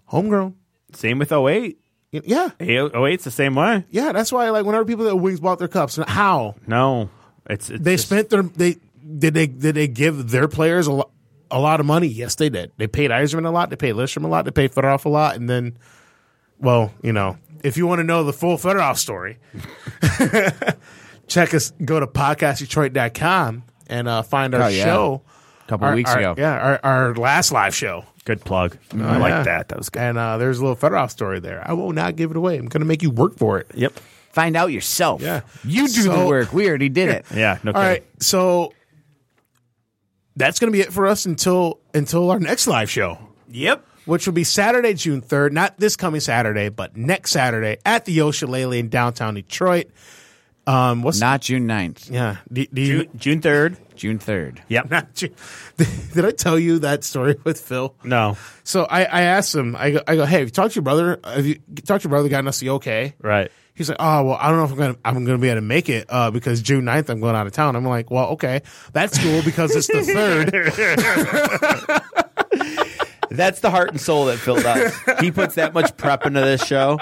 homegrown.
Same with 08.
Y- Yeah,
08's the same way.
yeah. That's why like whenever people that Wings bought their cups, how
No, it's, it's
they
just-
spent their they did they did they give their players a lot a lot of money. Yes, they did. They paid Eiserman a lot. They paid Listrom a lot. They paid Fedorov a lot. And then, well, you know, if you want to know the full Fedorov story, check us. Go to podcastdetroit.com and uh, find our
Oh, yeah.
show.
A couple
Our-
weeks
our-
ago.
yeah, our, our last live show.
good plug. I like
Oh, yeah.
that. That was good.
And uh, there's a little Fedorov story there. I will not give it away. I'm going to make you work for it.
Yep.
Find out yourself.
Yeah.
You do the
So-
work. We already did it.
Yeah. No
All
kidding.
right, so that's going to be it for us until until our next live show,
Yep.
which will be Saturday, June third. Not this coming Saturday, but next Saturday at the Yoshalele in downtown Detroit. Um, what's
Not June 9th,
yeah? Do, do you,
June, June 3rd.
June 3rd.
Yep.
not Ju- did I tell you that story with Phil?
No.
So I, I asked him. I go, I go, hey, have you talked to your brother? Have you talked to your brother? Gotten us the okay?
Right.
He's like, oh well, I don't know if I'm gonna I'm gonna be able to make it uh, because June 9th I'm going out of town. I'm like, well, okay, that's cool because it's the third.
That's the heart and soul that Phil does. he puts that much prep into this show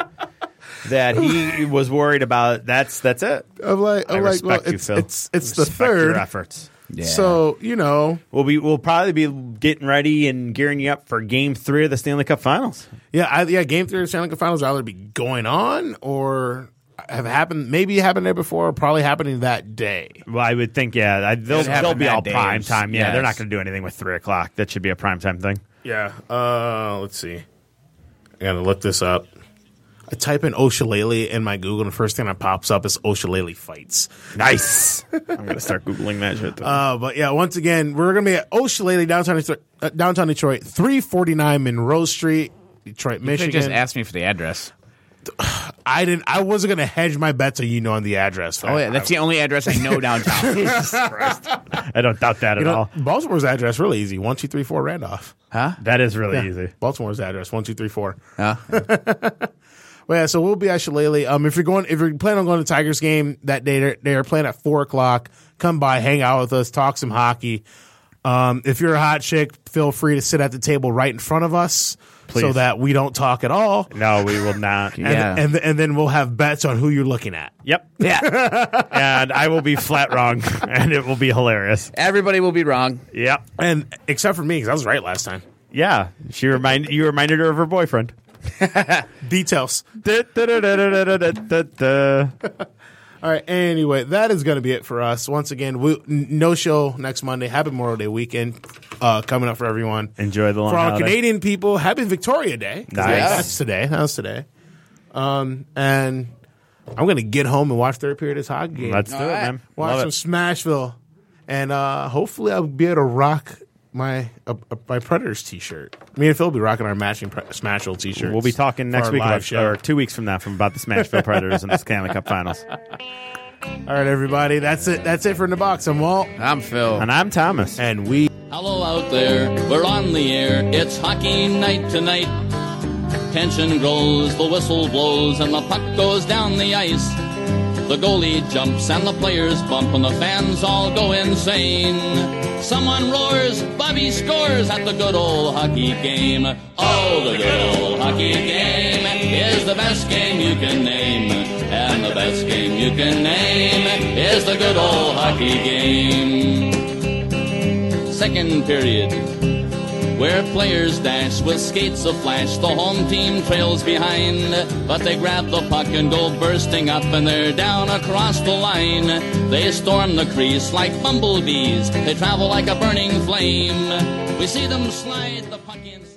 that he was worried about. That's that's it.
I'm like, I'm
I
like, well,
respect you,
it's
Phil.
it's it's the
Respect your
third.
efforts.
Yeah.
So you know,
We'll be we'll probably be getting ready and gearing you up for Game Three of the Stanley Cup Finals.
yeah, I, yeah, game three of the Stanley Cup Finals will either be going on or have happened, maybe happened there before, or probably happening that day.
Well, I would think, yeah, I, they'll,
happened
they'll be
that
all
day.
prime time. Yeah, they're
Yes.
not going to do anything with three o'clock. That should be a prime time thing.
Yeah. Uh, let's see. I gotta look this up. I type in Oshalele in my Google, and the first thing that pops up is Oshalele fights.
Nice.
I'm gonna start googling that shit.
Uh, but yeah, once again, we're gonna be at Oshalele downtown Detroit, uh, downtown Detroit, three forty nine Monroe Street, Detroit,
You could've
Michigan.
just asked me for the address.
I didn't. I wasn't gonna hedge my bets on you knowing the address.
Oh, yeah. That's the only address I know downtown.
I don't doubt that at
You know,
all.
Baltimore's address really easy. One two three four Randolph.
That is really easy.
Baltimore's address one two three four.
Huh?
Well, yeah, so we'll be at Shillelagh. Um, if you're going, if you're planning on going to Tigers game that day, they're, they're playing at four o'clock. Come by, hang out with us, talk some hockey. Um, if you're a hot chick, feel free to sit at the table right in front of us so
Please.
that we don't talk at all.
No, we will not.
And,
Yeah.
and and then we'll have bets on who you're looking at.
Yep.
yeah.
and I will be flat wrong, and it will be hilarious.
Everybody will be wrong.
Yep.
And except for me, because I was right last time.
Yeah. She remind you reminded her of her boyfriend.
Details.
Da-da-da-da-da-da-da-da.
All right. Anyway, that is going to be it for us. Once again, we, n- no show next Monday. Happy Memorial Day weekend uh, coming up for everyone.
Enjoy the long
for all
holiday.
Canadian people, happy Victoria Day. 'Cause
Nice.
That's today. That's today. Um, and I'm gonna get home and watch third period of this hockey game.
Let's do it, man.
watch
Love
some
it.
Smashville, and uh, hopefully I'll be able to rock my uh, my Predators T-shirt. Me and Phil will be rocking our matching pre- Smashville T-shirts.
We'll be talking
for
next
our
week
live
about,
show.
or two weeks from now from about the Smashville Predators and the Stanley Cup Finals.
All right, everybody. That's it. That's it for in the box. I'm Walt,
I'm Phil.
And I'm Thomas.
and we.
Hello out there, we're on the air. It's hockey night tonight. Tension grows, the whistle blows, and the puck goes down the ice. The goalie jumps and the players bump, and the fans all go insane. Someone roars, Bobby scores at the good old hockey game. Oh, the good old hockey game is the best game you can name. And the best game you can name is the good old hockey game second period. Where players dash with skates of flash, the home team trails behind. But they grab the puck and go bursting up, and they're down across the line. They storm the crease like bumblebees, they travel like a burning flame. We see them slide the puck in.